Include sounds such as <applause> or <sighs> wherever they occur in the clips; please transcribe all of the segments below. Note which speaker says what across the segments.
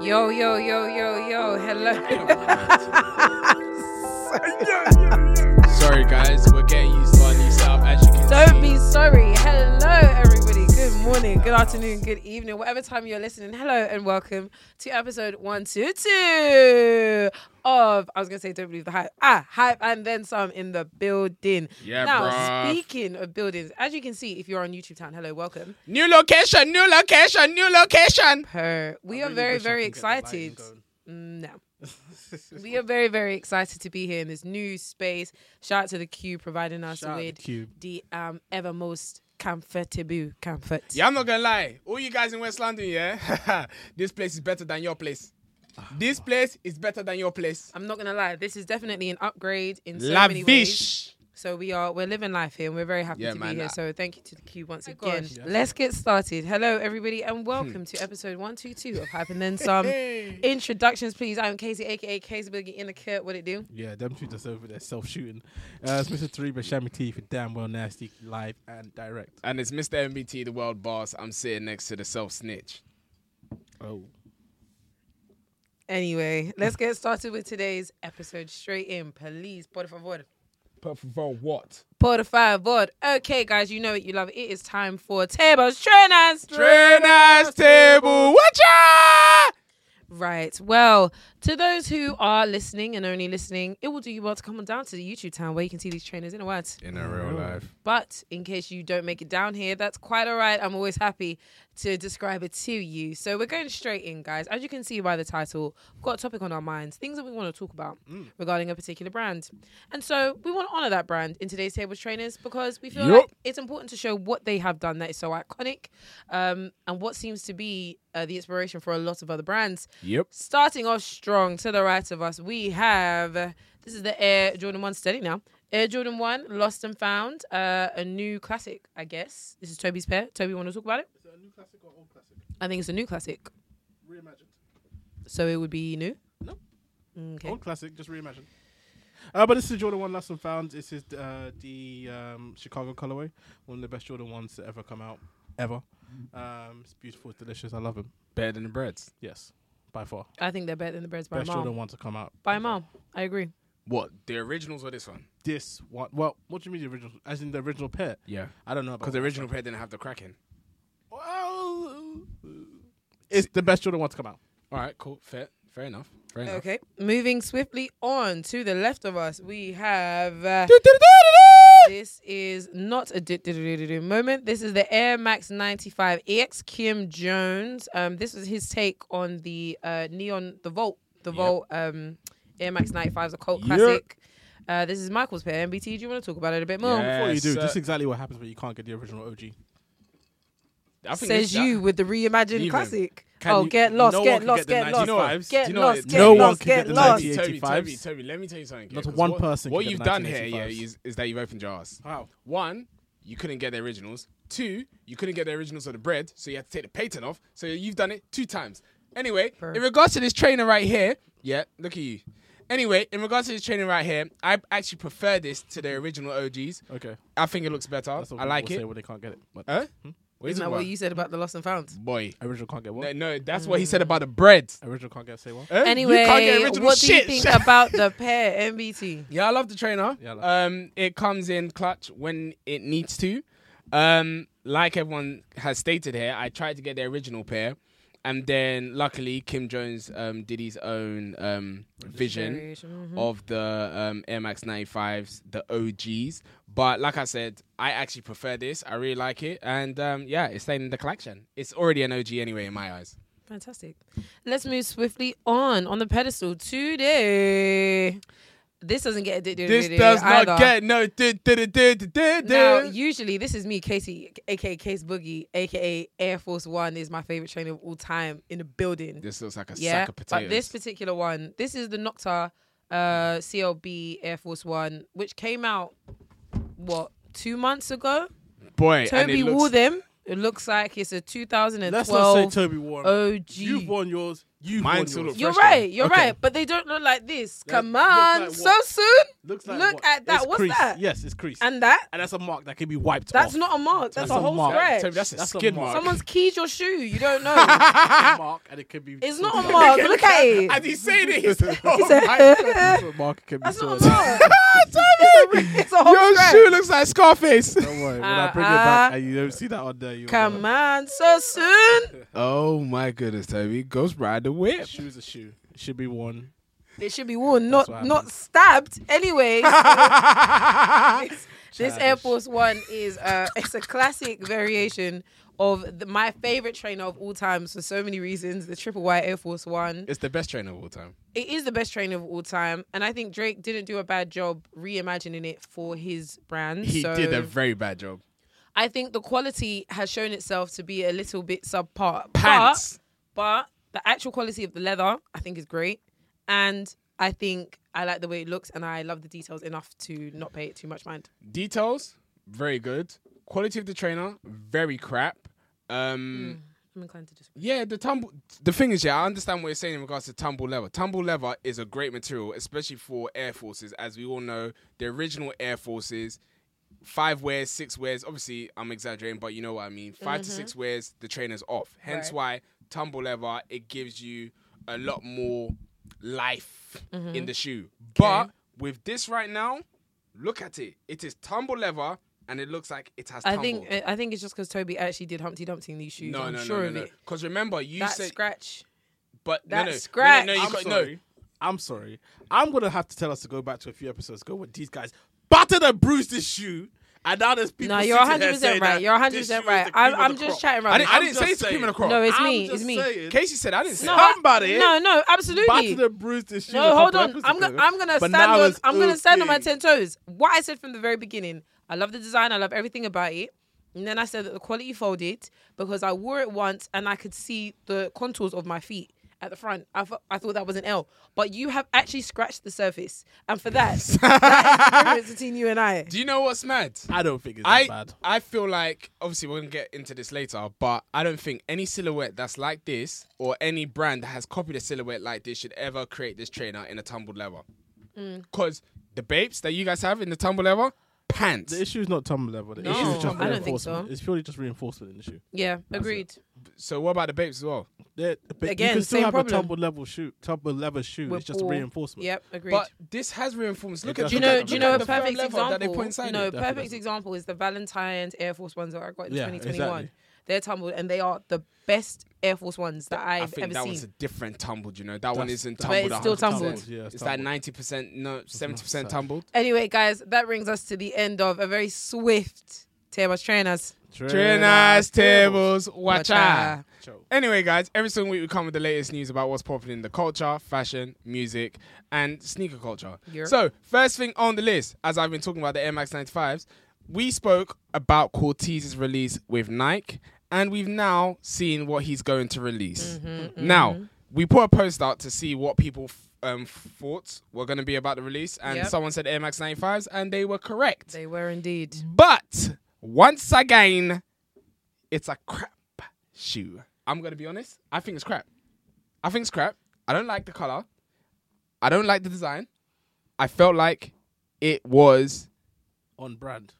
Speaker 1: Yo, yo, yo, yo, yo. Hello.
Speaker 2: <laughs> Sorry, guys, we're getting used to our new setup as you can
Speaker 1: <laughs> Don't
Speaker 2: see.
Speaker 1: be sorry. Hello, everybody. Good morning, good afternoon, good evening, whatever time you're listening. Hello and welcome to episode 122 of, I was going to say, Don't Believe the Hype. Ah, Hype and then some in the building.
Speaker 2: Yeah,
Speaker 1: now,
Speaker 2: bruv.
Speaker 1: speaking of buildings, as you can see, if you're on YouTube Town, hello, welcome.
Speaker 2: New location, new location, new location.
Speaker 1: Per, we are
Speaker 3: really
Speaker 1: very,
Speaker 3: wish I
Speaker 1: very
Speaker 3: can get the lighting
Speaker 1: excited.
Speaker 3: going.
Speaker 1: Mm, No. we are very, very excited to be here in this new space. Shout out to the Q providing us
Speaker 2: Shout out
Speaker 1: with
Speaker 2: the Q.
Speaker 1: the um, ever most comfortable comfort.
Speaker 2: <laughs> Yeah, I'm not gonna lie. All you guys in West London, yeah, <laughs> this place is better than your place. This place is better than your place.
Speaker 1: I'm not gonna lie, this is definitely an upgrade in so many ways.
Speaker 2: Lavish.
Speaker 1: So we are we're living life here and we're very happy
Speaker 2: Yeah,
Speaker 1: to
Speaker 2: man,
Speaker 1: be here.
Speaker 2: I-
Speaker 1: So thank you to the Q once
Speaker 2: gosh,
Speaker 1: again.
Speaker 2: yes.
Speaker 1: Let's get started. Hello everybody and welcome to episode one two two of Hype and Then Some.
Speaker 2: Hmm. Hey.
Speaker 1: Introductions, please. I'm Casey, aka Casey Boogie in the kit. What it do?
Speaker 3: Yeah, them two just over there self shooting. Uh, it's Mr. Tariba Shami T for Damn Well Nasty live and direct.
Speaker 2: And it's Mr. MBT, the world boss. I'm sitting next to the self snitch.
Speaker 3: Oh,
Speaker 1: Anyway, let's get started with today's episode straight in. Please, por favor.
Speaker 2: But for what?
Speaker 1: Por favor. Okay, guys, you know it, you love it. It is time for tables, trainers.
Speaker 2: Trainers table, watch out!
Speaker 1: Right. Well, to those who are listening and only listening, it will do you well to come on down to the YouTube town where you can see these trainers in a word.
Speaker 2: In a
Speaker 3: Oh.
Speaker 2: real life.
Speaker 1: But in case you don't make it down here, that's quite all right. I'm always happy to describe it to you. So we're going straight in, guys. As you can see by the title, we've got a topic on our minds, things that we want to talk about regarding a particular brand. And so we want to honor that brand in today's tables trainers because we feel
Speaker 3: Yup.
Speaker 1: like it's important to show what they have done that is so iconic um, and what seems to be uh, the inspiration for a lot of other brands.
Speaker 2: Yep.
Speaker 1: Starting off strong to the right of us, we have this is the Air Jordan 1 steady now. Air Jordan 1, Lost and Found, uh, a new classic, I guess. This is Toby's pair. Toby, want to talk about it?
Speaker 3: is that a new classic or old classic?
Speaker 1: I think it's a new classic.
Speaker 3: Reimagined.
Speaker 1: So it would be new?
Speaker 3: No.
Speaker 1: Okay.
Speaker 3: Old classic, just reimagined. Uh, but this is Jordan One Last and Found. This is uh, the um, Chicago colorway, one of the best Jordan ones to ever come out, ever.
Speaker 2: Mm-hmm.
Speaker 3: Um, it's beautiful, it's delicious. I love him.
Speaker 2: Better than the breads.
Speaker 3: Yes, by far,
Speaker 1: I think they're better than the breads by
Speaker 3: best Jordan
Speaker 1: mom.
Speaker 3: one to come out.
Speaker 1: By mom. I agree.
Speaker 2: What? The originals or this one?
Speaker 3: This one, well, what do you mean the original? As in the original pair?
Speaker 2: Yeah.
Speaker 3: I don't know about
Speaker 2: Because the original pair didn't have the cracking.
Speaker 3: Well, it's the best Jordan one to come out.
Speaker 2: All right, cool. Fair, fair enough. Fair enough.
Speaker 1: Okay. Moving swiftly on to the left of us, we have. Uh, this is not a do- do- do- do- do moment. This is the Air Max 95 EX Kim Jones. Um, this was his take on the uh, neon, the Volt, the
Speaker 2: Yep.
Speaker 1: Volt um, Air Max 95's a cult
Speaker 2: Yep.
Speaker 1: classic. Uh, this is Michael's pair. MBT, do you want to talk about it a bit more?
Speaker 2: Yeah,
Speaker 3: Before you do,
Speaker 2: so-
Speaker 3: this is exactly what happens when you can't get the original OG.
Speaker 2: I think
Speaker 1: Says
Speaker 2: this- that-
Speaker 1: you with the reimagined
Speaker 2: Even.
Speaker 1: classic.
Speaker 3: Can
Speaker 1: oh,
Speaker 3: you-
Speaker 1: get lost,
Speaker 3: no one
Speaker 1: get
Speaker 3: can
Speaker 1: lost,
Speaker 3: get the
Speaker 1: get lost.
Speaker 3: 95s.
Speaker 1: Get
Speaker 2: Do you know
Speaker 1: lost,
Speaker 2: what-
Speaker 1: get
Speaker 3: No one
Speaker 1: lost,
Speaker 3: can
Speaker 1: get
Speaker 3: get the
Speaker 1: lost.
Speaker 2: Toby,
Speaker 3: 90s.
Speaker 2: Toby,
Speaker 3: 85s.
Speaker 2: Toby, Toby, let me tell you something. yeah,
Speaker 3: Not
Speaker 2: 'cause
Speaker 3: one
Speaker 2: what,
Speaker 3: person
Speaker 2: What
Speaker 3: can get
Speaker 2: you've
Speaker 3: the
Speaker 2: done here, yeah,
Speaker 3: 1985s.
Speaker 2: is, is that you've opened your ass.
Speaker 3: Wow.
Speaker 2: One, you couldn't get the originals. Two, you couldn't get the originals of the bread, so you had to take the patent off. So you've done it two times. Anyway, in regards to this trainer right here, yeah, look at you. Anyway, in regards to this trainer right here, I actually prefer this to the original OGs.
Speaker 3: Okay.
Speaker 2: I think it looks better.
Speaker 3: That's what
Speaker 2: I like
Speaker 3: people
Speaker 2: it.
Speaker 3: Say when Hmm? they can't get it. But
Speaker 2: huh? What is
Speaker 1: Isn't
Speaker 2: it
Speaker 1: that what
Speaker 2: about?
Speaker 1: you said about the lost and found?
Speaker 3: <laughs>
Speaker 2: Boy.
Speaker 3: original can't get
Speaker 2: No,
Speaker 3: one.
Speaker 2: no, that's what he said about the bread.
Speaker 3: Original can't get say one.
Speaker 2: Huh? You can't
Speaker 1: Mm. Anyway,
Speaker 2: get original
Speaker 1: what
Speaker 2: shit.
Speaker 1: do you
Speaker 2: <laughs>
Speaker 1: think about the pair, MBT?
Speaker 2: Yeah, I love the trainer.
Speaker 3: Yeah, I love
Speaker 2: um, it comes in clutch when it needs to. Um, like everyone has stated here, I tried to get the original pair, and then luckily Kim Jones um, did his own um, vision
Speaker 1: Variation,
Speaker 2: of the um, Air Max 95s, the OGs. But like I said, I actually prefer this. I really like it, and um, yeah, it's staying in the collection. It's already an OG anyway in my eyes.
Speaker 1: Fantastic. Let's move swiftly on on the pedestal today. This doesn't get a do- do-
Speaker 2: This
Speaker 1: do- do
Speaker 2: does not
Speaker 1: either.
Speaker 2: get no. Du- du- du- du- du- du- du.
Speaker 1: Now, usually, this is me, Casey, aka Case Boogie, aka Air Force One, is my favorite trainer of all time in the building.
Speaker 2: This looks like a
Speaker 1: yeah,
Speaker 2: sack of potatoes.
Speaker 1: but this particular one, this is the Nocta uh, CLB Air Force One, which came out what two months ago.
Speaker 2: Boy, and it
Speaker 1: Toby
Speaker 2: looks
Speaker 1: wore them. It looks like it's a 2012
Speaker 3: Let's not say Toby wore. 'em.
Speaker 1: OG.
Speaker 3: You've worn yours. You
Speaker 2: Mine
Speaker 3: hoard
Speaker 2: still
Speaker 3: yours.
Speaker 2: look
Speaker 1: You're
Speaker 2: Fresh
Speaker 1: right.
Speaker 2: though.
Speaker 1: You're
Speaker 2: Okay.
Speaker 1: right. But they don't look like this.
Speaker 3: That
Speaker 1: Come
Speaker 3: looks
Speaker 1: on,
Speaker 3: like
Speaker 1: so
Speaker 3: what?
Speaker 1: soon.
Speaker 3: Looks like
Speaker 1: Look
Speaker 3: what?
Speaker 1: at that.
Speaker 3: It's
Speaker 1: What's
Speaker 3: creased.
Speaker 1: that?
Speaker 3: Yes, it's creased. And,
Speaker 1: And that.
Speaker 3: that's a mark that can be wiped
Speaker 1: That's
Speaker 3: off.
Speaker 1: not a mark. That's,
Speaker 3: That's
Speaker 1: a
Speaker 3: a
Speaker 1: whole
Speaker 3: mark.
Speaker 1: scratch.
Speaker 2: Tell me that's a
Speaker 3: That's a
Speaker 2: skid
Speaker 3: mark.
Speaker 2: mark.
Speaker 1: Someone's keyed your shoe. You don't
Speaker 3: <laughs>
Speaker 1: know.
Speaker 3: That's a mark, and it can be.
Speaker 1: It's not
Speaker 3: sorted
Speaker 1: a
Speaker 3: out.
Speaker 1: mark. Look
Speaker 3: <laughs>
Speaker 1: at it.
Speaker 2: As he said it, he said, oh
Speaker 1: said-
Speaker 2: my God.
Speaker 3: That's a mark. It can be
Speaker 1: <laughs> That's not a
Speaker 3: sorted. out. <laughs>
Speaker 1: mark. <laughs> it's a whole
Speaker 2: Your
Speaker 1: scratch.
Speaker 2: shoe looks like Scarface.
Speaker 3: Don't worry. When I bring it back and you don't see that on there, you
Speaker 1: Uh, Come on, so soon.
Speaker 2: <laughs>
Speaker 3: <laughs>
Speaker 2: Oh my goodness, Toby. Ghost Rider Whip.
Speaker 3: Shoes a shoe. It should be worn.
Speaker 1: It should be worn,
Speaker 3: That's
Speaker 1: not
Speaker 3: what
Speaker 1: not
Speaker 3: happened.
Speaker 1: stabbed. Anyway,
Speaker 3: <laughs>
Speaker 1: this, this Air
Speaker 3: Childish.
Speaker 1: Force One is uh, <laughs> it's a classic variation of the, my favorite trainer of all times for so many reasons. The Triple Y Air Force One.
Speaker 2: <laughs> It's the best trainer of all time.
Speaker 1: It is the best trainer of all time, and I think Drake didn't do a bad job reimagining it for his brand.
Speaker 2: He
Speaker 1: so
Speaker 2: did a very bad job.
Speaker 1: I think the quality has shown itself to be a little bit subpar. But
Speaker 2: Pants.
Speaker 1: but the actual quality of the leather, I think, is great. And I think I like the way it looks, and I love the details enough to not pay it too much mind.
Speaker 2: Details, very good. Quality of the trainer, very crap.
Speaker 1: Hmm.
Speaker 2: Um,
Speaker 1: I'm inclined to disagree.
Speaker 2: Yeah, the tumble. The thing is, yeah, I understand what you're saying in regards to tumble leather. Tumble leather is a great material, especially for air forces. As we all know, the original air forces, five wears, six wears. Obviously, I'm exaggerating, but you know what I mean. 5 to
Speaker 1: Mm-hmm.
Speaker 2: six wears, the trainer's off. Hence why tumble leather it gives you a lot more life
Speaker 1: Mm-hmm.
Speaker 2: in the shoe. But with this right now, look at it. It is tumble leather, and it looks like it has.
Speaker 1: I
Speaker 2: Tumble.
Speaker 1: think eh, I think it's just because Toby actually did Humpty Dumpty in these shoes.
Speaker 2: no,
Speaker 1: I'm
Speaker 2: no,
Speaker 1: sure
Speaker 2: no,
Speaker 1: of
Speaker 2: no, no.
Speaker 1: it.
Speaker 2: Because remember, you
Speaker 1: That
Speaker 2: said
Speaker 1: scratch.
Speaker 2: but
Speaker 1: That
Speaker 2: no, no,
Speaker 1: scratch.
Speaker 2: No, no, no, you
Speaker 1: I'm
Speaker 3: I'm
Speaker 2: got,
Speaker 3: sorry. I'm sorry. I'm gonna have to tell us to go back to a few episodes ago when these guys battered and bruised this shoe, and now there's people.
Speaker 1: No, you're
Speaker 3: sitting here
Speaker 1: 100
Speaker 3: saying
Speaker 1: percent
Speaker 3: that
Speaker 1: right. You're 100
Speaker 3: this shoe is
Speaker 1: percent
Speaker 3: the
Speaker 1: right.
Speaker 3: cream
Speaker 1: I'm,
Speaker 3: of
Speaker 1: I'm
Speaker 3: the
Speaker 1: just
Speaker 3: crop.
Speaker 1: chatting
Speaker 2: no.
Speaker 1: around.
Speaker 2: I didn't, I
Speaker 3: I'm
Speaker 2: didn't
Speaker 3: just
Speaker 2: say it's cream of the crop.
Speaker 1: No, it's
Speaker 3: I'm
Speaker 1: me.
Speaker 3: just
Speaker 1: It's me.
Speaker 3: saying,
Speaker 2: Casey said I didn't say.
Speaker 1: no,
Speaker 2: it.
Speaker 1: I-
Speaker 3: somebody-
Speaker 1: no, no,
Speaker 3: battered
Speaker 1: absolutely.
Speaker 3: and bruised this shoe. a
Speaker 1: No, hold
Speaker 3: couple
Speaker 1: on.
Speaker 3: episodes
Speaker 1: I'm gonna
Speaker 3: ago,
Speaker 1: I'm gonna
Speaker 3: but
Speaker 1: stand
Speaker 3: now
Speaker 1: on
Speaker 3: it's
Speaker 1: I'm gonna stand on my
Speaker 3: okay.
Speaker 1: ten toes. What I said from the very beginning. I love the design. I love everything about it. And then I said that the quality folded because I wore it once and I could see the contours of my feet at the front. I thought I thought that was an L, but you have actually scratched the surface, and for that, that is the difference between you and I.
Speaker 2: Do you know what's mad?
Speaker 3: I don't think it's that
Speaker 2: I
Speaker 3: bad.
Speaker 2: I feel like obviously we're gonna get into this later, but I don't think any silhouette that's like this or any brand that has copied a silhouette like this should ever create this trainer in a tumbled leather.
Speaker 1: Mm.
Speaker 2: Because the babes that you guys have in the tumbled leather pants.
Speaker 3: The issue is not tumble level. The
Speaker 1: No,
Speaker 3: issue is just
Speaker 1: I don't think
Speaker 3: reinforcement.
Speaker 1: so.
Speaker 3: It's purely just reinforcement in the shoe.
Speaker 1: Yeah, agreed.
Speaker 2: so what about the babes as well?
Speaker 3: They're- but
Speaker 1: Again,
Speaker 3: you can still
Speaker 1: same
Speaker 3: have
Speaker 1: problem.
Speaker 3: a tumble level shoe. Tumble leather shoe.
Speaker 1: We're
Speaker 3: it's just
Speaker 1: all-
Speaker 3: reinforcement.
Speaker 1: Yep, agreed.
Speaker 2: But this has reinforcements. Look at
Speaker 3: does.
Speaker 1: do you
Speaker 2: look at-
Speaker 1: know?
Speaker 3: Look
Speaker 1: Do you
Speaker 2: look
Speaker 1: know
Speaker 2: at
Speaker 1: a
Speaker 2: the firm
Speaker 1: perfect
Speaker 2: leather
Speaker 1: example?
Speaker 2: that they put inside
Speaker 1: no,
Speaker 2: it.
Speaker 1: a
Speaker 3: Definitely
Speaker 1: perfect
Speaker 3: doesn't.
Speaker 1: example is the Valentine's Air Force Ones that I got in
Speaker 3: Yeah,
Speaker 1: 2021.
Speaker 3: exactly.
Speaker 1: They're tumbled and they are the best Air Force Ones that
Speaker 2: I
Speaker 1: I've
Speaker 2: think
Speaker 1: ever
Speaker 2: that one's a
Speaker 1: seen.
Speaker 2: different tumbled, you know. That one
Speaker 3: That's-
Speaker 2: isn't
Speaker 3: But
Speaker 2: tumbled.
Speaker 1: it's still
Speaker 2: 100%.
Speaker 1: tumbled.
Speaker 3: Yeah, it's
Speaker 2: it's that
Speaker 3: tumbled.
Speaker 2: 90%, no, 70%
Speaker 3: sad.
Speaker 2: tumbled.
Speaker 1: Anyway, guys, that brings us to the end of a very swift Taylor's Trainers.
Speaker 2: Trainers, tables, watch out.
Speaker 1: Watcha.
Speaker 2: Anyway, guys, every single week we come with the latest news about what's popular in the culture, fashion, music, and sneaker culture.
Speaker 1: Yep.
Speaker 2: So, first thing on the list, as I've been talking about the Air Max 95s, we spoke about Cortez's release with Nike, and we've now seen what he's going to release. Now, we put a post out to see what people f- um, thought were going to be about the release, and
Speaker 1: Yep.
Speaker 2: someone said Air Max 95s, and they were correct.
Speaker 1: They were indeed.
Speaker 2: But once again, it's a crap shoe. I'm gonna be honest. I think it's crap. I think it's crap. I don't like the color. I don't like the design. I felt like it was.
Speaker 3: On brand.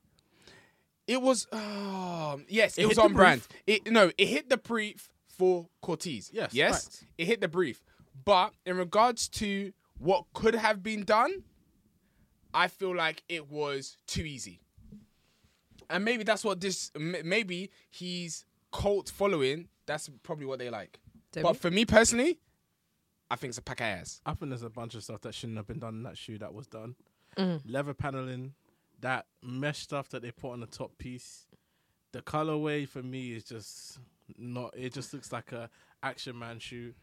Speaker 2: It was. um yes, it,
Speaker 3: It
Speaker 2: was
Speaker 3: hit the
Speaker 2: on brand. It no. It hit the brief for Cortez.
Speaker 3: Yes,
Speaker 2: Yes.
Speaker 3: facts.
Speaker 2: It hit the brief. But in regards to what could have been done, I feel like it was too easy. And maybe that's what this. m- Maybe he's cult following. That's probably what they like.
Speaker 1: Debbie?
Speaker 2: But for me personally, I think it's a pack of ass.
Speaker 3: I think there's a bunch of stuff that shouldn't have been done in that shoe that was done.
Speaker 1: Mm.
Speaker 3: Leather paneling, that mesh stuff that they put on the top piece. The colorway for me is just not. It just looks like a action man shoe.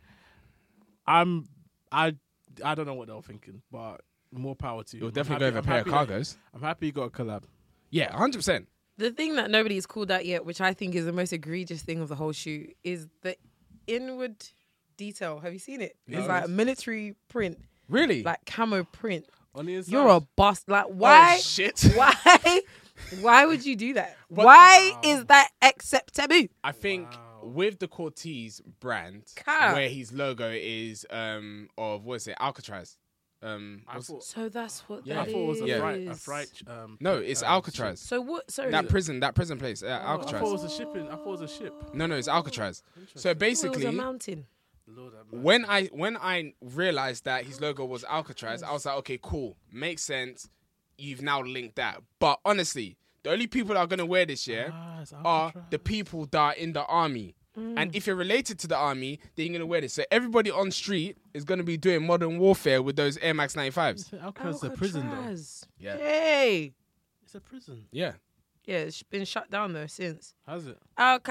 Speaker 3: I'm I I don't know what they were thinking, but more power to you.
Speaker 2: You'll
Speaker 3: I'm
Speaker 2: definitely
Speaker 3: happy-
Speaker 2: go with a
Speaker 3: I'm
Speaker 2: pair of
Speaker 3: happy that-
Speaker 2: cargos.
Speaker 3: I'm happy you got a collab.
Speaker 2: Yeah, hundred percent.
Speaker 1: The thing that nobody's called out yet, which I think is the most egregious thing of the whole shoe, is the inward detail. Have you seen it? It's like military print,
Speaker 2: Really?
Speaker 1: like camo print.
Speaker 3: On the inside,
Speaker 1: You're a bust. Like why?
Speaker 2: Oh, shit.
Speaker 1: why? Why would you do that? why is that except taboo?
Speaker 2: I think with the Cortez brand,
Speaker 1: Cat.
Speaker 2: where his logo is um of what is it Alcatraz? Um,
Speaker 3: I
Speaker 2: what's-
Speaker 3: thought,
Speaker 1: So that's what
Speaker 3: yeah,
Speaker 1: that
Speaker 3: I thought it was a
Speaker 2: Yeah.
Speaker 3: fright. A
Speaker 1: is.
Speaker 3: fright um,
Speaker 2: no, it's
Speaker 3: um,
Speaker 2: Alcatraz.
Speaker 1: So what? Sorry.
Speaker 2: That prison, that prison place, uh,
Speaker 3: ship. Oh, I thought it
Speaker 2: Alcatraz.
Speaker 3: was a shipping. I thought it was a ship.
Speaker 2: No, no, it's Alcatraz. So
Speaker 1: it was a
Speaker 2: basically,
Speaker 1: mountain.
Speaker 3: Lord, have mercy.
Speaker 2: when I when I realized that his logo was Alcatraz, I was like, okay, cool, makes sense. You've now linked that. But honestly, the only people that are gonna wear this year
Speaker 3: Ah, it's
Speaker 2: are
Speaker 3: Alcatraz.
Speaker 2: the people that are in the army.
Speaker 1: Mm.
Speaker 2: And if you're related to the army, then you're gonna wear this. So everybody on street is gonna be doing modern warfare with those Air Max 95s.
Speaker 3: Alcatraz is a prison though.
Speaker 1: Alcatraz.
Speaker 2: Yeah.
Speaker 1: Hey.
Speaker 3: It's a prison.
Speaker 2: Yeah,
Speaker 1: Yeah, it's been shut down though since.
Speaker 3: Has it?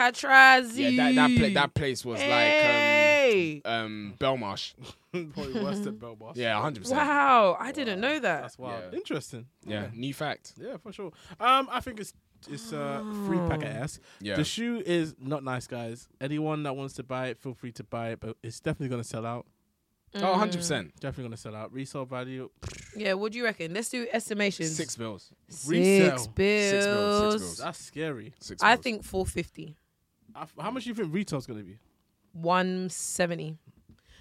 Speaker 1: Alcatraz.
Speaker 2: yeah. That that, pla- that place
Speaker 3: um,
Speaker 2: was like
Speaker 1: hey.
Speaker 2: um, um Belmarsh.
Speaker 3: <laughs> Probably worse than Belboss.
Speaker 2: Yeah, 100. percent
Speaker 1: wow, I didn't know that.
Speaker 3: That's wild.
Speaker 2: Yeah.
Speaker 3: Interesting.
Speaker 2: Yeah, new fact.
Speaker 3: Yeah, for sure. Um, I think it's it's uh free packet
Speaker 1: Oh.
Speaker 3: ass.
Speaker 2: Yeah.
Speaker 3: The shoe is not nice, guys. Anyone that wants to buy it, feel free to buy it, but it's definitely gonna sell out.
Speaker 1: Mm.
Speaker 2: Oh, 100 percent.
Speaker 3: Definitely gonna sell out. Resale value.
Speaker 1: Yeah, what do you reckon? Let's do estimations.
Speaker 2: Six bills.
Speaker 1: Six
Speaker 3: resale.
Speaker 1: bills.
Speaker 3: Six
Speaker 2: bills, six bills.
Speaker 3: That's scary.
Speaker 2: Six.
Speaker 1: I
Speaker 2: bills.
Speaker 1: think 450.
Speaker 3: I f how much do you think retail's gonna be?
Speaker 1: 170.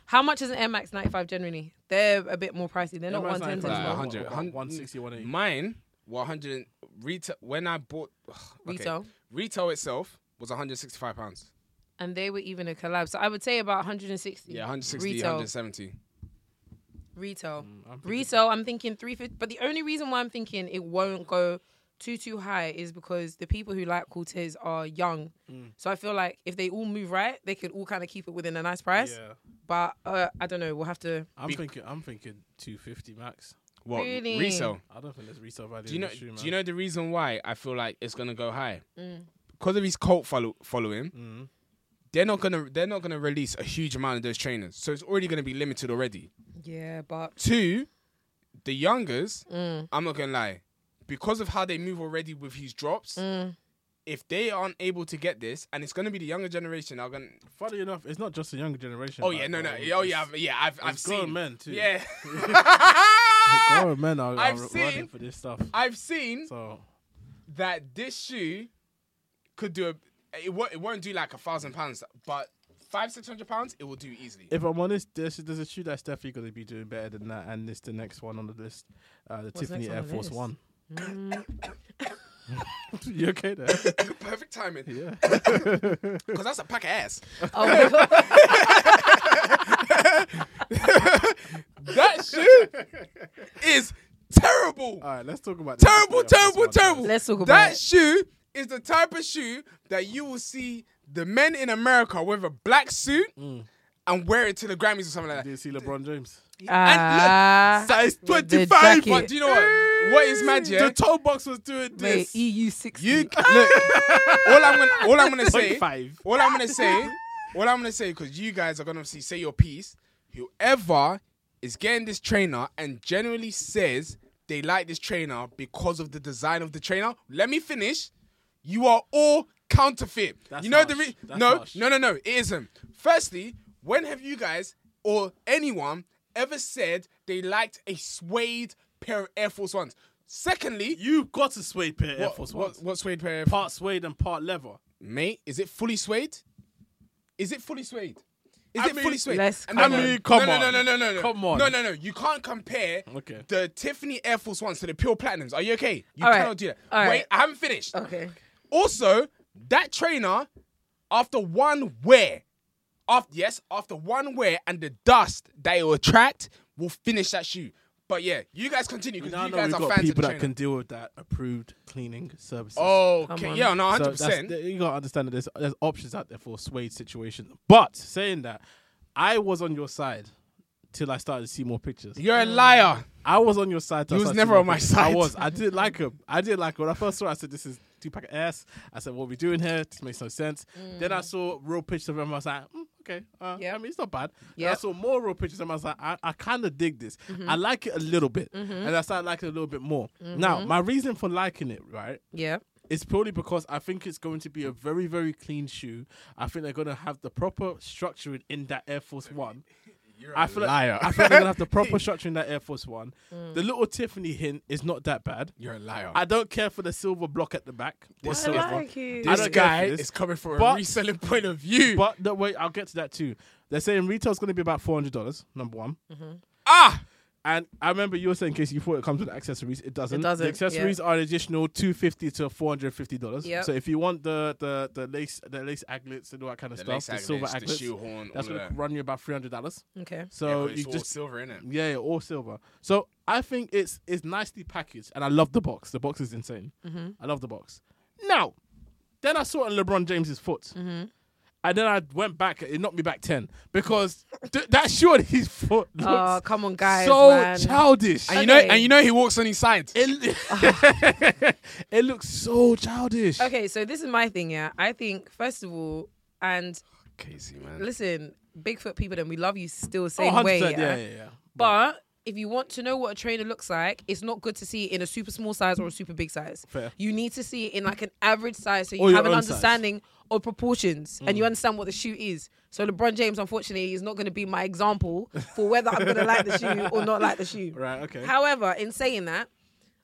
Speaker 1: How much is an Air Max 95 generally? They're a bit more pricey. They're not
Speaker 3: Everyone's
Speaker 1: 110
Speaker 2: like
Speaker 1: anymore.
Speaker 2: 100,
Speaker 3: about
Speaker 2: hun-
Speaker 3: 160, 180.
Speaker 2: Mine were 100 retail when I bought <sighs> ugh, okay.
Speaker 1: Retail.
Speaker 2: Retail itself was 165 pounds.
Speaker 1: And they were even a collab. So I would say about 160.
Speaker 2: Yeah, 160,
Speaker 1: Retail.
Speaker 2: 170.
Speaker 1: Retail.
Speaker 2: Mm.
Speaker 3: I'm thinking-
Speaker 1: Retail, I'm thinking 350. But the only reason why I'm thinking it won't go too, too high is because the people who like Cortez are young.
Speaker 2: Mm.
Speaker 1: So I feel like if they all move right, they could all kind of keep it within a nice price.
Speaker 3: Yeah.
Speaker 1: But uh, I don't know. We'll have to.
Speaker 3: I'm
Speaker 2: Be-
Speaker 3: thinking I'm thinking two fifty max.
Speaker 2: What
Speaker 1: Really?
Speaker 2: resale?
Speaker 3: I don't think there's resale value
Speaker 2: Do you
Speaker 3: in
Speaker 2: know?
Speaker 3: the shoe, man.
Speaker 2: Do you know the reason why I feel like it's gonna go high? Because of his cult follow- following.
Speaker 3: Mm.
Speaker 2: They're not gonna. They're not gonna release a huge amount of those trainers, so it's already gonna be limited already.
Speaker 1: Yeah,
Speaker 2: <laughs>
Speaker 1: but.
Speaker 2: Two, the youngers. I'm not gonna lie, because of how they move already with his drops. If they aren't able to get this, and it's gonna be the younger generation, are gonna
Speaker 3: Funny enough, it's not just the younger generation.
Speaker 2: Oh
Speaker 3: that
Speaker 2: yeah, no, no.
Speaker 3: are-
Speaker 2: Oh yeah, I've, yeah. I've, I've
Speaker 3: it's grown
Speaker 2: seen
Speaker 3: men, too. <laughs>
Speaker 2: Yeah, <laughs>
Speaker 3: it's- Grown men are, are
Speaker 2: I've
Speaker 3: running
Speaker 2: seen-
Speaker 3: for this stuff.
Speaker 2: I've seen
Speaker 3: So
Speaker 2: that this shoe could do a. It won't. It won't do like a thousand pounds, but five six hundred pounds it will do easily.
Speaker 3: if I'm honest, there's there's a shoe that's definitely going to be doing better than that, and it's the next one on the list, uh, the Tiffany
Speaker 1: next on
Speaker 3: Air
Speaker 1: the
Speaker 3: Force
Speaker 1: list?
Speaker 3: One.
Speaker 2: Mm.
Speaker 3: <laughs> you okay
Speaker 2: <laughs> <laughs>
Speaker 3: there?
Speaker 2: Perfect timing. <laughs>
Speaker 3: Yeah.
Speaker 2: because that's a pack of ass.
Speaker 1: Oh,
Speaker 3: <laughs>
Speaker 2: That shoe is terrible.
Speaker 3: All right, let's talk about the
Speaker 2: terrible,
Speaker 3: Tiffany
Speaker 2: terrible,
Speaker 3: Air Force Uh,
Speaker 2: terrible.
Speaker 3: One, guys.
Speaker 1: Let's talk about
Speaker 2: that
Speaker 1: it.
Speaker 2: shoe is the type of shoe that you will see the men in America with a black suit
Speaker 3: Mm.
Speaker 2: and wear it to the Grammys or something like that.
Speaker 3: Did you see LeBron James?
Speaker 1: <laughs> Ah,
Speaker 2: and look, size
Speaker 1: the
Speaker 2: 25.
Speaker 1: jacket.
Speaker 2: But do you know what? What is mad, yeah?
Speaker 3: The toe box was doing
Speaker 1: mate, E
Speaker 3: this.
Speaker 1: EU 60.
Speaker 2: You look. All I'm gonna, all I'm gonna say,
Speaker 3: 25.
Speaker 2: all I'm gonna say, all I'm gonna say, because you guys are gonna see, say your piece. Whoever is getting this trainer and generally says they like this trainer because of the design of the trainer. Let me finish. You are all counterfeit.
Speaker 3: That's
Speaker 2: you know the
Speaker 3: harsh.
Speaker 2: re-
Speaker 3: That's
Speaker 2: no,
Speaker 3: harsh.
Speaker 2: no, no, no. It isn't. Firstly, when have you guys or anyone ever said they liked a suede pair of Air Force Ones? Secondly,
Speaker 3: You got a suede pair of Air Force One.
Speaker 2: what, what suede pair? Of
Speaker 3: Part suede and part leather.
Speaker 2: mate, is it fully suede? Is it fully suede? Is
Speaker 3: I
Speaker 2: it
Speaker 3: mean-
Speaker 2: fully suede?
Speaker 1: Let's-
Speaker 2: And
Speaker 1: I
Speaker 2: then-
Speaker 3: mean, come
Speaker 2: no,
Speaker 3: on.
Speaker 2: No, no, no, no, no.
Speaker 3: Come on.
Speaker 2: No, no, no. You can't compare
Speaker 3: Okay.
Speaker 2: the Tiffany Air Force Ones to the pure platinums. Are you okay? You
Speaker 1: All right.
Speaker 2: cannot do that.
Speaker 1: All
Speaker 2: Wait,
Speaker 1: right.
Speaker 2: I haven't finished.
Speaker 1: Okay.
Speaker 2: Also, that trainer, after one wear, after yes, after one wear and the dust that it will attract, will finish that shoe. But yeah, you guys continue
Speaker 3: Now
Speaker 2: because
Speaker 3: I
Speaker 2: you
Speaker 3: know
Speaker 2: guys
Speaker 3: we've
Speaker 2: are
Speaker 3: got
Speaker 2: fans of
Speaker 3: people
Speaker 2: the
Speaker 3: that
Speaker 2: trainer.
Speaker 3: can deal with that approved cleaning services.
Speaker 1: Come
Speaker 2: okay,
Speaker 1: on.
Speaker 2: yeah, no,
Speaker 3: So
Speaker 2: hundred
Speaker 3: that's-
Speaker 2: percent.
Speaker 3: th- you gotta understand that there's there's options out there for suede situation. But saying that, I was on your side till I started to see more pictures.
Speaker 2: You're a liar.
Speaker 3: I was on your side. Till
Speaker 2: You
Speaker 3: I
Speaker 2: was
Speaker 3: started
Speaker 2: never
Speaker 3: to see
Speaker 2: on my
Speaker 3: more pictures.
Speaker 2: side.
Speaker 3: I was. I didn't
Speaker 2: <laughs>
Speaker 3: like him. I didn't like him. When I first saw, it, I said, "This is two pack ass." I said, "What are we doing here? This makes no sense." Then
Speaker 2: Mm.
Speaker 3: I saw real pictures of him. I was like, mm, "Okay, uh,
Speaker 1: Yeah.
Speaker 3: I mean, it's not bad." Yeah. I
Speaker 1: Yep.
Speaker 3: saw more real pictures of him. I was like, "I, I kind of dig this. I
Speaker 2: Mm-hmm.
Speaker 3: like it a little bit," and I started liking it a little bit more. Now, my reason for liking it, right?
Speaker 1: Yeah.
Speaker 3: It's purely because I think it's going to be a very, very clean shoe. I think they're going to have the proper structuring in that Air Force One.
Speaker 2: You're
Speaker 3: I
Speaker 2: a
Speaker 3: feel like,
Speaker 2: liar.
Speaker 3: I feel like they're gonna have <laughs> the proper structure in that Air Force One. The little Tiffany hint is not that bad.
Speaker 2: You're a liar.
Speaker 3: I don't care for the silver block at the back.
Speaker 2: This
Speaker 1: I
Speaker 3: whatsoever.
Speaker 1: like you.
Speaker 3: I
Speaker 2: this
Speaker 3: don't care
Speaker 2: guy
Speaker 3: for this.
Speaker 2: is coming from a
Speaker 3: But-
Speaker 2: reselling point of view.
Speaker 3: <laughs> But the way I'll get to that too. They're saying retail's gonna be about four hundred dollars. Number one.
Speaker 1: Mm-hmm.
Speaker 2: ah,
Speaker 3: And I remember you were saying, Casey, you thought it comes with accessories. It doesn't.
Speaker 1: It doesn't,
Speaker 3: The accessories are an additional two fifty to four hundred fifty dollars.
Speaker 1: Yep.
Speaker 3: So if you want the the the lace the lace aglets and all that kind of
Speaker 2: the
Speaker 3: stuff,
Speaker 2: lace
Speaker 3: the
Speaker 2: aglets,
Speaker 3: silver
Speaker 2: the
Speaker 3: aglets,
Speaker 2: shoehorn, all
Speaker 3: that's
Speaker 2: of
Speaker 3: gonna
Speaker 2: that.
Speaker 3: run you about three hundred dollars.
Speaker 1: Okay.
Speaker 3: So
Speaker 2: yeah,
Speaker 3: you
Speaker 2: it's all
Speaker 3: just
Speaker 2: silver in it.
Speaker 3: yeah, yeah, all silver. So I think it's it's nicely packaged, and I love the box. The box is insane.
Speaker 1: Mm-hmm.
Speaker 3: I love the box. Now, then I saw it on LeBron James's foot,
Speaker 1: Mm-hmm.
Speaker 3: and then I went back. It knocked me back ten because th- that shoe on his foot looks
Speaker 1: Oh, come on, guys.
Speaker 3: so
Speaker 1: man.
Speaker 3: childish.
Speaker 2: And you know,
Speaker 1: Okay.
Speaker 2: and you know, he walks on his side.
Speaker 3: <laughs>
Speaker 1: <laughs>
Speaker 3: it, it looks so childish.
Speaker 1: Okay, so this is my thing, yeah. I think, first of all, and
Speaker 2: Casey, man.
Speaker 1: listen, Bigfoot people, then we love you still
Speaker 3: Oh,
Speaker 1: same way.
Speaker 3: 100%,
Speaker 1: Yeah?
Speaker 3: yeah, yeah, yeah.
Speaker 1: But if you want to know what a trainer looks like, it's not good to see it in a super small size or a super big size.
Speaker 3: Fair.
Speaker 1: You need to see it in like an average size so you
Speaker 3: Or your
Speaker 1: have an
Speaker 3: own size. Mm.
Speaker 1: understanding of proportions and you understand what the shoe is. So LeBron James, unfortunately, is not going to be my example for whether I'm going to like the shoe
Speaker 3: <laughs>
Speaker 1: or not like the shoe.
Speaker 3: Right, okay.
Speaker 1: However, in saying that,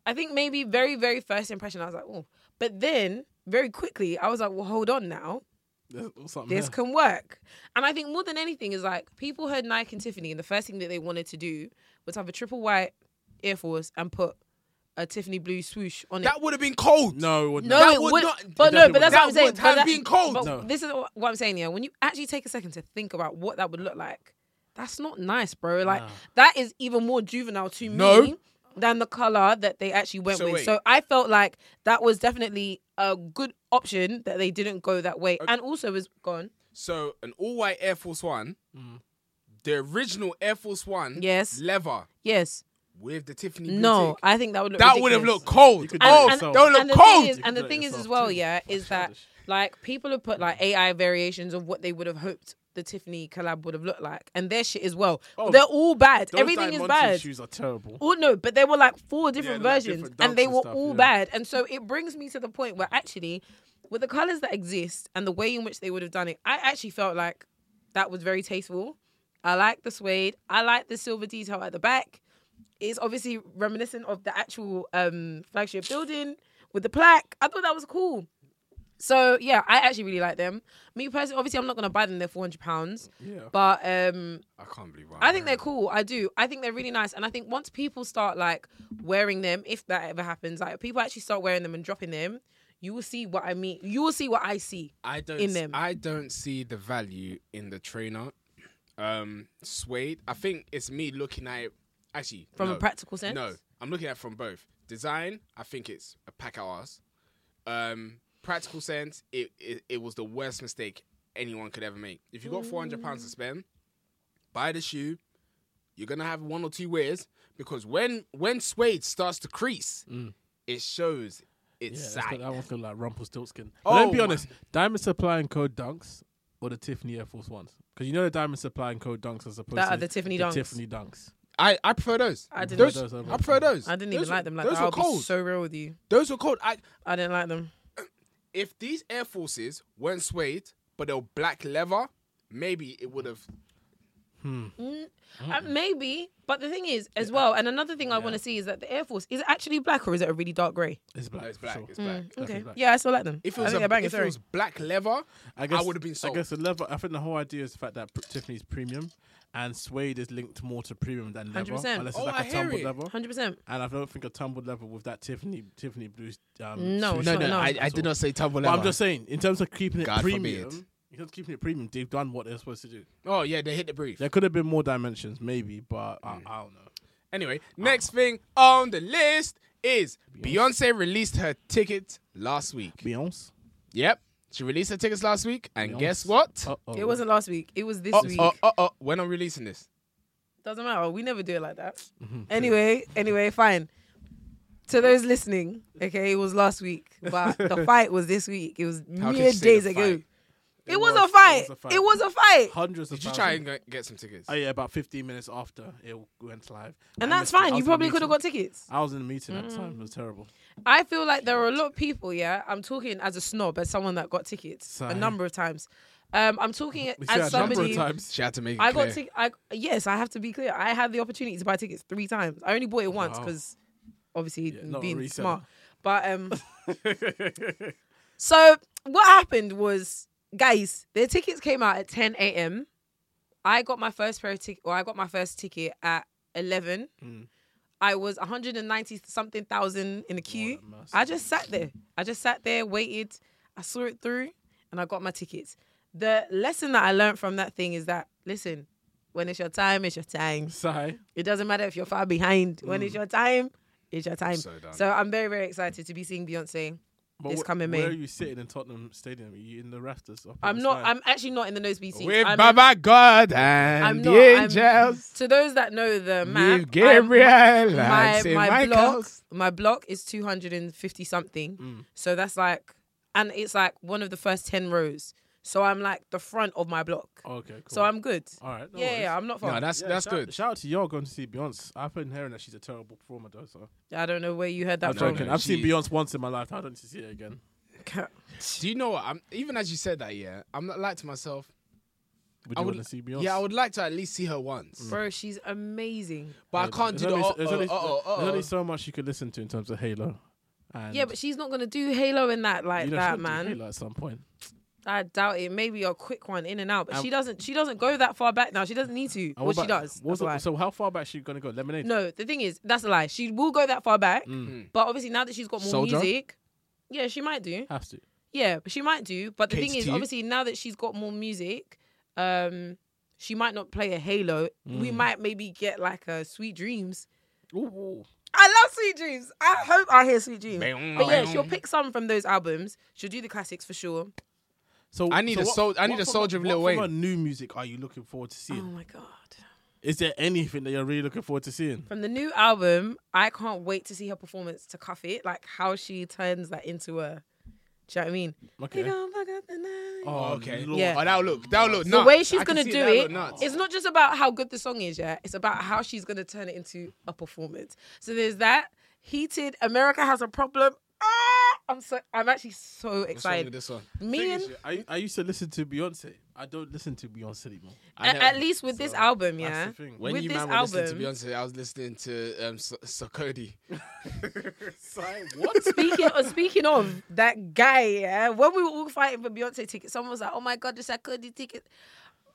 Speaker 1: I think maybe very, very first impression, I was like, oh. But then very quickly, I was like, well, hold on now
Speaker 3: There's something
Speaker 1: this
Speaker 3: there.
Speaker 1: can work. And I think more than anything is like people heard Nike and Tiffany, and the first thing that they wanted to do was have a triple white Air Force and put a Tiffany blue swoosh on it.
Speaker 2: That would have been cold.
Speaker 3: No, it would
Speaker 1: no,
Speaker 3: not.
Speaker 2: that
Speaker 1: it
Speaker 2: would
Speaker 1: would,
Speaker 2: not-
Speaker 1: but no,
Speaker 3: definitely
Speaker 1: but that's
Speaker 2: would
Speaker 1: what I'm
Speaker 2: not.
Speaker 1: saying.
Speaker 2: That
Speaker 1: But
Speaker 2: would have
Speaker 1: that-
Speaker 2: been cold.
Speaker 1: But
Speaker 3: No.
Speaker 1: This is what- what I'm saying. Yeah, when you actually take a second to think about what that would look like, that's not nice, bro. Like that is even more juvenile to
Speaker 2: No.
Speaker 1: me than the color that they actually went
Speaker 2: So
Speaker 1: with.
Speaker 2: wait.
Speaker 1: So I felt like that was definitely a good option that they didn't go that way, and also was gone.
Speaker 2: So an all-white Air Force One, the original Air Force One,
Speaker 1: Mm. Yes.
Speaker 2: leather
Speaker 1: Yes.
Speaker 2: with the Tiffany. blue
Speaker 1: No,
Speaker 2: tick.
Speaker 1: I think that would look
Speaker 2: that would have
Speaker 1: ridiculous.
Speaker 2: looked cold.
Speaker 3: could do
Speaker 2: Oh,
Speaker 3: it yourself.
Speaker 2: that would
Speaker 1: and
Speaker 2: look
Speaker 1: the
Speaker 2: cold.
Speaker 1: Thing is,
Speaker 3: You
Speaker 1: and
Speaker 3: could
Speaker 1: the
Speaker 3: do it
Speaker 1: thing is as
Speaker 3: yourself
Speaker 1: well,
Speaker 3: too.
Speaker 1: yeah,
Speaker 3: Quite
Speaker 1: is that
Speaker 3: childish.
Speaker 1: like people have put like AI variations of what they would have hoped the Tiffany collab would have looked like, and their shit as well.
Speaker 3: Oh,
Speaker 1: They're all bad.
Speaker 3: Those
Speaker 1: Everything is
Speaker 3: Diamante
Speaker 1: bad.
Speaker 3: Shoes are terrible.
Speaker 1: Oh no, but there were like four different
Speaker 3: there were, like,
Speaker 1: versions,
Speaker 3: different
Speaker 1: and they
Speaker 3: dunks and
Speaker 1: were
Speaker 3: stuff,
Speaker 1: all
Speaker 3: yeah.
Speaker 1: bad. And so it brings me to the point where actually, with the colors that exist and the way in which they would have done it, I actually felt like that was very tasteful. I like the suede. I like the silver detail at the back. It's obviously reminiscent of the actual um, flagship building with the plaque. I thought that was cool. So yeah, I actually really like them. Me personally, obviously, I'm not gonna buy them. They're four hundred pounds,
Speaker 3: Yeah.
Speaker 1: but um,
Speaker 2: I can't believe.
Speaker 1: I think they're cool. I do. I think they're really nice. And I think once people start like wearing them, if that ever happens, like if people actually start wearing them and dropping them, you will see what I mean. You will see what I see.
Speaker 2: I don't.
Speaker 1: in
Speaker 2: s-
Speaker 1: them.
Speaker 2: I don't see the value in the trainer. Um, suede. I think it's me looking at it. Actually,
Speaker 1: From a
Speaker 2: no.
Speaker 1: practical sense?
Speaker 2: No, I'm looking at it from both design. I think it's a pack of ass. Um, practical sense. It, it it was the worst mistake anyone could ever make. If you got 400 pounds to spend, buy the shoe. You're gonna have one or two wears because when when suede starts to crease,
Speaker 1: Mm.
Speaker 2: it shows
Speaker 3: Yeah,
Speaker 2: it's
Speaker 3: it's
Speaker 2: sack.
Speaker 3: got- that one's gonna like Rumpelstiltskin. But let me be
Speaker 2: Oh,
Speaker 3: honest. Diamond Supply and Co. Dunks or the Tiffany Air Force Ones? Because you know the Diamond Supply and Co. Dunks as opposed
Speaker 1: That are
Speaker 3: to
Speaker 1: the Tiffany Dunks.
Speaker 3: Tiffany Dunks.
Speaker 2: I, I prefer those.
Speaker 1: I didn't
Speaker 2: those,
Speaker 3: like those.
Speaker 2: I prefer those.
Speaker 1: I didn't
Speaker 2: Those
Speaker 1: even
Speaker 2: were-
Speaker 1: like them. Like
Speaker 2: those
Speaker 1: that. I'll
Speaker 2: were cold.
Speaker 1: be so real with you.
Speaker 2: those were cold. I
Speaker 1: I didn't like them.
Speaker 2: if these Air Forces weren't suede but they were black leather, maybe it would have.
Speaker 1: Uh, maybe, but the thing is, as well, and another thing I want to see is that the Air Force is it actually black or is it a really dark grey?
Speaker 3: It's black.
Speaker 2: No, it's
Speaker 3: for
Speaker 2: black.
Speaker 3: sure.
Speaker 2: It's black.
Speaker 1: Okay,
Speaker 3: black.
Speaker 1: yeah, I still like them.
Speaker 2: If it
Speaker 1: Mm. I
Speaker 2: was,
Speaker 1: think
Speaker 2: a,
Speaker 1: they're banging,
Speaker 2: if it
Speaker 1: sorry.
Speaker 2: was black leather, I, would have been sold.
Speaker 3: I guess the leather. I think the whole idea is the fact that pr- Tiffany's premium and suede is linked more to premium than leather,
Speaker 1: 100%.
Speaker 3: unless it's
Speaker 2: Oh, I
Speaker 3: like a
Speaker 2: hear
Speaker 3: tumbled
Speaker 2: it.
Speaker 3: leather.
Speaker 1: Hundred percent.
Speaker 3: And I don't think a tumbled leather with that Tiffany Tiffany blue. Um,
Speaker 1: No,
Speaker 3: swoosh
Speaker 1: it's No,
Speaker 3: on
Speaker 1: no,
Speaker 3: it
Speaker 1: no.
Speaker 3: at all.
Speaker 2: say tumble
Speaker 3: But I'm just saying, in terms of keeping it
Speaker 2: God forbid.
Speaker 3: premium, in terms of keeping it premium, they've done what they're supposed to do.
Speaker 2: oh yeah, they hit the brief.
Speaker 3: There could have been more dimensions, maybe, but I, I don't know.
Speaker 2: Anyway, next thing on the list is Beyonce released her tickets last week.
Speaker 3: Beyonce.
Speaker 2: Yep, she released her tickets last week, and
Speaker 3: Beyonce. Uh,
Speaker 2: guess what?
Speaker 3: Uh-oh.
Speaker 1: It wasn't last week. It was this
Speaker 2: Oh,
Speaker 1: week.
Speaker 2: oh, oh, oh, when I'm releasing this.
Speaker 1: Doesn't matter. We never do it like that. anyway, anyway, fine. To those listening, okay, it was last week, but the fight was this week. It was
Speaker 2: How can
Speaker 1: mere
Speaker 2: you say
Speaker 1: days
Speaker 2: the
Speaker 1: ago. It,
Speaker 2: fight?
Speaker 1: was, a fight. It was a fight.
Speaker 3: hundreds of.
Speaker 2: Did you
Speaker 3: thousands.
Speaker 2: try and get- get some tickets?
Speaker 3: Oh yeah, about 15 minutes after it went live.
Speaker 1: And
Speaker 3: I
Speaker 1: that's
Speaker 3: missed it. I
Speaker 1: fine.
Speaker 3: was
Speaker 1: You
Speaker 3: in a
Speaker 1: probably could have got Mm.
Speaker 3: meeting.
Speaker 1: tickets.
Speaker 3: I was in a meeting at the time. It
Speaker 2: <laughs>
Speaker 3: was terrible.
Speaker 1: I feel like there are a lot of people, yeah. I'm talking as a snob, as someone that got tickets a
Speaker 3: Sigh.
Speaker 1: number of times. Um, I'm talking
Speaker 3: We said
Speaker 1: as
Speaker 3: a number
Speaker 1: somebody.
Speaker 3: of times.
Speaker 2: She had to make it
Speaker 1: I
Speaker 2: clear.
Speaker 1: got to. I yes, I have to be clear. I had the opportunity to buy tickets three times. I only bought it once
Speaker 3: Wow.
Speaker 1: because, obviously,
Speaker 3: Yeah, not a
Speaker 1: being
Speaker 3: reseller.
Speaker 1: smart. But um, so what happened was, guys, their tickets came out at 10 a.m. I got my first pair of ticket, or I got my first ticket at 11.
Speaker 3: Mm.
Speaker 1: I was 190 something thousand in the queue.
Speaker 3: a mess.
Speaker 1: I just sat there. I just sat there, waited. I saw it through, and I got my tickets. The lesson that I learned from that thing is that listen, when it's your time, it's your time.
Speaker 3: Sigh.
Speaker 1: It doesn't matter if you're far behind. When it's your time, it's your time.
Speaker 2: So done.
Speaker 1: I'm very, very excited to be seeing Beyonce.
Speaker 3: But
Speaker 1: It's
Speaker 3: wh-
Speaker 1: coming,
Speaker 3: Where
Speaker 1: mate.
Speaker 3: are you sitting in Tottenham Stadium? Are you in the rafters? Up in
Speaker 1: I'm
Speaker 3: the
Speaker 1: not.
Speaker 3: sky?
Speaker 1: I'm actually not in the nosebleed seats.
Speaker 2: With
Speaker 1: I'm-
Speaker 2: Baba God and
Speaker 1: I'm
Speaker 2: the
Speaker 1: not- I'm-
Speaker 2: angels.
Speaker 1: to those that know the map,
Speaker 2: With Gabriel and
Speaker 1: my
Speaker 2: Saint
Speaker 1: my block,
Speaker 2: Michael's.
Speaker 1: my block is 250 something.
Speaker 3: Mm.
Speaker 1: So that's like, and it's like one of the first 10 rows. So I'm like the front of my block.
Speaker 3: Okay. Oh, Cool.
Speaker 1: So I'm good.
Speaker 3: All right. No
Speaker 1: yeah,
Speaker 3: worries.
Speaker 1: yeah, I'm not far.
Speaker 2: No, that's
Speaker 3: Yeah,
Speaker 2: that's
Speaker 3: shout,
Speaker 2: good.
Speaker 3: Shout out to y'all going to see Beyonce. I've been hearing that she's a terrible performer, though. So
Speaker 1: I don't know where you heard
Speaker 3: I'm
Speaker 1: that
Speaker 2: No,
Speaker 1: from.
Speaker 3: joking.
Speaker 2: no,
Speaker 3: I've seen
Speaker 2: she-
Speaker 3: Beyonce once in my life. I don't need to see it again.
Speaker 2: Do you know what? I'm even as you said that. Yeah, I'm not like to myself.
Speaker 3: Would
Speaker 2: I
Speaker 3: you
Speaker 2: would-
Speaker 3: want to see Beyonce?
Speaker 2: Yeah, I would like to at least see her once,
Speaker 1: <laughs> Bro, she's amazing.
Speaker 2: but I can't
Speaker 3: There's
Speaker 2: do the.
Speaker 3: only,
Speaker 2: Oh,
Speaker 3: there's, only,
Speaker 2: oh, oh,
Speaker 3: there's
Speaker 2: oh,
Speaker 3: only
Speaker 2: oh.
Speaker 3: so much you could listen to in terms of Halo. And
Speaker 1: Yeah, but she's not gonna do Halo in that like
Speaker 3: you know, she
Speaker 1: that,
Speaker 3: would do
Speaker 1: man.
Speaker 3: Halo at some point.
Speaker 1: I doubt it. Maybe a quick one in and out, but
Speaker 3: And-
Speaker 1: she doesn't. She doesn't go that far back now. She doesn't need to.
Speaker 3: And
Speaker 1: Well,
Speaker 3: what
Speaker 1: she
Speaker 3: about-
Speaker 1: does.
Speaker 3: what's
Speaker 1: that's why.
Speaker 3: the, so how far back is she gonna go? Lemonade.
Speaker 1: No, the thing is, that's a lie. She will go that far back,
Speaker 3: Mm.
Speaker 1: but obviously now that she's got more
Speaker 2: Soldier?
Speaker 1: music, yeah, she might do.
Speaker 3: Has to.
Speaker 1: Yeah, but she might do. But the
Speaker 2: Kate's
Speaker 1: thing is,
Speaker 2: tea?
Speaker 1: obviously now that she's got more music, um, she might not play a Halo. We
Speaker 3: Mm.
Speaker 1: might maybe get like a Sweet Dreams. I love Sweet Dreams. I hope I hear Sweet Dreams.
Speaker 2: Bang,
Speaker 1: But yeah,
Speaker 2: bang.
Speaker 1: she'll pick some from those albums. She'll do the classics for sure.
Speaker 3: So
Speaker 2: I need
Speaker 3: so
Speaker 2: a
Speaker 3: what-
Speaker 2: sol- I need
Speaker 3: what
Speaker 2: a
Speaker 3: form
Speaker 2: soldier
Speaker 3: of,
Speaker 2: of Lil
Speaker 3: what form
Speaker 2: Wayne.
Speaker 3: of new music are you looking forward to
Speaker 1: Oh
Speaker 3: seeing?
Speaker 1: my god.
Speaker 3: Is there anything that you're really looking forward to seeing?
Speaker 1: From the new album, I can't wait to see her performance to Cuff It, like how she turns that into a. Do you know what I mean?
Speaker 3: Okay.
Speaker 1: They gonna fuck up the night.
Speaker 2: Oh, okay.
Speaker 3: Lord.
Speaker 1: Yeah.
Speaker 2: Oh, that'll look. That'll look.
Speaker 1: the
Speaker 2: nuts.
Speaker 1: way she's
Speaker 2: I can
Speaker 1: gonna
Speaker 2: see
Speaker 1: do
Speaker 2: that'll
Speaker 1: it,
Speaker 2: look nuts.
Speaker 1: it's not just about how good the song is, yeah. It's about how she's gonna turn it into a performance. So there's that heated. America has a problem. Ah, I'm so. I'm actually so
Speaker 2: What's wrong with
Speaker 1: excited.
Speaker 2: this one?
Speaker 1: Me and
Speaker 3: I, I used to listen to Beyonce. I don't listen to Beyonce anymore.
Speaker 2: I
Speaker 1: at,
Speaker 2: know.
Speaker 1: at least with this album, yeah.
Speaker 3: That's the thing. <laughs>
Speaker 2: When
Speaker 1: with
Speaker 2: you
Speaker 1: this
Speaker 2: man were
Speaker 1: album,
Speaker 2: listening to Beyonce, I was listening to um, So-
Speaker 3: <laughs>
Speaker 2: Sokodi. <laughs>
Speaker 3: what?
Speaker 1: speaking of, speaking of that guy, yeah, when we were all fighting for Beyonce tickets, someone was like, "Oh my god, this Sarkozy ticket,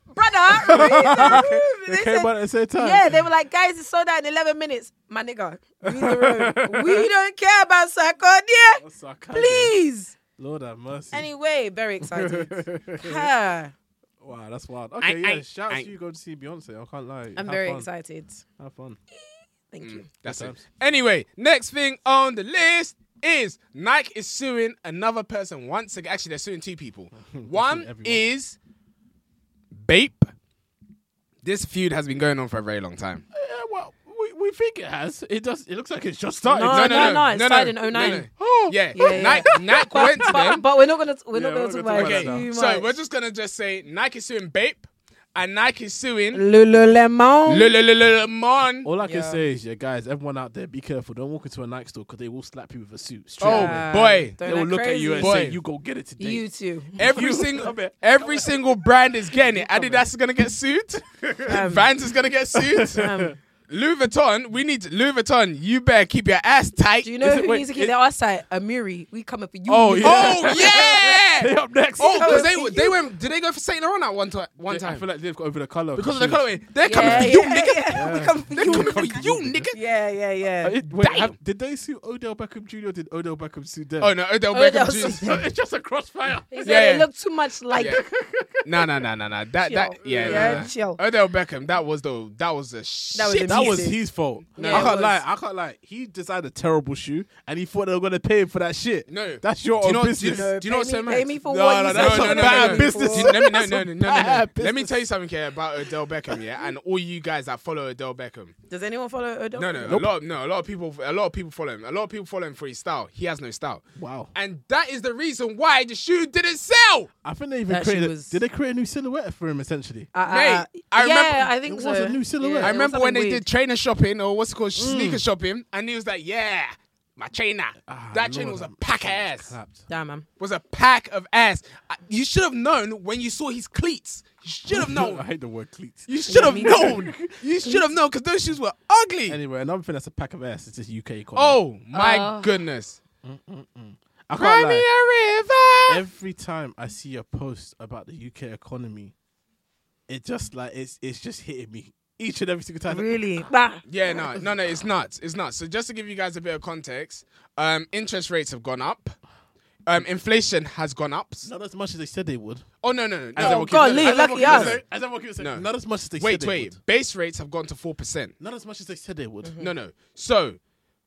Speaker 3: <laughs>
Speaker 1: brother!" read the room. <laughs> They
Speaker 3: They
Speaker 1: said-
Speaker 3: came out at the same time.
Speaker 1: Yeah, they were like, guys, it's sold out in 11 minutes. My nigga, read the
Speaker 3: <laughs>
Speaker 1: room. we don't care about Sarkodia.
Speaker 3: That's sarcastic. <laughs>
Speaker 1: Please.
Speaker 3: Lord have mercy.
Speaker 1: Anyway, very
Speaker 3: <laughs>
Speaker 1: excited. Yeah,
Speaker 3: wow, that's wild. Okay, yeah.
Speaker 2: aye,
Speaker 3: shout
Speaker 2: aye.
Speaker 3: out to you going to see Beyonce. I can't lie.
Speaker 1: I'm
Speaker 3: Have
Speaker 1: very
Speaker 3: fun. Mm.
Speaker 1: excited.
Speaker 3: Have fun.
Speaker 1: Thank
Speaker 3: <laughs>
Speaker 1: you.
Speaker 2: That's it.
Speaker 3: times.
Speaker 2: Anyway, next thing on the list is Nike is suing another person once again. Actually, they're suing two people.
Speaker 3: <laughs>
Speaker 2: One
Speaker 3: everyone.
Speaker 2: is Bape. This feud has been going on for a very long time.
Speaker 3: Yeah, well, we, we think it has. It does. It looks like it's just started.
Speaker 1: No, no, no, it started in 09.
Speaker 3: Oh,
Speaker 2: Yeah,
Speaker 1: Yeah, yeah.
Speaker 2: Nike, Nike went to
Speaker 1: But, <laughs>
Speaker 2: them.
Speaker 1: but we're not gonna we're not
Speaker 3: Yeah,
Speaker 1: gonna
Speaker 3: we're
Speaker 1: talk
Speaker 3: not
Speaker 1: about
Speaker 3: gonna
Speaker 1: it
Speaker 2: Okay,
Speaker 3: talk
Speaker 1: too
Speaker 3: about
Speaker 2: so
Speaker 1: much.
Speaker 2: we're just gonna just say Nike is suing Bape, and Nike is suing
Speaker 1: Lululemon.
Speaker 2: Lululemon.
Speaker 3: All I can
Speaker 1: Yeah.
Speaker 3: say is, yeah, guys, everyone out there, be careful. Don't walk into a Nike store because they will slap you with a suit. Straight
Speaker 2: Oh,
Speaker 3: away.
Speaker 1: Yeah.
Speaker 2: boy.
Speaker 1: Don't
Speaker 3: they will
Speaker 1: act
Speaker 3: look at you
Speaker 1: crazy.
Speaker 3: and
Speaker 2: Boy.
Speaker 3: say, "You go get it today." <laughs>
Speaker 1: You too.
Speaker 2: Every single every single brand is getting it. Adidas is gonna get sued.
Speaker 3: <laughs>
Speaker 2: Um, Vans is gonna get sued.
Speaker 1: Um,
Speaker 2: Louis Vuitton, we need Louis Vuitton. You better keep your ass tight.
Speaker 1: do you know
Speaker 3: Is it-
Speaker 1: who
Speaker 3: wait,
Speaker 1: needs to keep
Speaker 3: is-
Speaker 1: their outside? Amiri. We coming for you.
Speaker 3: Oh,
Speaker 1: nigga.
Speaker 3: yeah.
Speaker 2: Oh yeah!
Speaker 3: <laughs> They up next.
Speaker 2: oh, because
Speaker 1: Oh,
Speaker 2: they they went. Did they go for Saint Laurent at one time? One
Speaker 3: I
Speaker 2: time
Speaker 3: feel like they've got over the color
Speaker 2: because of the colorway. They're coming
Speaker 1: Yeah,
Speaker 2: for you,
Speaker 1: yeah,
Speaker 2: nigga.
Speaker 1: yeah. We coming for
Speaker 2: They're
Speaker 1: you.
Speaker 2: coming for you, nigga.
Speaker 1: Yeah, yeah, yeah.
Speaker 3: wait,
Speaker 2: Damn.
Speaker 3: have- did they sue Odell Beckham Jr. or did Odell Beckham sue them?
Speaker 2: Oh no, Odell
Speaker 1: Oh, that
Speaker 2: Beckham
Speaker 1: was-
Speaker 2: Jr.
Speaker 3: <laughs> it's just a crossfire.
Speaker 1: He said
Speaker 2: Yeah,
Speaker 1: it
Speaker 2: yeah.
Speaker 1: looked too much like
Speaker 2: Yeah. No, no, no, no, no. That that
Speaker 1: Chill.
Speaker 2: yeah,
Speaker 1: Yeah,
Speaker 2: yeah.
Speaker 1: chill.
Speaker 2: Odell Beckham. That was the that was the
Speaker 1: That was
Speaker 2: shit.
Speaker 1: a
Speaker 3: That was
Speaker 1: Amazing.
Speaker 3: his fault.
Speaker 1: Yeah,
Speaker 3: I
Speaker 1: it
Speaker 3: can't
Speaker 1: was.
Speaker 3: lie. I can't lie. He designed a terrible shoe, and he thought they were gonna pay him for that shit.
Speaker 2: No.
Speaker 3: that's your
Speaker 2: Do you
Speaker 3: own
Speaker 2: know- do you
Speaker 3: business.
Speaker 2: know- Do you know
Speaker 1: pay
Speaker 2: what's
Speaker 1: me-
Speaker 2: so mad?
Speaker 1: Pay me for
Speaker 3: No,
Speaker 1: what
Speaker 3: no,
Speaker 1: you
Speaker 3: that's
Speaker 1: said
Speaker 3: some
Speaker 1: you're gonna
Speaker 3: bad
Speaker 1: pay me
Speaker 3: business.
Speaker 1: for.
Speaker 2: Let me, no,
Speaker 3: That's
Speaker 2: no,
Speaker 3: a
Speaker 2: no, no, no,
Speaker 3: <laughs> bad
Speaker 2: no. Let me
Speaker 3: business.
Speaker 2: tell you something here about Odell Beckham, yeah, and all you guys that follow Odell Beckham.
Speaker 1: Does anyone follow Odell?
Speaker 2: No, no, a lot, of, no, a lot of people, a lot of people follow him. A lot of people follow him for his style. He has no style.
Speaker 3: Wow.
Speaker 2: And that is the reason why the shoe didn't sell.
Speaker 3: I think they even
Speaker 1: That shit
Speaker 3: created.
Speaker 1: was-
Speaker 3: Did they create a new silhouette for him? Essentially,
Speaker 1: Uh, uh,
Speaker 2: Mate, I
Speaker 1: yeah,
Speaker 2: remember-
Speaker 1: I think
Speaker 3: It
Speaker 1: so.
Speaker 3: was Mm. a new silhouette.
Speaker 1: Yeah,
Speaker 2: I
Speaker 1: it was
Speaker 2: remember when
Speaker 1: something
Speaker 2: they
Speaker 1: weird.
Speaker 2: did trainer shopping or what's it called sneaker shopping, and he was like, "Yeah, my trainer.
Speaker 3: Ah,
Speaker 2: that trainer was
Speaker 3: Lord,
Speaker 2: a
Speaker 3: I'm-
Speaker 2: pack of
Speaker 3: I'm
Speaker 2: ass.
Speaker 3: clapped.
Speaker 1: Damn, man.
Speaker 2: Was a pack of ass. I- You should have known when you saw his cleats. You should
Speaker 3: <laughs>
Speaker 2: have
Speaker 3: I
Speaker 2: known.
Speaker 3: hate the word cleats.
Speaker 2: You should have
Speaker 1: me too.
Speaker 2: known. You should have known because those shoes were ugly.
Speaker 3: Anyway, another thing that's a pack of ass is this UK economy.
Speaker 2: Oh my
Speaker 1: Oh.
Speaker 2: goodness.
Speaker 3: I can't
Speaker 2: Cry
Speaker 3: lie.
Speaker 2: me a river.
Speaker 3: every time I see a post about the UK economy, it just like it's it's just hitting me each and every single time.
Speaker 1: Really? Bah.
Speaker 2: Yeah, no, no, no, it's nuts. It's nuts. So just to give you guys a bit of context, um, interest rates have gone up. Um, inflation has gone up.
Speaker 3: Not as much as they said they would.
Speaker 2: Oh no, no, no.
Speaker 3: As everyone
Speaker 2: no.
Speaker 3: keeps-
Speaker 1: God,
Speaker 3: as
Speaker 1: Lee,
Speaker 3: everyone
Speaker 1: lucky
Speaker 3: keeps
Speaker 1: us.
Speaker 3: saying- As everyone keeps saying,
Speaker 2: No.
Speaker 3: not as much as they said
Speaker 2: Wait,
Speaker 3: they
Speaker 2: wait.
Speaker 3: would.
Speaker 2: Base rates have gone to four percent.
Speaker 3: Not as much as they said they would.
Speaker 2: No, no. So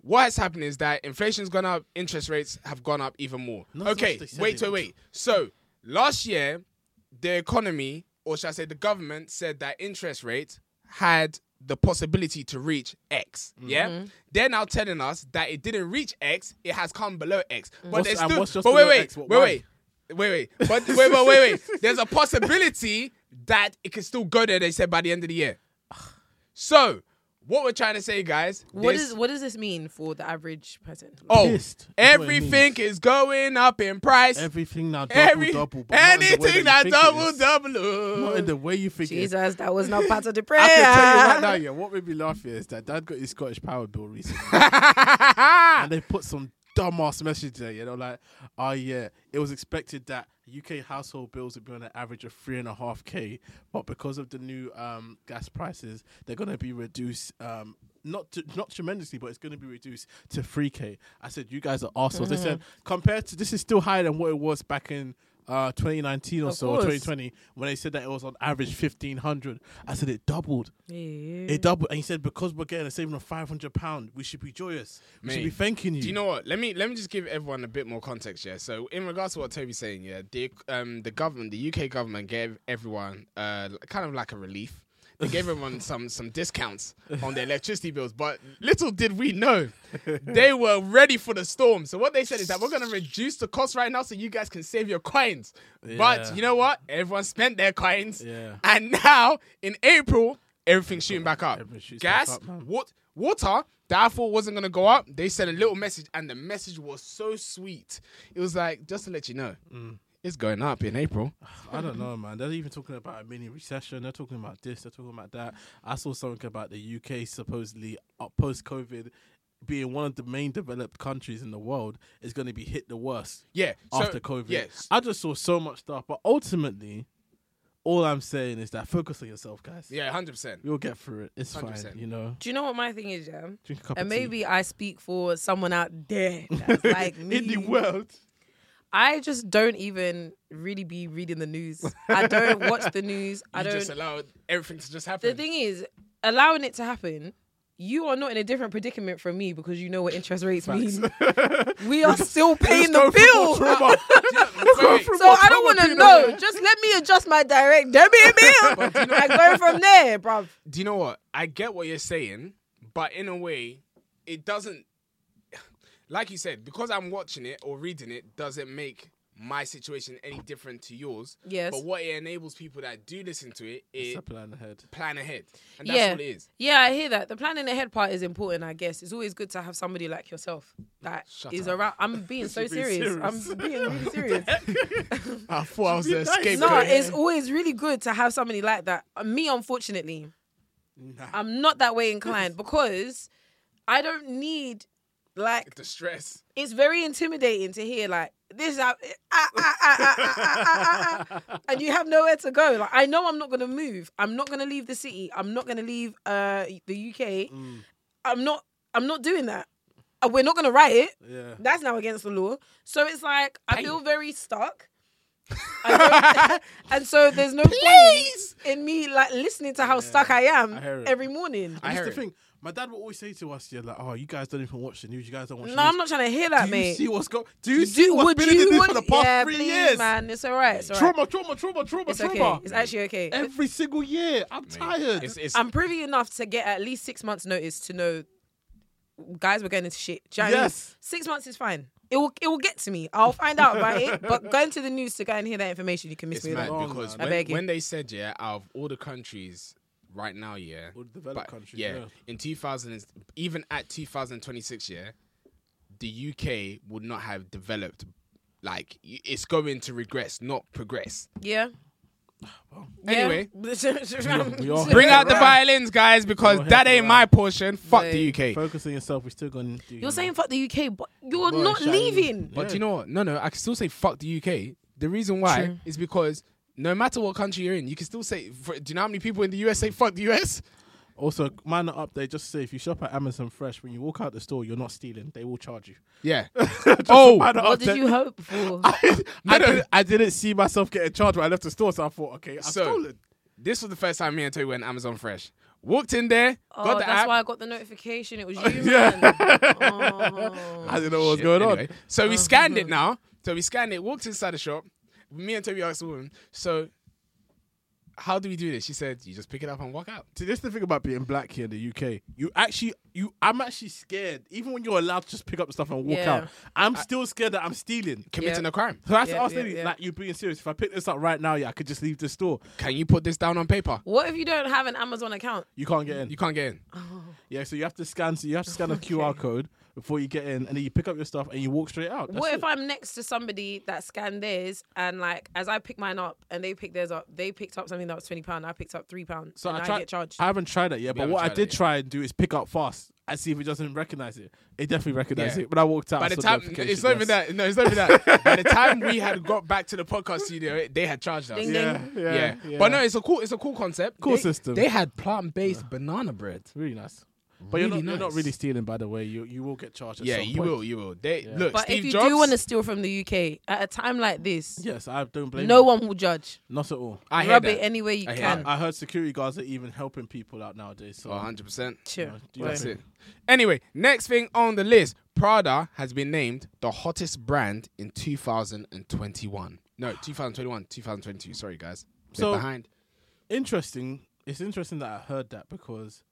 Speaker 2: what has happened is that inflation's gone up, interest rates have gone up even more.
Speaker 3: Not as much
Speaker 2: okay,
Speaker 3: as they said
Speaker 2: wait,
Speaker 3: they
Speaker 2: wait,
Speaker 3: would.
Speaker 2: wait. So last year, the economy, or should I say the government, said that interest rates had the possibility to reach X.
Speaker 3: Mm-hmm.
Speaker 2: Yeah? They're now telling us that it didn't reach X, it has come below X. But
Speaker 3: What's-
Speaker 2: there's
Speaker 3: and
Speaker 2: still
Speaker 3: what's just
Speaker 2: but wait,
Speaker 3: below
Speaker 2: wait,
Speaker 3: X? What-
Speaker 2: wait,
Speaker 3: why?
Speaker 2: wait. Wait, wait. But wait, but wait, wait. There's a possibility that it could still go there, they said, by the end of the year. So, what we're trying to say, guys,
Speaker 1: What
Speaker 2: this-
Speaker 1: is what does this mean for the average person?
Speaker 2: Oh,
Speaker 3: Pissed is what it
Speaker 2: everything
Speaker 3: means.
Speaker 2: is going up in price.
Speaker 3: Everything now double
Speaker 2: Every,
Speaker 3: double. But not in the way
Speaker 2: anything
Speaker 3: that
Speaker 2: that
Speaker 3: you
Speaker 2: double
Speaker 3: think it
Speaker 2: <laughs>
Speaker 3: is.
Speaker 2: double.
Speaker 3: Not in the way you think it is.
Speaker 1: Jesus, that was not part of the prayer.
Speaker 3: <laughs> I can tell you right now, yeah. What made me laugh here is that Dad got his Scottish Power bill recently. and they put some dumbass message there, you know, like, oh yeah, it was expected that UK household bills would be on an average of three and a half k, but because of the new um, gas prices, they're going to be reduced. Um, not to, not tremendously, but it's going to be reduced to three k. I said, you guys are assholes. They said
Speaker 1: Mm-hmm.
Speaker 3: compared to this is still higher than what it was back in. Uh, 2019 or
Speaker 1: Of
Speaker 3: so, or
Speaker 1: course.
Speaker 3: 2020, when they said that it was on average 1500, I said it doubled.
Speaker 1: Yeah.
Speaker 3: It doubled, and he said because we're getting a saving of 500 pound, we should be joyous. We should
Speaker 2: Mate,
Speaker 3: be thanking you.
Speaker 2: Do you know what? Let me let me just give everyone a bit more context. Yeah. So in regards to what Toby's saying, yeah, the um the government, the UK government gave everyone uh kind of like a relief. They
Speaker 3: <laughs>
Speaker 2: gave everyone some some discounts on their electricity bills, but little did we
Speaker 3: <laughs>
Speaker 2: know they were ready for the storm. So what they said is that we're going to reduce the cost right now, so you guys can save your coins. But
Speaker 3: Yeah.
Speaker 2: you know what? Everyone spent their coins,
Speaker 3: Yeah.
Speaker 2: and now in April everything's shooting back up.
Speaker 3: Everything shoots back
Speaker 2: Gas,
Speaker 3: up, man.
Speaker 2: what water that I thought wasn't gonna go up, they sent a little message, and the message was so sweet. It was like, just to let you know,
Speaker 1: Mm.
Speaker 2: it's going up in April.
Speaker 3: I don't know, man. They're even talking about a mini recession. They're talking about this. They're talking about that. I saw something about the UK supposedly post COVID being one of the main developed countries in the world is going to be hit the worst
Speaker 2: Yeah. so-
Speaker 3: after COVID.
Speaker 2: Yes.
Speaker 3: I just saw so much stuff, but ultimately, all I'm saying is that focus on yourself, guys.
Speaker 2: Yeah, hundred percent.
Speaker 3: We'll get through it. It's fine,
Speaker 2: 100%.
Speaker 3: you know.
Speaker 1: Do you know what my thing is, yeah?
Speaker 3: Drink a cup
Speaker 1: And
Speaker 3: of tea.
Speaker 1: maybe I speak for someone out
Speaker 3: <laughs>
Speaker 1: there that's like me.
Speaker 3: in the world. <laughs>
Speaker 1: I just don't even really be reading the news. I don't watch the news.
Speaker 2: <laughs>
Speaker 1: I
Speaker 2: You
Speaker 1: don't.
Speaker 2: just allowed everything to just happen.
Speaker 1: the
Speaker 2: <laughs>
Speaker 1: thing is, allowing it to happen, you are not in a different predicament from me because you know what interest rates mean. We
Speaker 2: <laughs>
Speaker 1: are still paying the bill. <laughs>
Speaker 2: Wait, wait.
Speaker 1: So I don't want to know. Just let me adjust my
Speaker 2: <laughs>
Speaker 1: direct debit bill. I go from there, bruv.
Speaker 2: Do you know what? I get what you're saying, but in a way, it doesn't. <sighs> Like you said, because I'm watching it or reading it, doesn't make my situation any different to yours.
Speaker 1: Yes.
Speaker 2: But what it enables people that do listen to it, it
Speaker 3: plan ahead.
Speaker 2: plan ahead, and that's
Speaker 1: yeah.
Speaker 2: all it is.
Speaker 1: Yeah, I hear that. The planning ahead part is important, I guess. It's always good to have somebody like yourself that is
Speaker 2: Shut up.
Speaker 1: around. I'm
Speaker 2: <laughs>
Speaker 1: being so
Speaker 3: She's being
Speaker 1: serious.
Speaker 3: serious.
Speaker 1: I'm being really serious.
Speaker 2: I thought I was
Speaker 3: Be
Speaker 2: the
Speaker 3: nice.
Speaker 2: scapegoat.
Speaker 1: no,
Speaker 3: Yeah.
Speaker 1: it's always really good to have somebody like that. Uh, Me, unfortunately, I'm not that way inclined because I don't need like
Speaker 2: the stress.
Speaker 1: it's very intimidating to hear like this ah, ah, ah, ah, ah, ah, ah, <laughs> ah, and you have nowhere to go like i know i'm not going to move i'm not going to leave the city i'm not going to leave uh, the uk i'm not i'm not doing that Uh, we're not going to riot
Speaker 3: <laughs> Yeah.
Speaker 1: that's now against the law so it's like i
Speaker 2: Pain.
Speaker 1: feel very stuck I don't- <laughs> and so there's no
Speaker 2: Please!
Speaker 1: point in me like listening to how stuck i am
Speaker 3: I hear it.
Speaker 1: every morning
Speaker 2: I
Speaker 3: That's
Speaker 2: hear
Speaker 3: the
Speaker 2: it.
Speaker 3: thing. My dad would always say to us, "Yeah, like, oh, you guys don't even watch the news. You guys don't watch."
Speaker 1: no
Speaker 3: the news.
Speaker 1: i'm not trying to hear that
Speaker 3: Do you
Speaker 1: mate
Speaker 3: see what's going? Do you see what's been in the news for the past
Speaker 1: yeah,
Speaker 3: three
Speaker 1: please,
Speaker 3: years?
Speaker 1: man it's all right it's all right
Speaker 3: Trauma, trauma, trauma, trauma,
Speaker 1: It's
Speaker 3: trauma.
Speaker 1: okay. It's actually okay.
Speaker 3: <laughs> Every single year, I'm tired.
Speaker 2: It's, it's,
Speaker 1: I'm privy enough to get at least six months' notice to know guys we're going into shit. Do you know what I mean?
Speaker 3: Yes.
Speaker 1: Six months is fine. It will it will get to me. I'll find out about it.
Speaker 3: <laughs>
Speaker 1: But going to the news to go and hear that information, you can miss
Speaker 2: it's
Speaker 1: me. with
Speaker 2: mad
Speaker 1: that.
Speaker 3: long,
Speaker 2: because
Speaker 3: man.
Speaker 1: I
Speaker 2: when,
Speaker 1: beg you.
Speaker 2: when they said yeah, out of all the countries right now, yeah,
Speaker 3: All the developed countries, yeah.
Speaker 2: in 2000, is- even at 2026, yeah, the UK would not have developed. Like y- it's going to regress, not progress.
Speaker 1: Yeah. <laughs>
Speaker 2: Anyway.
Speaker 1: we
Speaker 3: all-
Speaker 2: Bring out the
Speaker 3: Right.
Speaker 2: violins, guys, because
Speaker 3: Go ahead,
Speaker 2: that ain't
Speaker 3: right.
Speaker 2: my portion. Fuck
Speaker 1: Wait.
Speaker 2: the UK.
Speaker 3: Focus on yourself. We're still going to do
Speaker 1: You're saying fuck the UK, but you're
Speaker 3: Boy,
Speaker 1: not
Speaker 3: shall we-
Speaker 1: leaving.
Speaker 2: But do
Speaker 3: Yeah.
Speaker 2: you know what? No, no, I can still say fuck the UK. The reason why
Speaker 1: True.
Speaker 2: is because no matter what country you're in, you can still say. For, do you know how many people in the US say fuck the US?
Speaker 3: Also, minor update. Just to say, if you shop at Amazon Fresh, when you walk out the store, you're not stealing. They will charge you.
Speaker 2: <laughs> Yeah. oh,
Speaker 3: Minor
Speaker 1: What did
Speaker 3: update.
Speaker 1: you hope for?
Speaker 3: <laughs> I don't. I didn't see myself getting charged when I left the store, so I thought, okay, I've
Speaker 2: So-
Speaker 3: stolen.
Speaker 2: this was the first time me and Toby went Amazon Fresh. Walked in there,
Speaker 1: Oh,
Speaker 2: got the
Speaker 1: that's
Speaker 2: app.
Speaker 1: why I got the
Speaker 2: <laughs>
Speaker 1: notification. It was you,
Speaker 3: <laughs> Yeah.
Speaker 1: man. Oh.
Speaker 3: I didn't know what was
Speaker 2: Shit,
Speaker 3: going
Speaker 2: anyway. So we scanned it
Speaker 1: Uh-huh.
Speaker 2: now. So we scanned it, walked inside the shop. Me and Toby asked the woman, so how do we do this? She said, you just pick it up and walk out.
Speaker 3: on. See, this is the thing about being black here in the UK. You actually, you, I'm actually scared. Even when you're allowed to just pick up stuff and walk
Speaker 1: Yeah.
Speaker 3: out, I'm still scared that I'm stealing.
Speaker 2: Committing
Speaker 1: Yeah.
Speaker 2: a crime.
Speaker 3: So that's
Speaker 1: Yeah,
Speaker 3: what I was
Speaker 1: yeah,
Speaker 3: thinking.
Speaker 1: yeah.
Speaker 3: Like you being serious. If I pick this up right now, yeah, I could just leave the store.
Speaker 2: Can you put this down on paper?
Speaker 1: What if you don't have an Amazon account?
Speaker 3: You can't get in.
Speaker 2: You can't get in.
Speaker 3: Yeah, so you have to scan. So you have
Speaker 1: <laughs>
Speaker 3: to scan a QR code before you get in, and then you pick up your stuff and you walk straight out. That's
Speaker 1: what
Speaker 3: it.
Speaker 1: if I'm next to somebody that scanned theirs and like as I pick mine up and they pick theirs up, they picked up something that was twenty pound. I picked up three pounds.
Speaker 3: So
Speaker 1: and
Speaker 3: I,
Speaker 1: I,
Speaker 3: tried,
Speaker 1: get charged.
Speaker 3: I haven't tried that yet, but
Speaker 2: haven't
Speaker 3: what I
Speaker 2: tried that
Speaker 3: did
Speaker 2: yet.
Speaker 3: try and do is pick up fast and see if it doesn't recognize it. It definitely recognized
Speaker 2: Yeah.
Speaker 3: it. When I walked out,
Speaker 2: By
Speaker 3: I
Speaker 2: the
Speaker 3: saw
Speaker 2: time
Speaker 3: notification,
Speaker 2: it's not even
Speaker 3: yes.
Speaker 2: that. No, it's not even that. By the time we had got back to the podcast studio, it- they had charged us.
Speaker 1: Ding, ding.
Speaker 3: Yeah, yeah,
Speaker 2: Yeah.
Speaker 3: yeah.
Speaker 2: but no, it's a cool, it's a cool concept.
Speaker 3: Cool
Speaker 2: They-
Speaker 3: system.
Speaker 2: They had plant-based banana bread.
Speaker 3: really nice. But you're, not,
Speaker 2: Really
Speaker 3: you're not
Speaker 2: nice.
Speaker 3: really stealing, by the way. You you will get charged. At
Speaker 2: Yeah,
Speaker 3: some
Speaker 2: you
Speaker 3: point.
Speaker 2: will, you will. They look.
Speaker 1: but
Speaker 2: Steve
Speaker 1: if you
Speaker 2: Jobs.
Speaker 1: do want to steal from the UK at a time like this,
Speaker 3: Yes, I don't blame.
Speaker 1: no
Speaker 3: you.
Speaker 1: one will judge.
Speaker 3: not at all.
Speaker 2: I hear
Speaker 1: Rub
Speaker 2: that.
Speaker 1: it any way you
Speaker 2: I hear
Speaker 1: can.
Speaker 2: that.
Speaker 3: I heard security guards are even helping people out nowadays. So
Speaker 2: Oh, 100 percent.
Speaker 1: Sure.
Speaker 3: do you
Speaker 2: That's
Speaker 3: Yeah.
Speaker 2: it. Anyway, next thing on the list, Prada has been named the hottest brand in 2021. No, 2021, 2022. Sorry, guys. Bit
Speaker 3: So-
Speaker 2: behind.
Speaker 3: interesting. It's interesting that I heard that because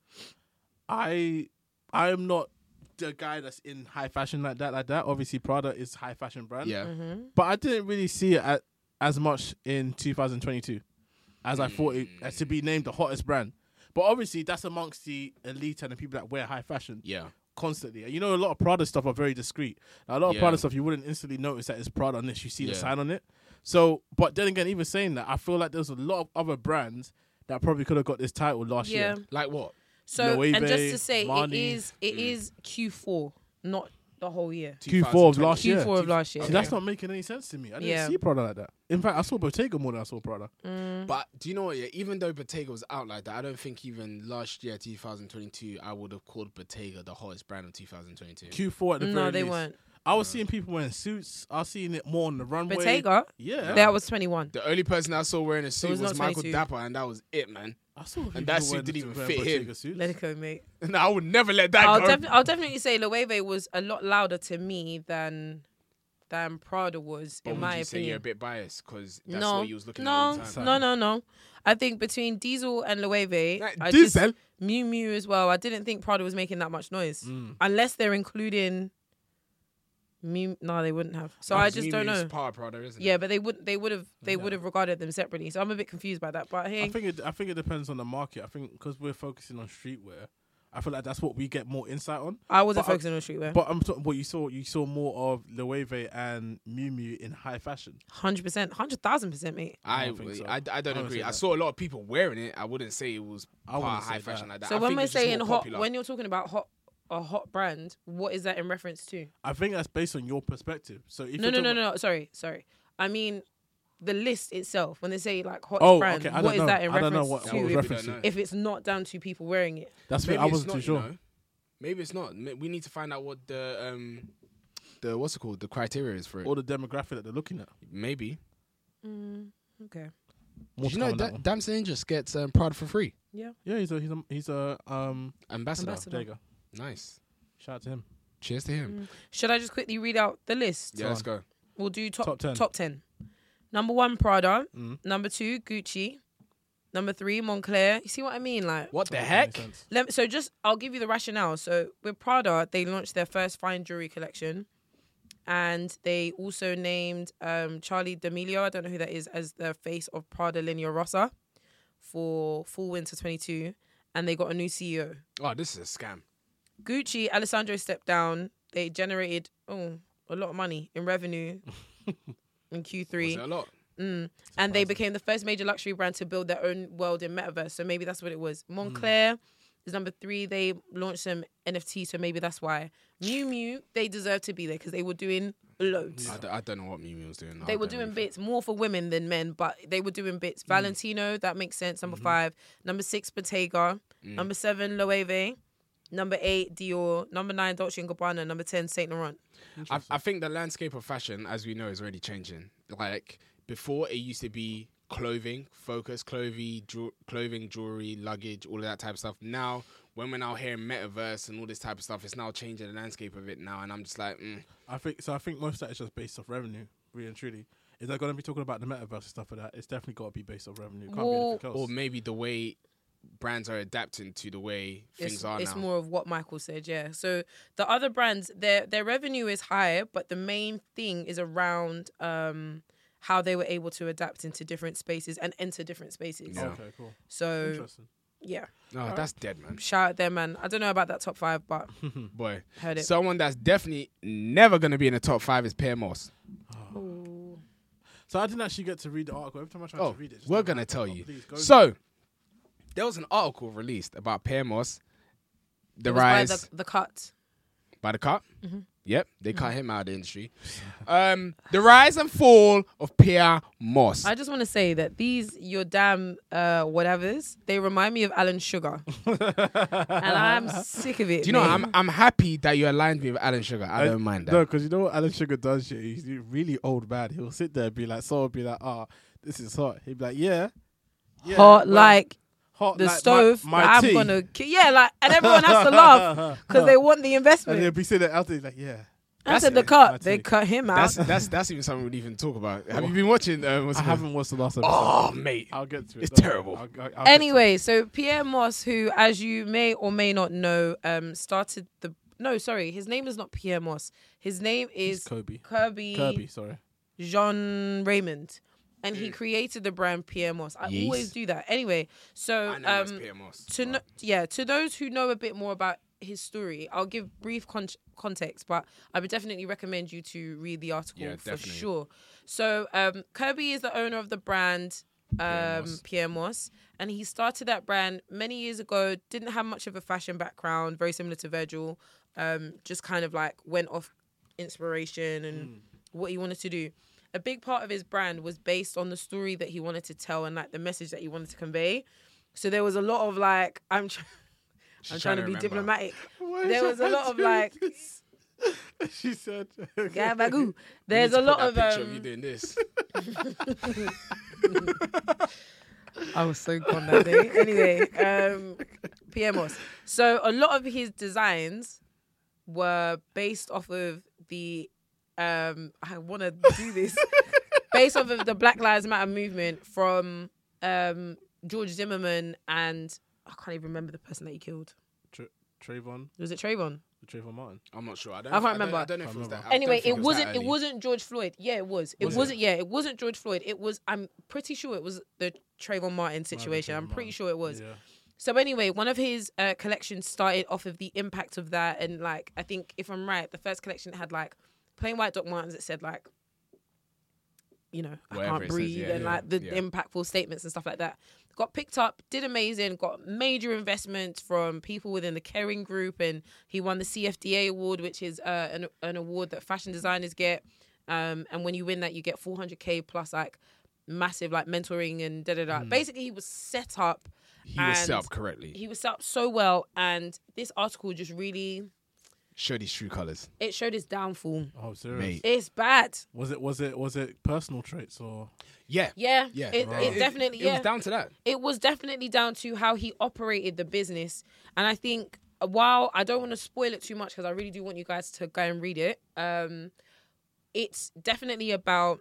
Speaker 3: I I'm not the guy that's in high fashion like that like that. Obviously, Prada is high fashion brand.
Speaker 2: Yeah.
Speaker 1: Mm-hmm.
Speaker 3: but I didn't really see it at, as much in 2022 as I thought it as to be named the hottest brand. But obviously, that's amongst the elite and the people that wear high fashion
Speaker 2: Yeah.
Speaker 3: constantly. And you know, a lot of Prada stuff are very discreet. Now, a lot of
Speaker 2: Yeah.
Speaker 3: Prada stuff you wouldn't instantly notice that it's Prada unless you see the
Speaker 2: Yeah.
Speaker 3: sign on it. So, but then again, even saying that, I feel like there's a lot of other brands that probably could have got this title last
Speaker 1: Yeah.
Speaker 3: year.
Speaker 2: Like what?
Speaker 1: So
Speaker 3: Loewe,
Speaker 1: and just to say, it
Speaker 3: Marni.
Speaker 1: is it is Q4, not the whole year.
Speaker 3: Q4 of last year.
Speaker 1: Q4 of last year.
Speaker 3: See, that's not making any sense to me. I didn't
Speaker 1: Yeah. Mm.
Speaker 3: see Prada like that. In fact, I saw Bottega more than I saw Prada.
Speaker 1: Mm-hmm.
Speaker 2: But do you know what? Yeah, even though Bottega was out like that, I don't think even last year, 2022, I would have called Bottega the hottest brand of 2022.
Speaker 3: Q4 at the
Speaker 1: No,
Speaker 3: very
Speaker 1: they
Speaker 3: least.
Speaker 1: weren't.
Speaker 3: I was seeing people wearing suits. I was seeing it more on the runway.
Speaker 1: Bottega,
Speaker 3: Yeah.
Speaker 1: that was twenty one.
Speaker 2: The only person I saw wearing a suit
Speaker 1: was
Speaker 2: was,
Speaker 1: not
Speaker 2: Michael
Speaker 1: 22.
Speaker 2: Dapper, and that was it, man. <laughs>
Speaker 3: I saw people
Speaker 2: that suit
Speaker 3: wearing-
Speaker 2: didn't even
Speaker 3: wearing
Speaker 2: fit him.
Speaker 3: Bottega suits.
Speaker 1: Let it go, mate.
Speaker 2: No, I would never let that
Speaker 1: I'll,
Speaker 2: go.
Speaker 1: defi- I'll definitely say Loewe was a lot louder to me than than Prada was,
Speaker 2: But
Speaker 1: in
Speaker 2: Oh, would
Speaker 1: my
Speaker 2: you say you're a
Speaker 1: opinion.
Speaker 2: bit biased because that's
Speaker 1: No,
Speaker 2: what you was looking at all
Speaker 1: no,
Speaker 2: the time.
Speaker 1: no, no, no. I think between Diesel and Loewe,
Speaker 2: Like,
Speaker 1: I
Speaker 2: Diesel?
Speaker 1: just, Mew Mew as well. I didn't think Prada was making that much noise,
Speaker 2: Mm.
Speaker 1: unless they're including Mew. No, they wouldn't have. So I just don't know.
Speaker 2: Power Prada, isn't it?
Speaker 1: Yeah, but they would they would have they would have regarded them separately. So I'm a bit confused by that. But
Speaker 3: I
Speaker 1: hey,
Speaker 3: think it. I think it depends on the market. I think because we're focusing on streetwear, I feel like that's what we get more insight on.
Speaker 1: I wasn't
Speaker 3: but I-
Speaker 1: focusing on streetwear.
Speaker 3: But I'm talking. What you saw, you saw more of Loewe and Miu Miu in high fashion.
Speaker 1: Hundred percent, hundred thousand percent, mate.
Speaker 2: I,
Speaker 3: I don't think so.
Speaker 2: I, I don't
Speaker 3: I would
Speaker 2: agree.
Speaker 3: say
Speaker 2: I
Speaker 3: that.
Speaker 2: saw a lot of people wearing it. I wouldn't say it was
Speaker 3: I wouldn't
Speaker 2: part
Speaker 3: say
Speaker 2: high
Speaker 3: that.
Speaker 2: fashion like that.
Speaker 1: So
Speaker 2: I
Speaker 1: when
Speaker 2: think
Speaker 1: we're
Speaker 2: it's just
Speaker 1: saying
Speaker 2: more
Speaker 1: hot,
Speaker 2: popular.
Speaker 1: when you're talking about hot, a hot brand, what is that in reference to?
Speaker 3: I think that's based on your perspective. So if
Speaker 1: No,
Speaker 3: you're
Speaker 1: no, no,
Speaker 3: talking-
Speaker 1: no, no. Sorry, sorry. I mean, the list itself. When they say like hot
Speaker 3: Oh,
Speaker 1: brand,
Speaker 3: okay. I
Speaker 1: what
Speaker 3: don't
Speaker 1: is
Speaker 3: know.
Speaker 1: that in
Speaker 3: I
Speaker 1: reference
Speaker 3: don't know what,
Speaker 1: to?
Speaker 3: what was
Speaker 2: we
Speaker 1: if,
Speaker 2: reference
Speaker 3: referenced.
Speaker 2: don't
Speaker 3: to.
Speaker 2: know.
Speaker 1: if it's not down to people wearing it,
Speaker 3: That's what
Speaker 2: Maybe
Speaker 3: I
Speaker 2: it's
Speaker 3: wasn't
Speaker 2: not,
Speaker 3: too
Speaker 2: you
Speaker 3: sure.
Speaker 2: know. Maybe it's not. M- We need to find out what the um, the what's it called? The criteria is for it.
Speaker 3: Or the demographic that they're looking at.
Speaker 2: Maybe.
Speaker 1: okay,
Speaker 3: More
Speaker 2: Did you
Speaker 3: to
Speaker 2: know
Speaker 3: come on that
Speaker 2: da-
Speaker 3: one.
Speaker 2: Damson Angel just gets um, Prada for free?
Speaker 1: yeah,
Speaker 3: yeah, he's a he's a, he's a um.
Speaker 2: Ambassador.
Speaker 1: Ambassador. Mm.
Speaker 3: There you go.
Speaker 2: Nice.
Speaker 3: Shout out to him.
Speaker 2: Cheers to him.
Speaker 1: Should I just quickly read out the list?
Speaker 2: Yeah, let's go.
Speaker 1: We'll do top
Speaker 3: Top Mm.
Speaker 1: top
Speaker 3: 10.
Speaker 1: ten. Number one, Prada. Number two, Gucci. Number three, Montclair. You see what I mean? Like,
Speaker 2: What the
Speaker 3: Makes
Speaker 2: heck?
Speaker 3: sense.
Speaker 1: Let me, so just I'll give you the rationale. So with Prada, they launched their first fine jewelry collection, and they also named um, Charlie D'Amelio, I don't know who that is, as the face of Prada Linea Rossa for fall winter 22, and they got a new CEO.
Speaker 2: Oh, this is a scam.
Speaker 1: Gucci Alessandro stepped down they generated oh a lot of money
Speaker 2: <laughs>
Speaker 1: in revenue in
Speaker 2: Was
Speaker 1: Q3.
Speaker 2: it a lot?
Speaker 1: Mm. And they became the first major luxury brand to build their own world in metaverse. So maybe that's what it was. Montclair is number three. They launched some NFT, so maybe that's why. Mew Mew, they deserve to be there because they were doing loads.
Speaker 2: I, d- I don't know what Miu Miu was doing.
Speaker 1: They were doing bits more for women than men, but they were doing bits. Valentino, that makes sense. Number five. Number six, Bottega. Number seven, Loewe. Number eight, Dior. Number nine, Dolce & Gabbana. Number ten, Saint Laurent.
Speaker 2: I, I think the landscape of fashion, as we know, is already changing. Like before, it used to be clothing, focus, clothing, jewel- clothing, jewelry, luggage, all of that type of stuff. Now, when we're now hearing metaverse and all this type of stuff, it's now changing the landscape of it now. And I'm just like, mm,
Speaker 3: I think so. I think most of that is just based off revenue, really and truly. If they're going to be talking about the metaverse and stuff like that, it's definitely got to be based off revenue. Can't
Speaker 1: Well-
Speaker 3: be anything else.
Speaker 2: or maybe the way brands are adapting to the way things
Speaker 1: it's,
Speaker 2: are
Speaker 1: it's
Speaker 2: now.
Speaker 1: more of what Michael said, yeah. So the other brands, their their revenue is higher, but the main thing is around um, how they were able to adapt into different spaces and enter different spaces.
Speaker 2: Yeah.
Speaker 3: Okay, cool.
Speaker 1: So
Speaker 3: Interesting.
Speaker 1: yeah,
Speaker 2: no, Oh, that's dead, man.
Speaker 1: shout out them, man. I don't know about that top five,
Speaker 2: <laughs>
Speaker 1: but
Speaker 2: Boy,
Speaker 1: heard it.
Speaker 2: someone that's definitely never gonna be in the top five is Pierre Moss.
Speaker 3: So I didn't actually get to read the article. Every time I tried
Speaker 2: Oh,
Speaker 3: to read it, just
Speaker 2: we're
Speaker 3: now,
Speaker 2: gonna
Speaker 3: like,
Speaker 2: tell
Speaker 3: oh,
Speaker 2: you.
Speaker 3: please go
Speaker 2: So there was an article released about Pierre Moss, the
Speaker 1: It was by
Speaker 2: rise
Speaker 1: the, Mm-hmm. the cut.
Speaker 2: by the cut. Yep, they cut him out of the industry. Um, the rise and fall of Pierre Moss.
Speaker 1: I just want to say that these your damn uh, whatever's they remind me of
Speaker 2: <laughs>
Speaker 1: Alan Sugar, and I'm sick of it.
Speaker 2: Do you know?
Speaker 1: mate.
Speaker 2: I'm I'm happy that you aligned me with Alan Sugar.
Speaker 3: Uh,
Speaker 2: I, don't mind that.
Speaker 3: No, because you know what Alan Sugar does? Shit, he's a really old man. He'll sit there and be like, someone will be like, ah, this is hot. He'd be like, yeah. yeah
Speaker 1: hot
Speaker 3: well,
Speaker 1: like
Speaker 3: hot
Speaker 1: the
Speaker 3: like my-
Speaker 1: stove.
Speaker 3: My,
Speaker 1: I'm
Speaker 3: tea."
Speaker 1: gonna ki- yeah, like and everyone has to laugh
Speaker 3: <laughs>
Speaker 1: because they want the
Speaker 3: And he'll
Speaker 1: investment.
Speaker 3: be sitting there out there, he's like, yeah.
Speaker 1: I said the
Speaker 3: it. My
Speaker 1: cut, they
Speaker 3: tea.
Speaker 1: cut him out.
Speaker 2: that's that's that's even something we'd even talk about. Have you been watching? Uh, what's
Speaker 3: I
Speaker 2: it called?
Speaker 3: haven't watched the last episode.
Speaker 2: <laughs> Oh, mate.
Speaker 3: I'll get to it.
Speaker 2: It's
Speaker 3: don't worry.
Speaker 2: terrible.
Speaker 3: I'll- I'll- I'll get to it.
Speaker 1: Anyway, so Pierre Moss, who, as you may or may not know, um, started the no, sorry, his name is not Pierre Moss. His name
Speaker 3: It's
Speaker 1: is
Speaker 3: Kobe.
Speaker 1: Kirby,
Speaker 3: Kirby, sorry.
Speaker 1: Jean Raymond, and he created the brand Pierre Moss. I
Speaker 2: Yes.
Speaker 1: always do that. Anyway, so
Speaker 2: I know that's
Speaker 1: um,
Speaker 2: Pierre Moss.
Speaker 1: to
Speaker 2: but
Speaker 1: kno- yeah to those who know a bit more about his story i'll give brief con- context but i would definitely recommend you to read the article
Speaker 2: Yeah,
Speaker 1: for
Speaker 2: definitely.
Speaker 1: sure so um, kirby is the owner of the brand um,
Speaker 2: Moss.
Speaker 1: pierre moss and he started that brand many years ago didn't have much of a fashion background very similar to virgil um, just kind of like went off inspiration and
Speaker 2: Hmm.
Speaker 1: what he wanted to do a big part of his brand was based on the story that he wanted to tell and like the message that he wanted to convey so there was a lot of like, I'm, tr-
Speaker 2: she's
Speaker 1: I'm trying to be
Speaker 2: remember. <laughs>
Speaker 1: diplomatic. There was a lot of like,
Speaker 3: <laughs> she said,
Speaker 1: gabagoo.
Speaker 2: We need
Speaker 1: There's
Speaker 2: to
Speaker 1: a
Speaker 2: put
Speaker 1: lot
Speaker 2: that
Speaker 1: of.
Speaker 2: picture of you
Speaker 1: Um,
Speaker 2: doing this.
Speaker 1: I was so gone that day. anyway, um, PMOS. So a lot of his designs were based off of the. Um, I want to do <laughs> this based off of the Black Lives Matter movement from um, George Zimmerman and I can't even remember the person that he killed.
Speaker 3: Tr- Trayvon,
Speaker 1: Was it Trayvon?
Speaker 3: Trayvon Martin.
Speaker 2: I'm not sure. I, don't,
Speaker 1: I can't
Speaker 2: don't-
Speaker 1: remember.
Speaker 2: I don't know if it was
Speaker 3: Can't
Speaker 2: that. I
Speaker 1: anyway,
Speaker 2: don't think
Speaker 1: it
Speaker 2: was that
Speaker 1: wasn't. It
Speaker 2: early.
Speaker 1: wasn't George Floyd. Yeah, it was. It
Speaker 3: Was it?
Speaker 1: wasn't. Yeah, it wasn't George Floyd. It was. I'm pretty sure it was the Trayvon Martin situation.
Speaker 3: Trayvon
Speaker 1: I'm pretty
Speaker 3: Martin.
Speaker 1: sure it was.
Speaker 3: Yeah.
Speaker 1: So anyway, one of his uh, collections started off of the impact of that, and like I think if I'm right, the first collection had like plain white Doc Martens. It said like, you know, I
Speaker 2: Whatever
Speaker 1: can't
Speaker 2: it says,
Speaker 1: breathe,
Speaker 2: yeah,
Speaker 1: and
Speaker 2: yeah,
Speaker 1: like the
Speaker 2: yeah.
Speaker 1: impactful statements and stuff like that. Got picked up, did amazing, got major investments from people within the Caring Group, and he won the CFDA award, which is uh, an an award that fashion designers get. Um, and when you win that, you get 400k plus like massive like mentoring and da da
Speaker 2: Mm.
Speaker 1: da. Basically, he was set up
Speaker 2: He was set
Speaker 1: and-
Speaker 2: up correctly.
Speaker 1: he was set up so well and this article just really
Speaker 2: Showed his true colours.
Speaker 1: it showed his downfall
Speaker 3: Oh, serious.
Speaker 2: Mate.
Speaker 1: it's bad
Speaker 3: Was it? Was it? Was it personal traits or?
Speaker 2: Yeah.
Speaker 1: yeah
Speaker 2: Yeah.
Speaker 1: it,
Speaker 2: Wow.
Speaker 1: it definitely
Speaker 2: It
Speaker 1: yeah
Speaker 2: was down to that.
Speaker 1: it was definitely down to how he operated the business and i think while i don't want to spoil it too much because i really do want you guys to go and read it um it's definitely about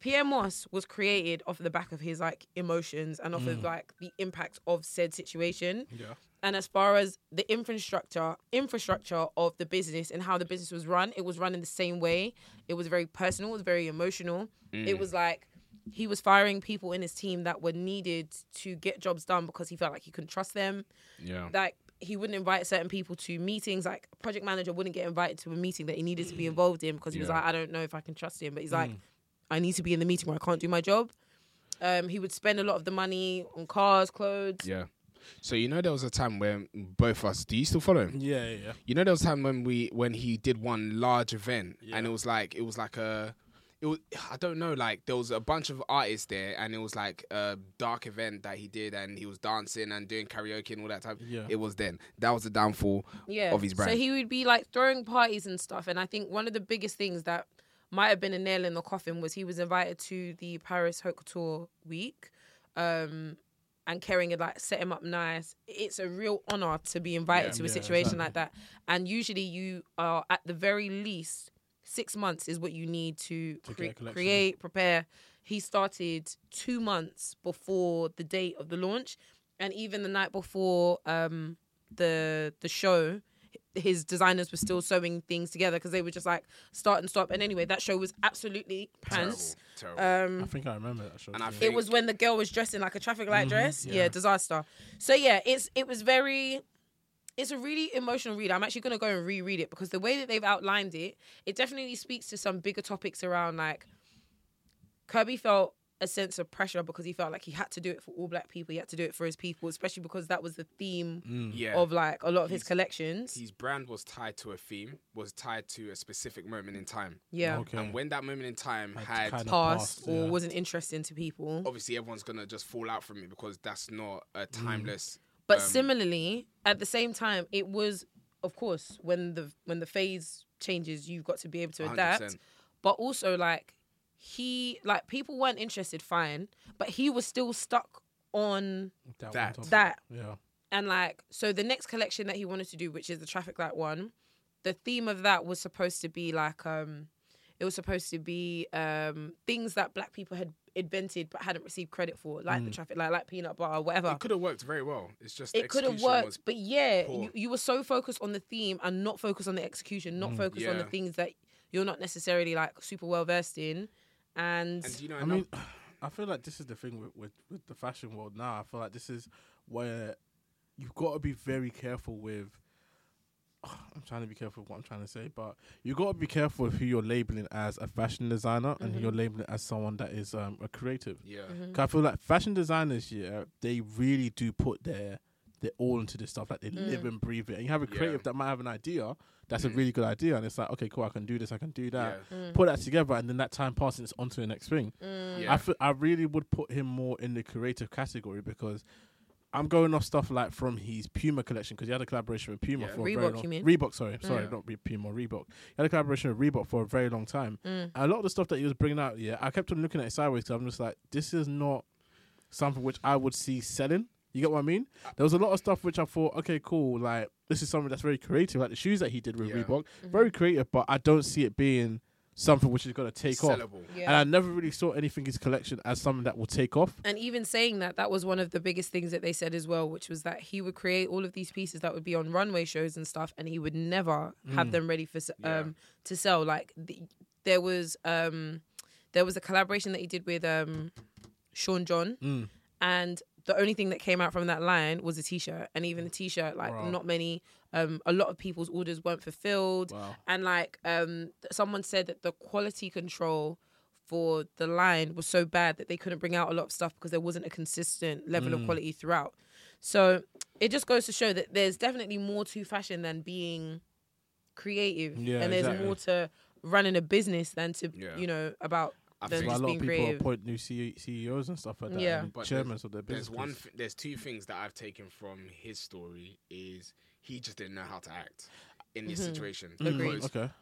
Speaker 1: Pierre Moss was created off the back of his like emotions and off of like the impact of said situation.
Speaker 3: Yeah.
Speaker 1: and as far as the infrastructure infrastructure of the business and how the business was run it was run in the same way it was very personal it was very emotional it was like he was firing people in his team that were needed to get jobs done because he felt like he couldn't trust them
Speaker 2: Yeah.
Speaker 1: like he wouldn't invite certain people to meetings. Like project manager wouldn't get invited to a meeting that he needed to be involved in because he was
Speaker 2: Yeah.
Speaker 1: like, I don't know if I can trust him. But he's like, I need to be in the meeting where I can't do my job. Um, he would spend a lot of the money on cars, clothes.
Speaker 2: Yeah. So you know there was a time when both of us. Do you still follow him?
Speaker 3: Yeah, yeah, yeah.
Speaker 2: You know there was a time when we when he did one large event and
Speaker 3: Yeah.
Speaker 2: it was like it was like a. It was, I don't know, like there was a bunch of artists there, and it was like a dark event that he did, and he was dancing and doing karaoke and all that type.
Speaker 3: Yeah.
Speaker 2: It was then that was the downfall
Speaker 1: yeah.
Speaker 2: of his brand.
Speaker 1: So he would be like throwing parties and stuff. And I think one of the biggest things that might have been a nail in the coffin was he was invited to the Paris Haute Couture Week. Um, and Kering had like set him up nice. It's a real honor to be invited
Speaker 2: Yeah.
Speaker 1: to a
Speaker 3: Yeah,
Speaker 1: situation
Speaker 3: exactly.
Speaker 1: like that. And usually you are at the very least six months is what you need to,
Speaker 3: To get
Speaker 1: cre-
Speaker 3: a collection.
Speaker 1: create, prepare. He started two months before the date of the launch, and even the night before um, the the show, his designers were still sewing things together because they were just like start and stop. And anyway, that show was absolutely
Speaker 2: terrible,
Speaker 1: pants.
Speaker 2: terrible.
Speaker 1: Um,
Speaker 3: I think I remember that show.
Speaker 2: And I
Speaker 3: too.
Speaker 2: think- Mm-hmm.
Speaker 1: it was when the girl was dressed in like a traffic light
Speaker 3: Mhm,
Speaker 1: dress. Yeah.
Speaker 3: yeah.
Speaker 1: disaster. So yeah, it's it was very it's a really emotional read. I'm actually gonna go and reread it because the way that they've outlined it, it definitely speaks to some bigger topics around like Kirby felt a sense of pressure because he felt like he had to do it for all black people, he had to do it for his people, especially because that was the theme
Speaker 3: Mm.
Speaker 2: yeah,
Speaker 1: of like a lot of his
Speaker 2: He's-
Speaker 1: collections.
Speaker 2: his brand was tied to a theme, was tied to a specific moment in time,
Speaker 1: yeah.
Speaker 3: Okay.
Speaker 2: and when that moment in time
Speaker 3: Had
Speaker 2: had
Speaker 3: kind of
Speaker 1: Passed
Speaker 3: passed,
Speaker 1: or
Speaker 3: yeah.
Speaker 1: wasn't interesting to people.
Speaker 2: obviously everyone's gonna just fall out from it because that's not
Speaker 3: Mm.
Speaker 2: a timeless.
Speaker 1: But
Speaker 2: um,
Speaker 1: similarly, at the same time, it was, of course, when the when the phase changes, you've got to be able to adapt.
Speaker 2: 100%.
Speaker 1: But also, like he, like people weren't interested, fine, but he was still stuck on
Speaker 3: that,
Speaker 2: that-
Speaker 3: one topic.
Speaker 1: that
Speaker 3: Yeah.
Speaker 1: and like so the next collection that he wanted to do which is the traffic light one the theme of that was supposed to be like um it was supposed to be um things that black people had invented but hadn't received credit for like
Speaker 2: Mm.
Speaker 1: the traffic light like peanut butter whatever
Speaker 2: It could have worked very well. It's just the
Speaker 1: it could have
Speaker 2: execution
Speaker 1: worked,
Speaker 2: was-
Speaker 1: but yeah,
Speaker 2: poor.
Speaker 1: you, you were so focused on the theme and not focused on the execution, not focused on the
Speaker 2: Mm, Yeah.
Speaker 1: things that you're not necessarily like super well versed in. And,
Speaker 2: and do you know,
Speaker 3: I mean, <sighs> I feel like this is the thing with, with, with the fashion world now. I feel like this is where you've got to be very careful with. <sighs> I'm trying to be careful with what I'm trying to say, but you got to be careful with who you're labeling as a fashion designer and who you're labeling as someone that is um, a creative.
Speaker 2: yeah,
Speaker 1: Mhm.
Speaker 3: 'Cause I feel like fashion designers, yeah, they really do put their their all into this stuff. Like they live and breathe it. And you have a
Speaker 2: Yeah.
Speaker 3: creative that might have an idea that's a really good idea, and it's like, okay, cool, I can do this, I can do that.
Speaker 2: Yeah.
Speaker 3: Put that together, and then that time passes, it's on to the next thing.
Speaker 1: Mm,
Speaker 2: yeah,
Speaker 3: I feel, I really would put him more in the creative category because I'm going off stuff like from his Puma collection because he had a collaboration with Puma
Speaker 2: Yeah.
Speaker 3: for a very
Speaker 1: Reebok,
Speaker 3: long
Speaker 1: you mean? Mm.
Speaker 3: Reebok. Sorry, sorry,
Speaker 2: Yeah.
Speaker 3: not Re- Puma, Reebok. He had a collaboration with Reebok for a very long time.
Speaker 1: mm,
Speaker 3: And a lot of the stuff that he was bringing out, yeah, I kept on looking at it sideways because I'm just like, this is not something which I would see selling. You get what I mean? There was a lot of stuff which I thought, okay, cool, like this is something that's very creative, like the shoes that he did with
Speaker 2: Yeah.
Speaker 3: Reebok,
Speaker 1: Mm-hmm.
Speaker 3: very creative, but I don't see it being something which is going to take off.
Speaker 2: sellable.
Speaker 1: yeah.
Speaker 3: And I never really saw anything in his collection as something that will take off.
Speaker 1: And even saying that, that was one of the biggest things that they said as well, which was that he would create all of these pieces that would be on runway shows and stuff, and he would never have them ready for s- um
Speaker 2: Yeah.
Speaker 1: to sell. Like the, there was um there was a collaboration that he did with um Sean John, and the only thing that came out from that line was a T-shirt, and even the T-shirt, like
Speaker 3: Wow.
Speaker 1: not many, um a lot of people's orders weren't fulfilled,
Speaker 3: Wow.
Speaker 1: and like um th- someone said that the quality control for the line was so bad that they couldn't bring out a lot of stuff because there wasn't a consistent level
Speaker 2: Mm.
Speaker 1: of quality throughout. So it just goes to show that there's definitely more to fashion than being creative,
Speaker 3: Yeah,
Speaker 1: and there's
Speaker 3: exactly.
Speaker 1: more to running a business than to
Speaker 2: Yeah.
Speaker 1: you know about
Speaker 2: I
Speaker 1: than
Speaker 2: think-
Speaker 3: That's why a
Speaker 1: just
Speaker 3: lot
Speaker 1: being
Speaker 3: of people
Speaker 1: creative.
Speaker 3: appoint new E, CEO CEOs and stuff like that,
Speaker 1: Yeah.
Speaker 3: and
Speaker 2: But
Speaker 3: chairmen of their business.
Speaker 2: There's one, th- there's two things that I've taken from his story is he just didn't know how to act in this situation.
Speaker 1: Mm-hmm. Agreed.
Speaker 2: Because
Speaker 3: Mm-hmm. Mm, okay.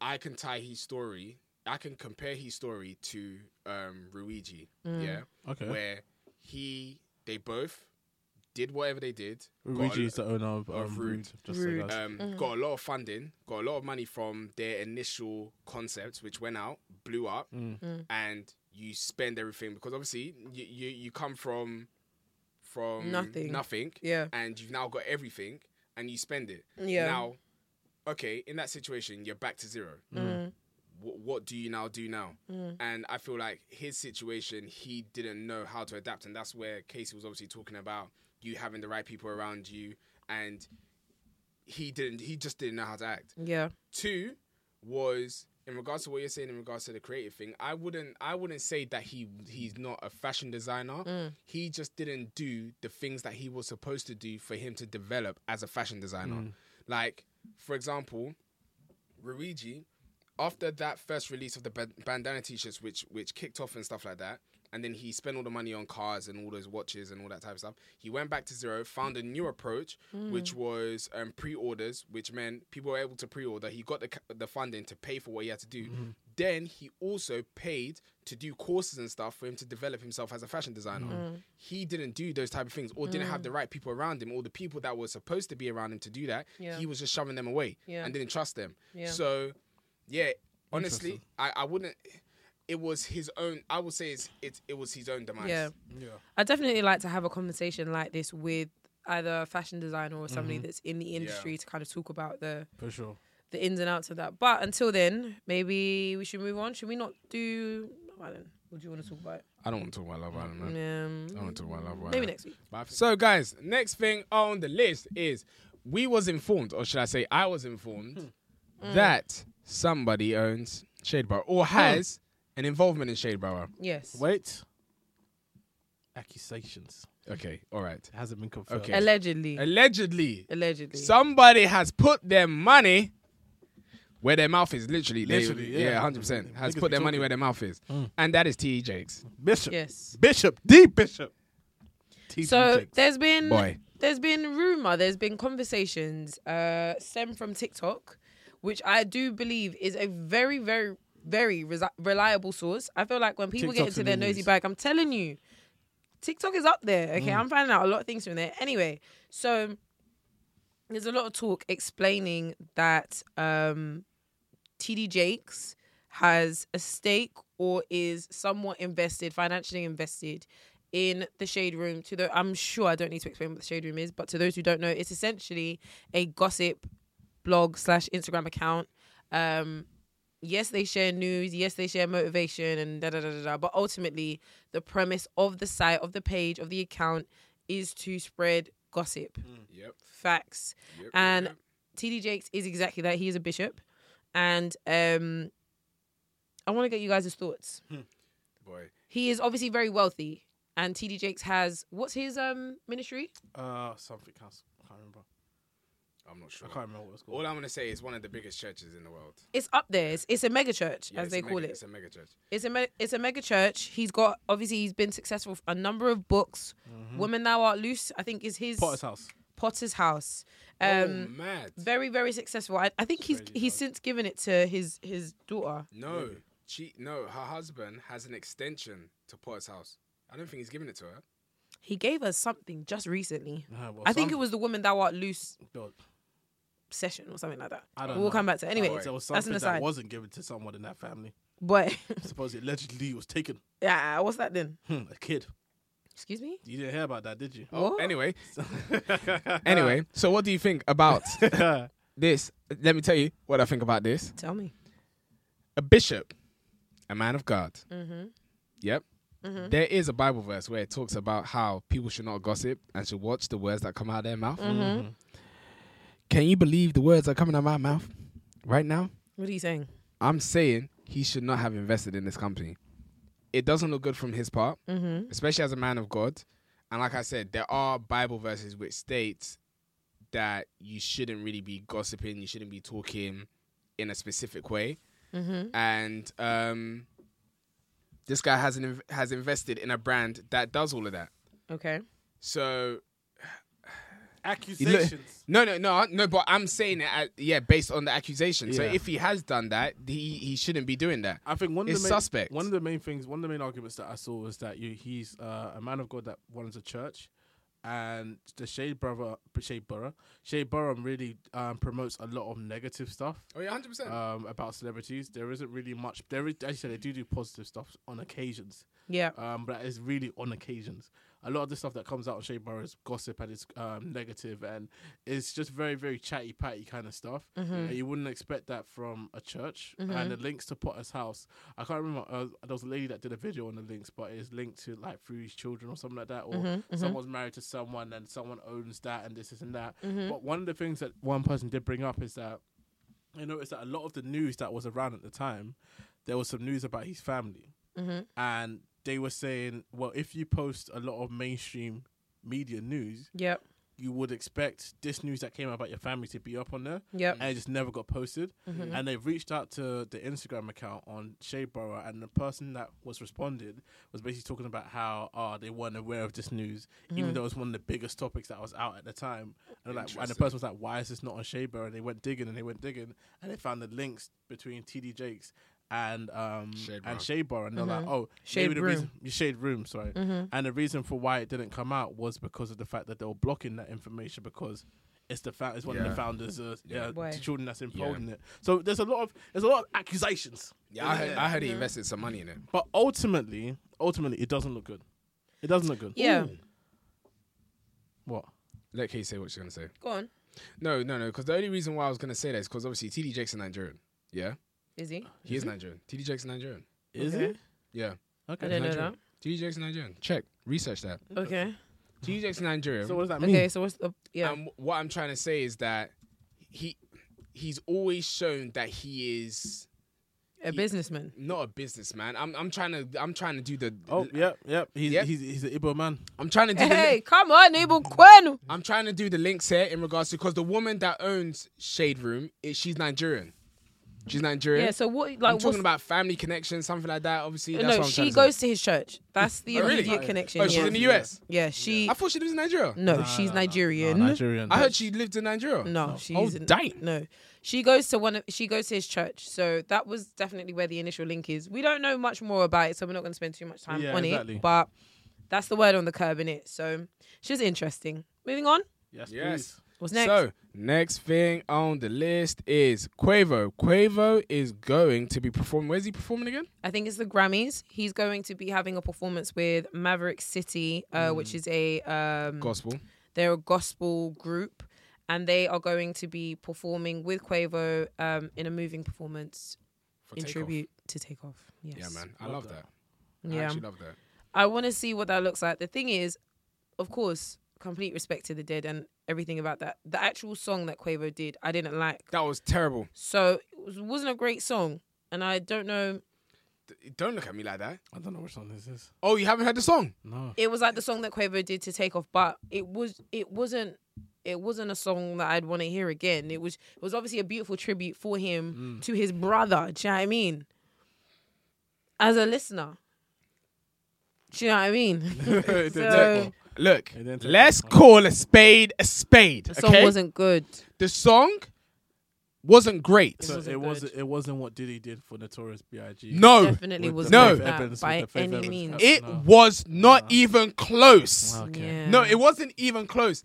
Speaker 2: I can tie his story, I can compare his story to um, Ruigi,
Speaker 1: mm,
Speaker 2: yeah,
Speaker 3: Okay.
Speaker 2: where he, they both did whatever they did. got a
Speaker 3: Luigi
Speaker 2: lo-
Speaker 3: is the owner of, um,
Speaker 2: of Rude.
Speaker 3: Rude. Just
Speaker 1: Rude.
Speaker 3: So that's-
Speaker 2: um,
Speaker 1: Mm-hmm.
Speaker 2: got a lot of funding, got a lot of money from their initial concepts, which went out, blew up,
Speaker 3: Mm,
Speaker 2: and you spend everything because obviously you you, you come from from
Speaker 1: Nothing.
Speaker 2: nothing,
Speaker 1: Yeah.
Speaker 2: and you've now got everything, and you spend it.
Speaker 1: Yeah.
Speaker 2: Now, okay, in that situation, you're back to zero.
Speaker 1: Mm.
Speaker 3: mm.
Speaker 2: Wh- what do you now do now? And I feel like his situation, he didn't know how to adapt, and that's where Casey was obviously talking about you having the right people around you, and he didn't. He just didn't know how to act.
Speaker 1: Yeah.
Speaker 2: Two was in regards to what you're saying in regards to the creative thing. I wouldn't I wouldn't say that he he's not a fashion designer.
Speaker 1: Mm.
Speaker 2: He just didn't do the things that he was supposed to do for him to develop as a fashion designer. Like for example, Ruigi after that first release of the ban- bandana t-shirts which which kicked off and stuff like that and then he spent all the money on cars and all those watches and all that type of stuff he went back to zero found a new approach which was um, pre-orders which meant people were able to pre-order he got the, ca- the funding to pay for what he had to do
Speaker 1: Mm-hmm.
Speaker 2: then he also paid to do courses and stuff for him to develop himself as a fashion designer
Speaker 1: Mm-hmm.
Speaker 2: he didn't do those type of things or didn't
Speaker 1: Mm.
Speaker 2: have the right people around him or the people that were supposed to be around him to do that
Speaker 1: Yeah.
Speaker 2: he was just shoving them away
Speaker 1: Yeah.
Speaker 2: and didn't trust them
Speaker 1: Yeah.
Speaker 2: so yeah, honestly, I, I wouldn't. It was his own. I would say it's it. It was his own demise.
Speaker 1: Yeah.
Speaker 3: Yeah.
Speaker 1: I definitely like to have a conversation like this with either a fashion designer or
Speaker 2: Mm-hmm.
Speaker 1: somebody that's in the industry to kind of talk about the
Speaker 3: For sure.
Speaker 1: the ins and outs of that. But until then, maybe we should move on. Should we not do Love Island? Or do you want to talk about it?
Speaker 2: I don't want to talk about Love Island. Man.
Speaker 1: Um,
Speaker 2: I don't want to talk about Love Island.
Speaker 1: maybe next week.
Speaker 2: But I think- So guys, next thing on the list is we was informed, or should I say, I was informed
Speaker 3: Hmm.
Speaker 1: Mm.
Speaker 2: that somebody owns Shadeborough or has an involvement in Shadeborough.
Speaker 1: Yes.
Speaker 3: Wait. Accusations.
Speaker 2: Okay, all right.
Speaker 3: It hasn't been confirmed.
Speaker 2: Okay.
Speaker 3: Hmm.
Speaker 1: Allegedly.
Speaker 2: Allegedly,
Speaker 1: Allegedly.
Speaker 2: somebody has put their money where their mouth is. Literally, they-
Speaker 3: Literally, yeah.
Speaker 2: yeah, hundred percent has
Speaker 3: Niggas
Speaker 2: put
Speaker 3: be
Speaker 2: their money
Speaker 3: talking. Hmm.
Speaker 2: where their mouth is, and that is T. E. Jakes.
Speaker 3: Bishop.
Speaker 1: yes.
Speaker 3: Bishop. The Bishop. TG
Speaker 1: So
Speaker 3: Jakes.
Speaker 1: there's been
Speaker 2: Boy.
Speaker 1: there's been rumor, there's been conversations uh stem from TikTok, which I do believe is a very very very resi- reliable source. I feel like when people get
Speaker 3: TikTok's
Speaker 1: into
Speaker 3: the
Speaker 1: their
Speaker 3: new
Speaker 1: nosy
Speaker 3: news.
Speaker 1: bag, I'm telling you, TikTok is up there. Okay, I'm finding out a lot of things from there. Anyway, so there's a lot of talk explaining that um TD Jakes has a stake or is somewhat invested, financially invested in the Shade Room. To the, I'm sure I don't need to explain what the Shade Room is, but to those who don't know, it's essentially a gossip blog slash Instagram account. Um, yes, they share news. Yes, they share motivation and da da da da da. But ultimately, the premise of the site, of the page, of the account is to spread gossip,
Speaker 2: Yep.
Speaker 1: facts,
Speaker 2: yep
Speaker 1: and
Speaker 2: yep, yep.
Speaker 1: TD Jakes is exactly that. He is a bishop, and um, I want to get you guys' thoughts.
Speaker 2: boy,
Speaker 1: He is obviously very wealthy, and TD Jakes has what's his um ministry?
Speaker 3: uh something council. I can't remember.
Speaker 2: I'm not sure.
Speaker 3: I can't remember what it's called.
Speaker 2: All I'm gonna say is one of the biggest churches in the world,
Speaker 1: It's up there. It's, it's a mega church,
Speaker 2: Yeah,
Speaker 1: as
Speaker 2: it's
Speaker 1: they
Speaker 2: a
Speaker 1: call
Speaker 2: mega,
Speaker 1: it.
Speaker 2: It's a mega church.
Speaker 1: It's a me- it's a mega church. He's got obviously he's been successful with a number of books.
Speaker 2: Mm-hmm.
Speaker 1: Women Thou Art Loose, I think, is his
Speaker 3: Potter's house.
Speaker 1: Potter's House.
Speaker 2: oh,
Speaker 1: Um,
Speaker 2: mad.
Speaker 1: very very successful. I, I think he's he's since given it to his his daughter.
Speaker 2: No, she, no. Her husband has an extension to Potter's house. I don't think he's giving it to her.
Speaker 1: He gave us something just recently.
Speaker 3: Uh, well,
Speaker 1: I think it
Speaker 3: some-
Speaker 1: was the Women Thou Art Loose
Speaker 3: God,
Speaker 1: session or something like that.
Speaker 3: I don't
Speaker 1: we'll
Speaker 3: know.
Speaker 1: come back to it. anyway.
Speaker 2: Alright.
Speaker 3: There was
Speaker 1: that's
Speaker 3: something
Speaker 1: an
Speaker 3: that
Speaker 1: aside.
Speaker 3: wasn't given to someone in that family.
Speaker 1: But <laughs>
Speaker 3: Supposedly, allegedly, it was taken.
Speaker 1: yeah, what's that then?
Speaker 3: Hmm, a kid.
Speaker 1: Excuse me.
Speaker 3: You didn't hear about that, did <laughs> you?
Speaker 1: Oh,
Speaker 2: Anyway,
Speaker 3: Uh,
Speaker 2: anyway. So what do you think about this? Let me tell you what I think about this.
Speaker 1: tell me.
Speaker 2: A bishop, a man of God. Yep. There is a Bible verse where it talks about how people should not gossip and should watch the words that come out of their mouth. Can you believe the words that are coming out of my mouth right now?
Speaker 1: What are you saying?
Speaker 2: I'm saying he should not have invested in this company. It doesn't look good from his part,
Speaker 1: Mm-hmm.
Speaker 2: especially as a man of God. And like I said, there are Bible verses which states that you shouldn't really be gossiping, you shouldn't be talking in a specific way.
Speaker 1: Mm-hmm.
Speaker 2: And um, this guy has an, inv- has invested in a brand that does all of that.
Speaker 1: Okay.
Speaker 2: So
Speaker 3: Accusations.
Speaker 2: No, no, no, no. But I'm saying it, uh, yeah, based on the accusation. So
Speaker 3: Yeah.
Speaker 2: if he has done that, he he shouldn't be doing that.
Speaker 3: I think one of
Speaker 2: It's
Speaker 3: the main,
Speaker 2: suspect.
Speaker 3: One of the main things, one of the main arguments that I saw was that you, he's uh, a man of God that runs a church, and the Shade Brother, Shade Borough, Shade Borough really um, promotes a lot of negative stuff.
Speaker 2: Oh yeah, hundred percent.
Speaker 3: Um, about celebrities, there isn't really much. There is, as you said, they do do positive stuff on occasions,
Speaker 1: Yeah.
Speaker 3: um, but that is really on occasions. a lot of the stuff that comes out on Shea Barrow is gossip and it's um, negative and it's just very, very chatty patty kind of stuff. And you wouldn't expect that from a church. And the links to Potter's House, I can't remember. Uh, there was a lady that did a video on the links, but it's linked to like through his children or something like that, or someone's married to someone and someone owns that and this, this and that. But one of the things that one person did bring up is that I noticed that a lot of the news that was around at the time, there was some news about his family.
Speaker 1: Mm-hmm.
Speaker 3: And they were saying, well, if you post a lot of mainstream media news,
Speaker 1: Yep.
Speaker 3: you would expect this news that came out about your family to be up on there.
Speaker 1: Yep.
Speaker 3: And it just never got posted. And they reached out to the Instagram account on Shadeborough, and the person that was responded was basically talking about how uh, they weren't aware of this news, even though it was one of the biggest topics that was out at the time. And, like, and the
Speaker 2: Interesting.
Speaker 3: person was like, why is this not on Shadeborough? And they went digging and they went digging, and they found the links between TD Jakes. And um and
Speaker 2: Shadeborough.
Speaker 3: Shadeborough, and they're like, oh,
Speaker 1: Shade
Speaker 3: maybe the
Speaker 1: Room.
Speaker 3: reason you shade room sorry
Speaker 1: Mm-hmm.
Speaker 3: and the reason for why it didn't come out was because of the fact that they were blocking that information because it's the fa- it's one of
Speaker 2: Yeah.
Speaker 3: the founders uh, yeah,
Speaker 1: Boy.
Speaker 3: the children that's involved in it so there's a lot of there's a lot of accusations
Speaker 2: Yeah, I heard, I heard he invested some money in it.
Speaker 3: but ultimately ultimately it doesn't look good it doesn't look good
Speaker 1: Yeah.
Speaker 3: what
Speaker 2: Let Kay say what she's gonna say.
Speaker 1: Go on.
Speaker 2: No, no, no. Because the only reason why I was gonna say that is because obviously TD Jake's a Nigerian. Yeah,
Speaker 1: Is he?
Speaker 2: he is Nigerian. TD Jake's a Nigerian.
Speaker 3: is
Speaker 1: Okay.
Speaker 3: it
Speaker 2: Yeah,
Speaker 1: I
Speaker 3: okay
Speaker 1: don't know that.
Speaker 2: Nigerian. TD Jake's a Nigerian. Check, research that.
Speaker 1: Okay.
Speaker 2: TD Jake's a Nigerian.
Speaker 3: so what does that Uh, mean um,
Speaker 1: Okay. So what's the yeah?
Speaker 2: And wh- what I'm trying to say is that he he's always shown that he is
Speaker 1: a businessman.
Speaker 2: not a businessman. I'm I'm trying to I'm trying to do the
Speaker 3: oh yep yep he's
Speaker 2: Yep.
Speaker 3: he's he's an Igbo man
Speaker 2: I'm trying to do the
Speaker 1: Hey, come on, Abel Quinn.
Speaker 2: I'm trying to do the links here in regards to because the woman that owns Shade Room, it, she's Nigerian. She's Nigerian.
Speaker 1: Yeah. So what?
Speaker 2: I'm
Speaker 1: Like, what's,
Speaker 2: talking about family connection, something like that. Obviously, that's
Speaker 1: no,
Speaker 2: what I'm trying
Speaker 1: she goes
Speaker 2: To
Speaker 1: to his church. That's the
Speaker 2: say. Oh, really?
Speaker 1: immediate connection.
Speaker 2: Oh, she's
Speaker 1: yeah.
Speaker 2: in the US.
Speaker 1: yeah. She.
Speaker 2: I thought she lives in Nigeria.
Speaker 1: No, she's Nigerian.
Speaker 3: Oh, Nigerian
Speaker 2: I heard she lived in Nigeria.
Speaker 1: No, she's
Speaker 2: Oh,
Speaker 1: in-
Speaker 2: dang.
Speaker 1: no. She goes to one of she goes to his church. So that was definitely where the initial link is. We don't know much more about it, so we're not going to spend too much time
Speaker 3: Yeah,
Speaker 1: on
Speaker 3: exactly.
Speaker 1: it. But that's the word on the curb in it. So it's just interesting. Moving on.
Speaker 3: yes
Speaker 2: Yes.
Speaker 3: yes
Speaker 1: What's next?
Speaker 2: So next thing on the list is Quavo. Quavo is going to be performing. Where's he performing again?
Speaker 1: I think it's the Grammys. He's going to be having a performance with Maverick City, uh,
Speaker 2: Mm.
Speaker 1: which is a um,
Speaker 2: Gospel.
Speaker 1: they're a gospel group, and they are going to be performing with Quavo um, in a moving performance
Speaker 2: For
Speaker 1: in
Speaker 2: Takeoff.
Speaker 1: tribute to Take Off. Yes.
Speaker 2: Yeah, man. I
Speaker 3: Love
Speaker 2: love that.
Speaker 3: that.
Speaker 2: I
Speaker 1: Yeah.
Speaker 2: actually love that.
Speaker 1: I want to see what that looks like. The thing is, of course, complete respect to the dead and everything about that. The actual song that Quavo did, I didn't like.
Speaker 2: That was terrible.
Speaker 1: So it was- wasn't a great song. And I don't know.
Speaker 2: D- Don't look at me like that.
Speaker 3: I don't know which one this is
Speaker 2: Oh, you haven't heard the song?
Speaker 1: <laughs>
Speaker 3: no <laughs>
Speaker 1: It was like the song that Quavo did to take off, but it was it wasn't it wasn't a song that I'd want to hear again. It was it was obviously a beautiful tribute for
Speaker 2: Mm.
Speaker 1: him to his brother. Do you know what I mean? As a listener. Do you know what I
Speaker 2: <laughs>
Speaker 1: mean?
Speaker 3: It didn't
Speaker 1: So-
Speaker 3: take
Speaker 2: Look,
Speaker 3: It didn't take
Speaker 2: let's
Speaker 3: long.
Speaker 2: call a spade a spade.
Speaker 1: The song
Speaker 2: okay?
Speaker 1: wasn't good.
Speaker 2: the song wasn't great.
Speaker 1: It
Speaker 3: So
Speaker 1: wasn't
Speaker 3: it
Speaker 1: good.
Speaker 3: wasn't. It wasn't what Diddy did for Notorious B.I.G.
Speaker 2: no,
Speaker 1: Definitely
Speaker 3: With
Speaker 1: was
Speaker 2: the
Speaker 1: not
Speaker 2: Faith
Speaker 1: that
Speaker 3: Evans,
Speaker 1: by
Speaker 3: with the Faith
Speaker 1: any
Speaker 3: Evans.
Speaker 1: means.
Speaker 2: it
Speaker 3: No.
Speaker 2: was not even close.
Speaker 3: Okay.
Speaker 1: Yeah.
Speaker 2: No, it wasn't even close.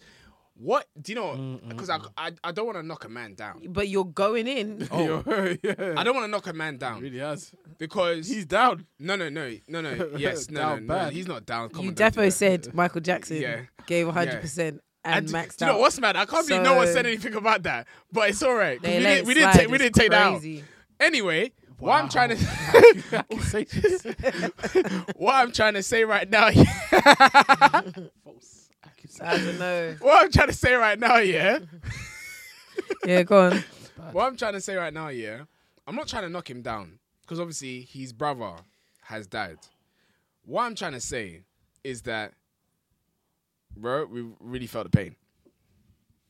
Speaker 2: What do you know? Because I, I, I don't want to knock a man down.
Speaker 1: But you're going
Speaker 2: <laughs>
Speaker 1: in.
Speaker 3: Oh. <laughs> yeah.
Speaker 2: I don't want to knock a man down
Speaker 3: really has.
Speaker 2: because
Speaker 3: He's down.
Speaker 2: no, no, no, no,
Speaker 1: <laughs>
Speaker 2: no. Yes, no, no,
Speaker 3: Down
Speaker 2: no.
Speaker 3: bad.
Speaker 2: He's not down. Come
Speaker 1: you
Speaker 2: on, don't do
Speaker 1: defo
Speaker 2: that.
Speaker 1: said Michael Jackson
Speaker 2: Yeah.
Speaker 1: gave 100%
Speaker 2: I
Speaker 1: and
Speaker 2: d-
Speaker 1: maxed
Speaker 2: do you
Speaker 1: out.
Speaker 2: know what's mad? I can't believe no one
Speaker 1: So-
Speaker 2: said anything about that, but it's all right. 'cause
Speaker 1: They
Speaker 2: We
Speaker 1: let
Speaker 2: didn't,
Speaker 1: it
Speaker 2: we didn't,
Speaker 1: slide,
Speaker 2: take, we
Speaker 1: it's
Speaker 2: didn't take
Speaker 1: crazy.
Speaker 2: that out. Anyway, what I'm trying to.
Speaker 3: <laughs> Accusations.
Speaker 2: <laughs> what I'm trying to say right now, <laughs>
Speaker 3: False
Speaker 1: I
Speaker 3: accusations.
Speaker 1: don't
Speaker 2: <laughs>
Speaker 1: know.
Speaker 2: what I'm trying to say right now, yeah,
Speaker 1: Yeah, go on.
Speaker 2: what I'm trying to say right now, yeah, I'm not trying to knock him down because obviously his brother has died. What I'm trying to say is that, bro, we really felt the pain.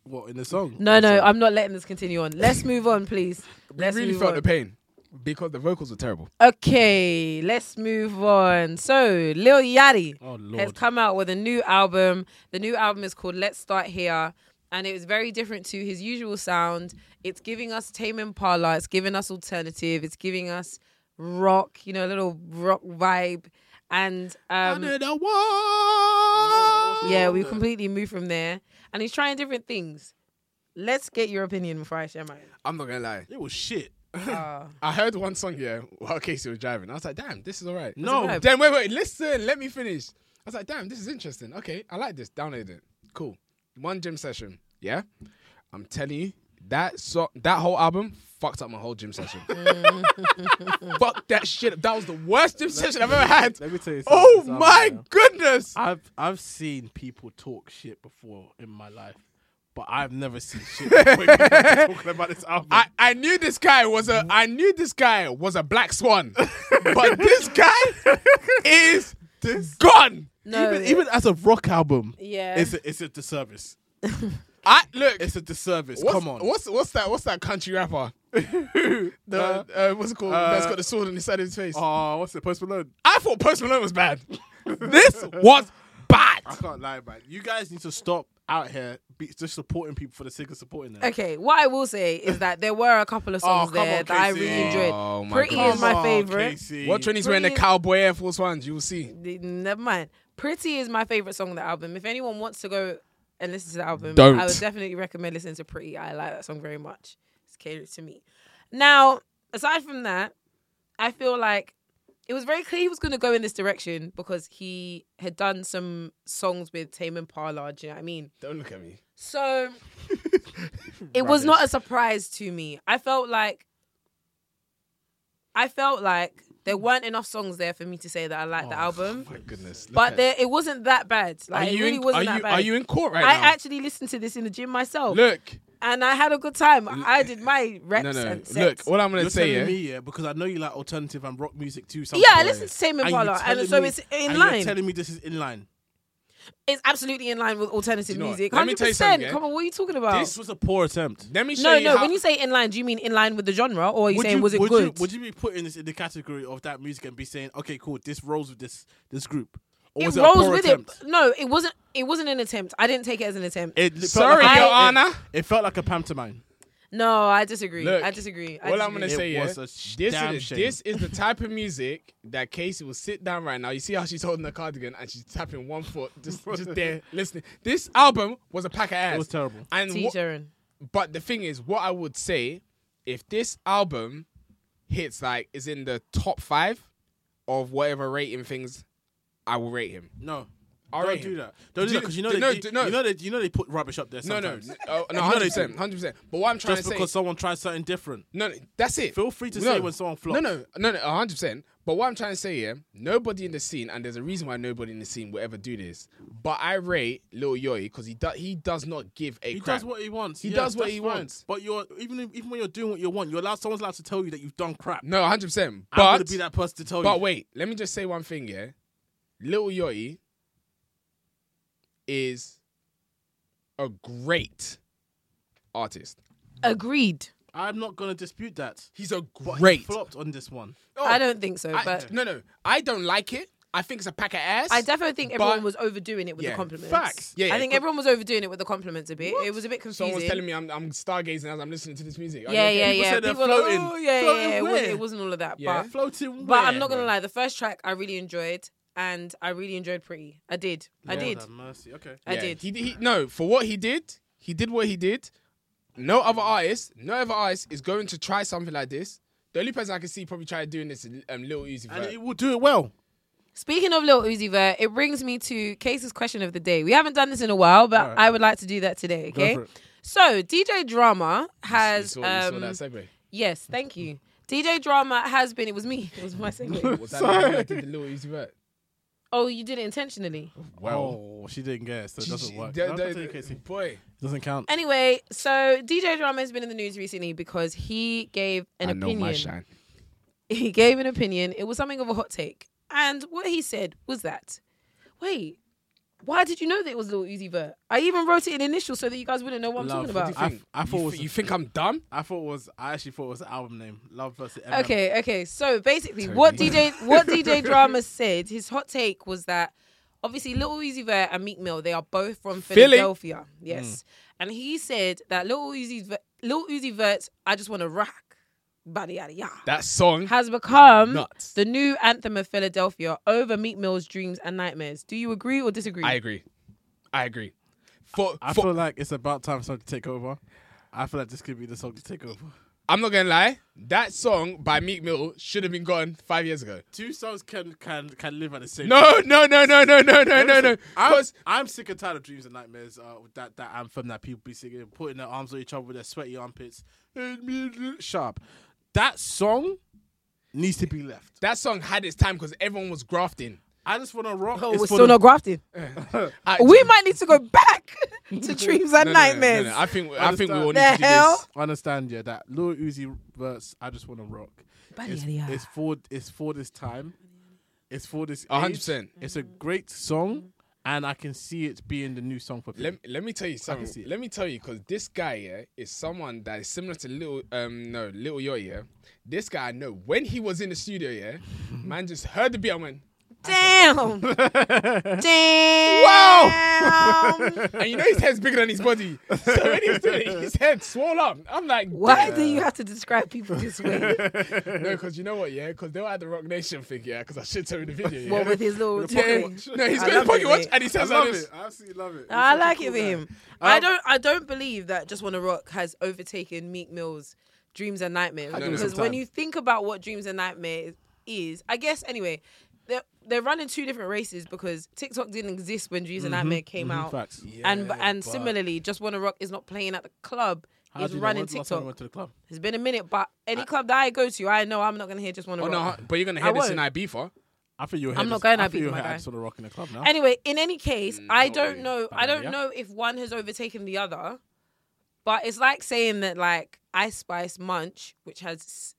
Speaker 3: What in the song?
Speaker 1: No, no, I'm not letting this continue on. Let's move on, please. Let's
Speaker 2: we really
Speaker 1: move
Speaker 2: felt
Speaker 1: on.
Speaker 2: the pain because the vocals were terrible.
Speaker 1: Okay, let's move on. So, Lil Yachty
Speaker 3: Oh,
Speaker 1: has
Speaker 3: Lord.
Speaker 1: come out with a new album. The new album is called Let's Start Here, and it is very different to his usual sound. It's giving us Tame Impala, it's giving us alternative, it's giving us rock, you know, a little rock vibe. And um,
Speaker 2: Under the wall.
Speaker 1: yeah, we completely moved from there. And he's trying different things. Let's get your opinion before I share mine.
Speaker 2: I'm not gonna lie.
Speaker 3: It was shit.
Speaker 1: Uh,
Speaker 2: I heard one song, yeah, while Casey was driving. I was like, damn, this is all right.
Speaker 3: No.
Speaker 1: vibe.
Speaker 2: Then wait, wait, listen, let me finish. I was like, damn, this is interesting. Okay, I like this. Download it. Cool. One gym session. Yeah. I'm telling you, that so that whole album fucked up my whole gym session. <laughs> Fuck that shit. up. That was the worst gym session I've ever had.
Speaker 3: Let me tell you something.
Speaker 2: Oh
Speaker 3: It's up
Speaker 2: my
Speaker 3: now.
Speaker 2: goodness.
Speaker 3: I've I've seen people talk shit before in my life, but I've never seen shit the way people <laughs> are talking about this album.
Speaker 2: I, I knew this guy was a I knew this guy was a black
Speaker 3: <laughs>
Speaker 2: swan, but this guy is gone.
Speaker 1: No,
Speaker 3: even,
Speaker 1: it-
Speaker 3: even as a rock album,
Speaker 1: Yeah.
Speaker 3: it's a, it's a disservice.
Speaker 2: I look.
Speaker 3: It's a disservice.
Speaker 2: what's,
Speaker 3: Come on,
Speaker 2: What's what's that? What's that country
Speaker 3: <laughs>
Speaker 2: rapper? The, uh, what's it called?
Speaker 3: uh,
Speaker 2: That's got the sword on the side of his face.
Speaker 3: Oh, what's it? Post Malone.
Speaker 2: I thought Post Malone was
Speaker 3: <laughs>
Speaker 2: bad. this was bad.
Speaker 3: I can't lie, man. You guys need to stop out here be, just supporting people for the sake of supporting them.
Speaker 1: Okay, what I will say is that there were a couple
Speaker 3: <laughs>
Speaker 1: of songs
Speaker 3: Oh, come
Speaker 1: there
Speaker 3: on,
Speaker 1: that I
Speaker 3: Casey.
Speaker 1: really enjoyed.
Speaker 2: Oh, my
Speaker 1: Pretty
Speaker 2: goodness.
Speaker 1: is my
Speaker 3: Come on,
Speaker 1: favorite.
Speaker 3: Casey.
Speaker 2: What Trini's wearing the
Speaker 1: Brilliant.
Speaker 2: cowboy Air Force Ones? You will see.
Speaker 1: Never mind. Pretty is my favorite song on the album. If anyone wants to go and listen to the album,
Speaker 2: Don't.
Speaker 1: I would definitely recommend listening to Pretty. I like that song very much. It's catered to me. Now, aside from that, I feel like it was very clear he was going to go in this direction because he had done some songs with Tame Impala. Do you know what I mean?
Speaker 2: Don't look at me. <laughs>
Speaker 1: So it was not a surprise to me. I felt like I felt like there weren't enough songs there for me to say that I liked the
Speaker 3: Oh
Speaker 1: album.
Speaker 2: Oh, My goodness. look
Speaker 1: But
Speaker 2: at-
Speaker 1: there, it wasn't that bad.
Speaker 2: are
Speaker 1: Like
Speaker 2: you
Speaker 1: it really
Speaker 2: in,
Speaker 1: wasn't
Speaker 2: are
Speaker 1: that
Speaker 2: you
Speaker 1: bad.
Speaker 2: are you in court right
Speaker 1: I
Speaker 2: now?
Speaker 1: actually listened to this in the gym myself,
Speaker 2: look.
Speaker 1: and I had a good time. I did my reps
Speaker 2: No, no.
Speaker 1: and
Speaker 2: Look,
Speaker 1: sets.
Speaker 2: what I'm gonna
Speaker 3: You're
Speaker 2: say.
Speaker 3: telling
Speaker 2: yeah,
Speaker 3: me, yeah, because I know you like alternative and rock music too.
Speaker 1: yeah, I
Speaker 3: sometimes.
Speaker 1: listened to Tame
Speaker 3: And you're
Speaker 1: Impala, and
Speaker 3: telling
Speaker 1: so
Speaker 3: me-
Speaker 1: it's in
Speaker 3: and
Speaker 1: line.
Speaker 3: You're telling me this is in line.
Speaker 1: it's absolutely in line with alternative
Speaker 2: You know what?
Speaker 1: music.
Speaker 2: Let me
Speaker 1: Hundred
Speaker 2: tell you
Speaker 1: percent.
Speaker 2: something, yeah.
Speaker 1: Come on, what are you talking about?
Speaker 3: This was a poor attempt.
Speaker 2: Let me show
Speaker 1: no,
Speaker 2: you
Speaker 1: no.
Speaker 2: how-
Speaker 1: When you say in line, do you mean in line with the genre, or are you saying was it
Speaker 3: would
Speaker 1: good?
Speaker 3: You, would you be putting this in the category of that music and be saying, okay, cool, this rolls with this this group? Or
Speaker 1: it
Speaker 3: a
Speaker 1: rolls
Speaker 3: poor
Speaker 1: with
Speaker 3: attempt?
Speaker 1: it. No, it wasn't. It wasn't an attempt. I didn't take it as an attempt.
Speaker 3: It felt
Speaker 2: Sorry,
Speaker 3: like a-
Speaker 1: Your
Speaker 3: it-
Speaker 2: Honor.
Speaker 3: It, felt like a pantomime.
Speaker 1: no, I disagree.
Speaker 2: Look,
Speaker 1: I disagree. I
Speaker 2: All I'm
Speaker 1: disagree.
Speaker 2: gonna
Speaker 3: It
Speaker 2: say yeah,
Speaker 3: was a
Speaker 2: this
Speaker 3: sh- damn
Speaker 2: is
Speaker 3: shame.
Speaker 2: this is the type of music that Casey will sit down right now. You see how she's holding the cardigan and she's tapping one foot,
Speaker 1: <laughs>
Speaker 2: just just there listening. This album was a pack of ass.
Speaker 3: was terrible.
Speaker 2: And
Speaker 1: Teach
Speaker 2: what-
Speaker 1: Aaron.
Speaker 2: but the thing is, what I would say, if this album hits like is in the top five of whatever rating things, I will rate him.
Speaker 3: No.
Speaker 2: All
Speaker 3: don't
Speaker 2: right.
Speaker 3: do that. Don't
Speaker 2: Do-
Speaker 3: do that because you know
Speaker 2: do-
Speaker 3: they
Speaker 2: no,
Speaker 3: you,
Speaker 2: do- no.
Speaker 3: you know they you know they put rubbish up there.
Speaker 2: No, no,
Speaker 3: Sometimes.
Speaker 2: no, oh, no,
Speaker 3: You know
Speaker 2: hundred
Speaker 3: they
Speaker 2: percent,
Speaker 3: do.
Speaker 2: hundred percent. But what I'm trying
Speaker 3: Just
Speaker 2: to say,
Speaker 3: because someone tries something different.
Speaker 2: No, no, that's it.
Speaker 3: Feel free to
Speaker 2: No.
Speaker 3: say when someone flops.
Speaker 2: No, no, no, no, hundred percent. But what I'm trying to say here, nobody in the scene, and there's a reason why nobody in the scene will ever do this. But I rate Lil Yoi because he does he does not give a
Speaker 3: He
Speaker 2: crap.
Speaker 3: does what he wants.
Speaker 2: He
Speaker 3: Yeah,
Speaker 2: does what
Speaker 3: that's
Speaker 2: he
Speaker 3: fine.
Speaker 2: wants.
Speaker 3: But you're even if- even when you're doing what you want, you're allowed someone's allowed to tell you that you've done crap.
Speaker 2: no, hundred percent.
Speaker 3: I'm gonna
Speaker 2: But
Speaker 3: be that person to tell you.
Speaker 2: but wait, let me just say one thing. Yeah, Lil Yoi is a great artist.
Speaker 1: Agreed.
Speaker 3: I'm not gonna dispute that.
Speaker 2: He's a
Speaker 3: But he
Speaker 2: great.
Speaker 3: flopped on this one.
Speaker 2: Oh,
Speaker 1: I don't think so,
Speaker 2: I- <laughs>
Speaker 1: but
Speaker 2: no, no, I don't like it. I think it's a pack of ass.
Speaker 1: I definitely think everyone
Speaker 2: but-
Speaker 1: was overdoing it with
Speaker 2: yeah.
Speaker 1: the compliments.
Speaker 3: Facts.
Speaker 2: Yeah, yeah,
Speaker 1: I think
Speaker 2: but-
Speaker 1: everyone was overdoing it with the compliments a bit. It was a bit confusing.
Speaker 2: Someone's telling me I'm, I'm stargazing as I'm listening to this music. Are
Speaker 1: yeah,
Speaker 2: you
Speaker 1: yeah,
Speaker 2: okay?
Speaker 1: yeah.
Speaker 3: said they're
Speaker 1: People are like,
Speaker 3: floating.
Speaker 1: "Oh, yeah,
Speaker 3: Floating
Speaker 1: yeah, yeah. It, wasn't,
Speaker 3: where?
Speaker 1: it wasn't all of that,
Speaker 2: Yeah.
Speaker 1: but
Speaker 3: Floating.
Speaker 1: but I'm
Speaker 3: where,
Speaker 1: not gonna
Speaker 3: bro?
Speaker 1: lie. The first track I really enjoyed, and I really enjoyed Pretty. I did. I
Speaker 3: Lord
Speaker 1: did.
Speaker 3: have mercy. Okay.
Speaker 1: I
Speaker 2: Yeah,
Speaker 1: did.
Speaker 2: He, he no for what he did. He did what he did. No other artist, no other artist is going to try something like this. The only person I can see probably trying doing this is um, Lil Uzi
Speaker 3: And
Speaker 2: Vert.
Speaker 3: it will do it well.
Speaker 1: Speaking of Lil Uzi Vert, it brings me to Casey's question of the day. We haven't done this in a while, but
Speaker 3: Alright.
Speaker 1: I would like to do that today. Okay.
Speaker 3: for it.
Speaker 1: So DJ Drama
Speaker 2: You
Speaker 1: has
Speaker 2: saw, you saw
Speaker 1: um,
Speaker 2: that segue.
Speaker 1: yes, thank you. DJ Drama has been. It was me. <laughs> It
Speaker 2: <laughs>
Speaker 1: was my segment.
Speaker 2: Was that the one that did the Lil Uzi Vert?
Speaker 1: oh, you did it intentionally.
Speaker 3: Well, Oh, she didn't get it, so it doesn't work.
Speaker 2: Da-
Speaker 3: No,
Speaker 2: da-
Speaker 3: continue, Casey. It
Speaker 2: boy,
Speaker 3: doesn't count.
Speaker 1: Anyway, so DJ Drama has been in the news recently because he gave an opinion. <laughs> He gave an opinion. It was something of a hot take, and what he said was that, wait. Why did you know that it was Lil Uzi Vert? I even wrote it in initials so that you guys wouldn't know what I'm
Speaker 3: Love,
Speaker 1: talking
Speaker 3: what do
Speaker 1: about.
Speaker 3: you I- I thought it
Speaker 2: you,
Speaker 3: was-
Speaker 2: thi- you think I'm dumb?
Speaker 3: I thought it was. I actually thought it was the album name. Love versus. Eminem.
Speaker 1: Okay, okay. So basically, what DJ what
Speaker 2: <laughs>
Speaker 1: DJ Drama said, his hot take was that obviously Little Uzi Vert and Meek Mill, they are both from
Speaker 2: Philly.
Speaker 1: Philadelphia.
Speaker 2: Mm.
Speaker 1: Yes, and he said that Little Uzi Vert, Little Uzi Vert, I just want to rock, bada yada yada,
Speaker 2: That song.
Speaker 1: has become
Speaker 2: Nuts.
Speaker 1: the new anthem of Philadelphia over Meek Mill's Dreams and Nightmares. Do you agree or disagree?
Speaker 2: I agree. I agree. For,
Speaker 3: I
Speaker 2: for
Speaker 3: feel like it's about time someone to take over. I feel like this could be the song to take over.
Speaker 2: I'm not gonna lie, that song by Meek Mill should have been gone five years ago.
Speaker 3: Two songs can can can live at the same.
Speaker 2: No, no, no, no, no, no, no, no, no.
Speaker 3: I'm,
Speaker 2: 'Cause
Speaker 3: I'm sick and tired of dreams and nightmares. Uh, with that that anthem that people be singing, putting their arms on each other with their sweaty armpits. Sharp. That song needs to be left.
Speaker 2: that song had its time because everyone was grafting.
Speaker 3: I just want to rock.
Speaker 1: Oh,
Speaker 3: It's
Speaker 1: we're
Speaker 3: for
Speaker 1: still
Speaker 3: the-
Speaker 1: not grafting.
Speaker 2: I-
Speaker 1: We might need to go back <laughs>
Speaker 2: <laughs>
Speaker 1: to dreams and
Speaker 2: No, no, no, no,
Speaker 1: nightmares.
Speaker 2: no, I think I think we all need
Speaker 1: The
Speaker 2: to do
Speaker 1: hell?
Speaker 2: this.
Speaker 3: I understand, yeah. That Lil Uzi verse, I just want to rock.
Speaker 1: Buddy,
Speaker 3: It's,
Speaker 1: buddy, yeah.
Speaker 3: it's for it's for this time. It's for this.
Speaker 2: A hundred
Speaker 3: age.
Speaker 2: percent.
Speaker 3: It's a great song, and I can see it being the new song for.
Speaker 2: Let,
Speaker 3: people.
Speaker 2: let me tell you
Speaker 3: see
Speaker 2: something.
Speaker 3: it.
Speaker 2: Let me tell you because this guy yeah is someone that is similar to little um no little yo yeah. This guy I know when he was in the studio <laughs> yeah, man just heard the beat and went
Speaker 1: Damn. Damn.
Speaker 2: and you know his head's bigger than his <laughs> body. So when he was doing it, his head swole up. I'm like
Speaker 1: Why do you have to describe people this <laughs> way?
Speaker 2: <laughs> No, because you know what, yeah? Because they were at the Rock Nation thing, yeah? Because I should tell you the video, yeah?
Speaker 1: What with his little
Speaker 2: yeah, yeah.
Speaker 1: thing?
Speaker 2: No, he's
Speaker 1: I
Speaker 2: got his
Speaker 1: love
Speaker 2: pocket
Speaker 1: it,
Speaker 2: watch
Speaker 1: mate.
Speaker 2: and he
Speaker 3: I
Speaker 2: says like
Speaker 3: love
Speaker 2: this.
Speaker 3: it. I absolutely love it.
Speaker 1: I
Speaker 3: He's such a
Speaker 1: like
Speaker 3: cool
Speaker 1: it for
Speaker 3: guy.
Speaker 1: him. I don't. I don't believe that just want to rock has overtaken Meek Mill's dreams and nightmares
Speaker 3: I
Speaker 2: give it
Speaker 1: because
Speaker 3: some
Speaker 1: when
Speaker 3: time.
Speaker 1: you think about what dreams and nightmares is, I guess anyway, they're they're running two different races because TikTok didn't exist when dreams and nightmare came out,
Speaker 3: Mm-hmm. Facts.
Speaker 1: and
Speaker 2: Yeah, but-
Speaker 1: and similarly, just want to rock is not playing at the club.
Speaker 3: How
Speaker 1: Is
Speaker 3: do you know?
Speaker 1: running
Speaker 3: When's the last time you
Speaker 1: TikTok.
Speaker 3: went to the club?
Speaker 1: It's been a minute, but any club that I go to, I know I'm not gonna hear just want to
Speaker 2: Oh,
Speaker 1: rock.
Speaker 2: no, but you're going to
Speaker 1: I
Speaker 2: hear this in
Speaker 1: won't.
Speaker 2: Ibiza.
Speaker 3: I think you're.
Speaker 1: I'm not going
Speaker 3: I
Speaker 1: out
Speaker 3: think
Speaker 1: beating
Speaker 3: you're
Speaker 1: my guy.
Speaker 3: head on the rock in the club now.
Speaker 1: Anyway, in any case, I
Speaker 2: no
Speaker 1: don't
Speaker 2: way.
Speaker 1: know. I don't
Speaker 3: yeah.
Speaker 1: know if one has overtaken the other, but it's like saying that like Ice Spice Munch, which has s-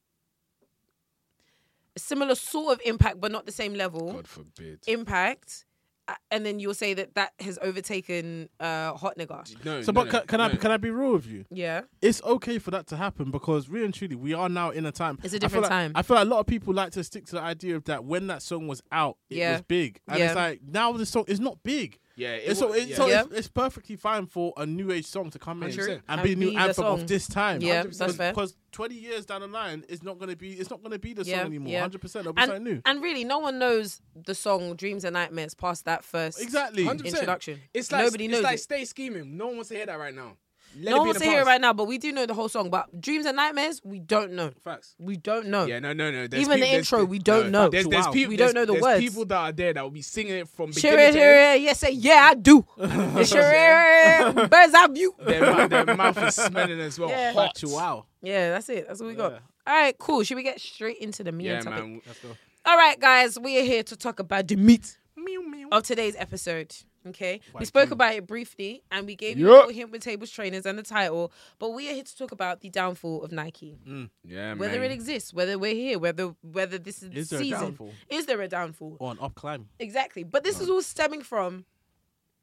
Speaker 1: a similar sort of impact but not the same level
Speaker 2: God forbid.
Speaker 1: impact, a- and then you'll say that that has overtaken uh, Hot Nigga.
Speaker 2: No,
Speaker 3: So,
Speaker 2: no,
Speaker 3: but
Speaker 2: no,
Speaker 3: ca- can, I
Speaker 2: no.
Speaker 3: can I be real with you?
Speaker 1: Yeah,
Speaker 3: It's okay for that to happen because really and truly, we are now in a time.
Speaker 1: It's a
Speaker 3: I feel
Speaker 1: different
Speaker 3: like-
Speaker 1: time.
Speaker 3: I feel like a lot of people like to stick to the idea of that when that song was out, it
Speaker 1: Yeah.
Speaker 3: was big, and
Speaker 1: Yeah.
Speaker 3: it's like now the song is not big.
Speaker 2: Yeah, it
Speaker 3: It's so
Speaker 2: was-
Speaker 3: it,
Speaker 2: yeah.
Speaker 3: so
Speaker 1: Yeah.
Speaker 3: it's, it's perfectly fine for a new age song to come in
Speaker 2: 100%.
Speaker 3: and be a
Speaker 1: And
Speaker 3: new
Speaker 1: be the
Speaker 3: anthem
Speaker 1: song.
Speaker 3: of this time.
Speaker 1: Yeah, that's fair.
Speaker 3: Because twenty years down the line, it's not gonna be it's not gonna be the song
Speaker 1: Yeah,
Speaker 3: anymore.
Speaker 1: yeah.
Speaker 3: Hundred percent, it'll be something new.
Speaker 1: and, and really, no one knows the song "Dreams and Nightmares" past that first.
Speaker 3: Exactly.
Speaker 2: 100%.
Speaker 1: Introduction.
Speaker 2: It's like,
Speaker 1: Nobody
Speaker 2: it's
Speaker 1: knows
Speaker 2: like
Speaker 1: it.
Speaker 2: stay scheming. No one wants to hear that right now. Let be
Speaker 1: no one wants
Speaker 2: in
Speaker 1: to
Speaker 2: the
Speaker 1: hear it
Speaker 2: past.
Speaker 1: right now, but we do know the whole song. But "Dreams and Nightmares," we don't know.
Speaker 3: Facts.
Speaker 1: We don't know.
Speaker 2: Yeah, no, no, no. There's
Speaker 1: Even the
Speaker 2: peop- there's
Speaker 1: intro,
Speaker 2: pe-
Speaker 1: we don't know.
Speaker 2: There's, there's
Speaker 3: Wow.
Speaker 2: people,
Speaker 1: We don't know the
Speaker 2: there's
Speaker 1: words.
Speaker 2: people that are there that will be singing it from
Speaker 1: Sure,
Speaker 2: beginning
Speaker 1: it,
Speaker 2: to
Speaker 1: sure,
Speaker 2: end.
Speaker 1: it, yeah, say yeah,
Speaker 2: <laughs>
Speaker 1: I do. It's sure, it, it, birds eye view.
Speaker 2: Their, mou- their mouth is smelling as well.
Speaker 1: Yeah.
Speaker 2: Hot.
Speaker 3: Wow.
Speaker 1: Yeah, that's it. That's what we got.
Speaker 3: Yeah.
Speaker 1: All right, cool. Should we get straight into the meat
Speaker 2: Yeah,
Speaker 1: topic?
Speaker 2: man.
Speaker 3: Let's go.
Speaker 1: All right, guys, we are here to talk about the meat
Speaker 3: Meow, meow.
Speaker 1: of today's episode. Okay, we
Speaker 3: Why
Speaker 1: spoke
Speaker 3: do-
Speaker 1: about it briefly, and we gave you a
Speaker 2: Yeah.
Speaker 1: little hint with tables, trainers, and the title. But we are here to talk about the downfall of Nike,
Speaker 2: Yeah,
Speaker 1: whether
Speaker 2: man.
Speaker 1: it exists, whether we're here, whether whether this is,
Speaker 3: Is
Speaker 1: the
Speaker 3: there a
Speaker 1: season.
Speaker 3: downfall?
Speaker 1: Is there a downfall?
Speaker 3: Or an up climb.
Speaker 1: Exactly. But this is all stemming from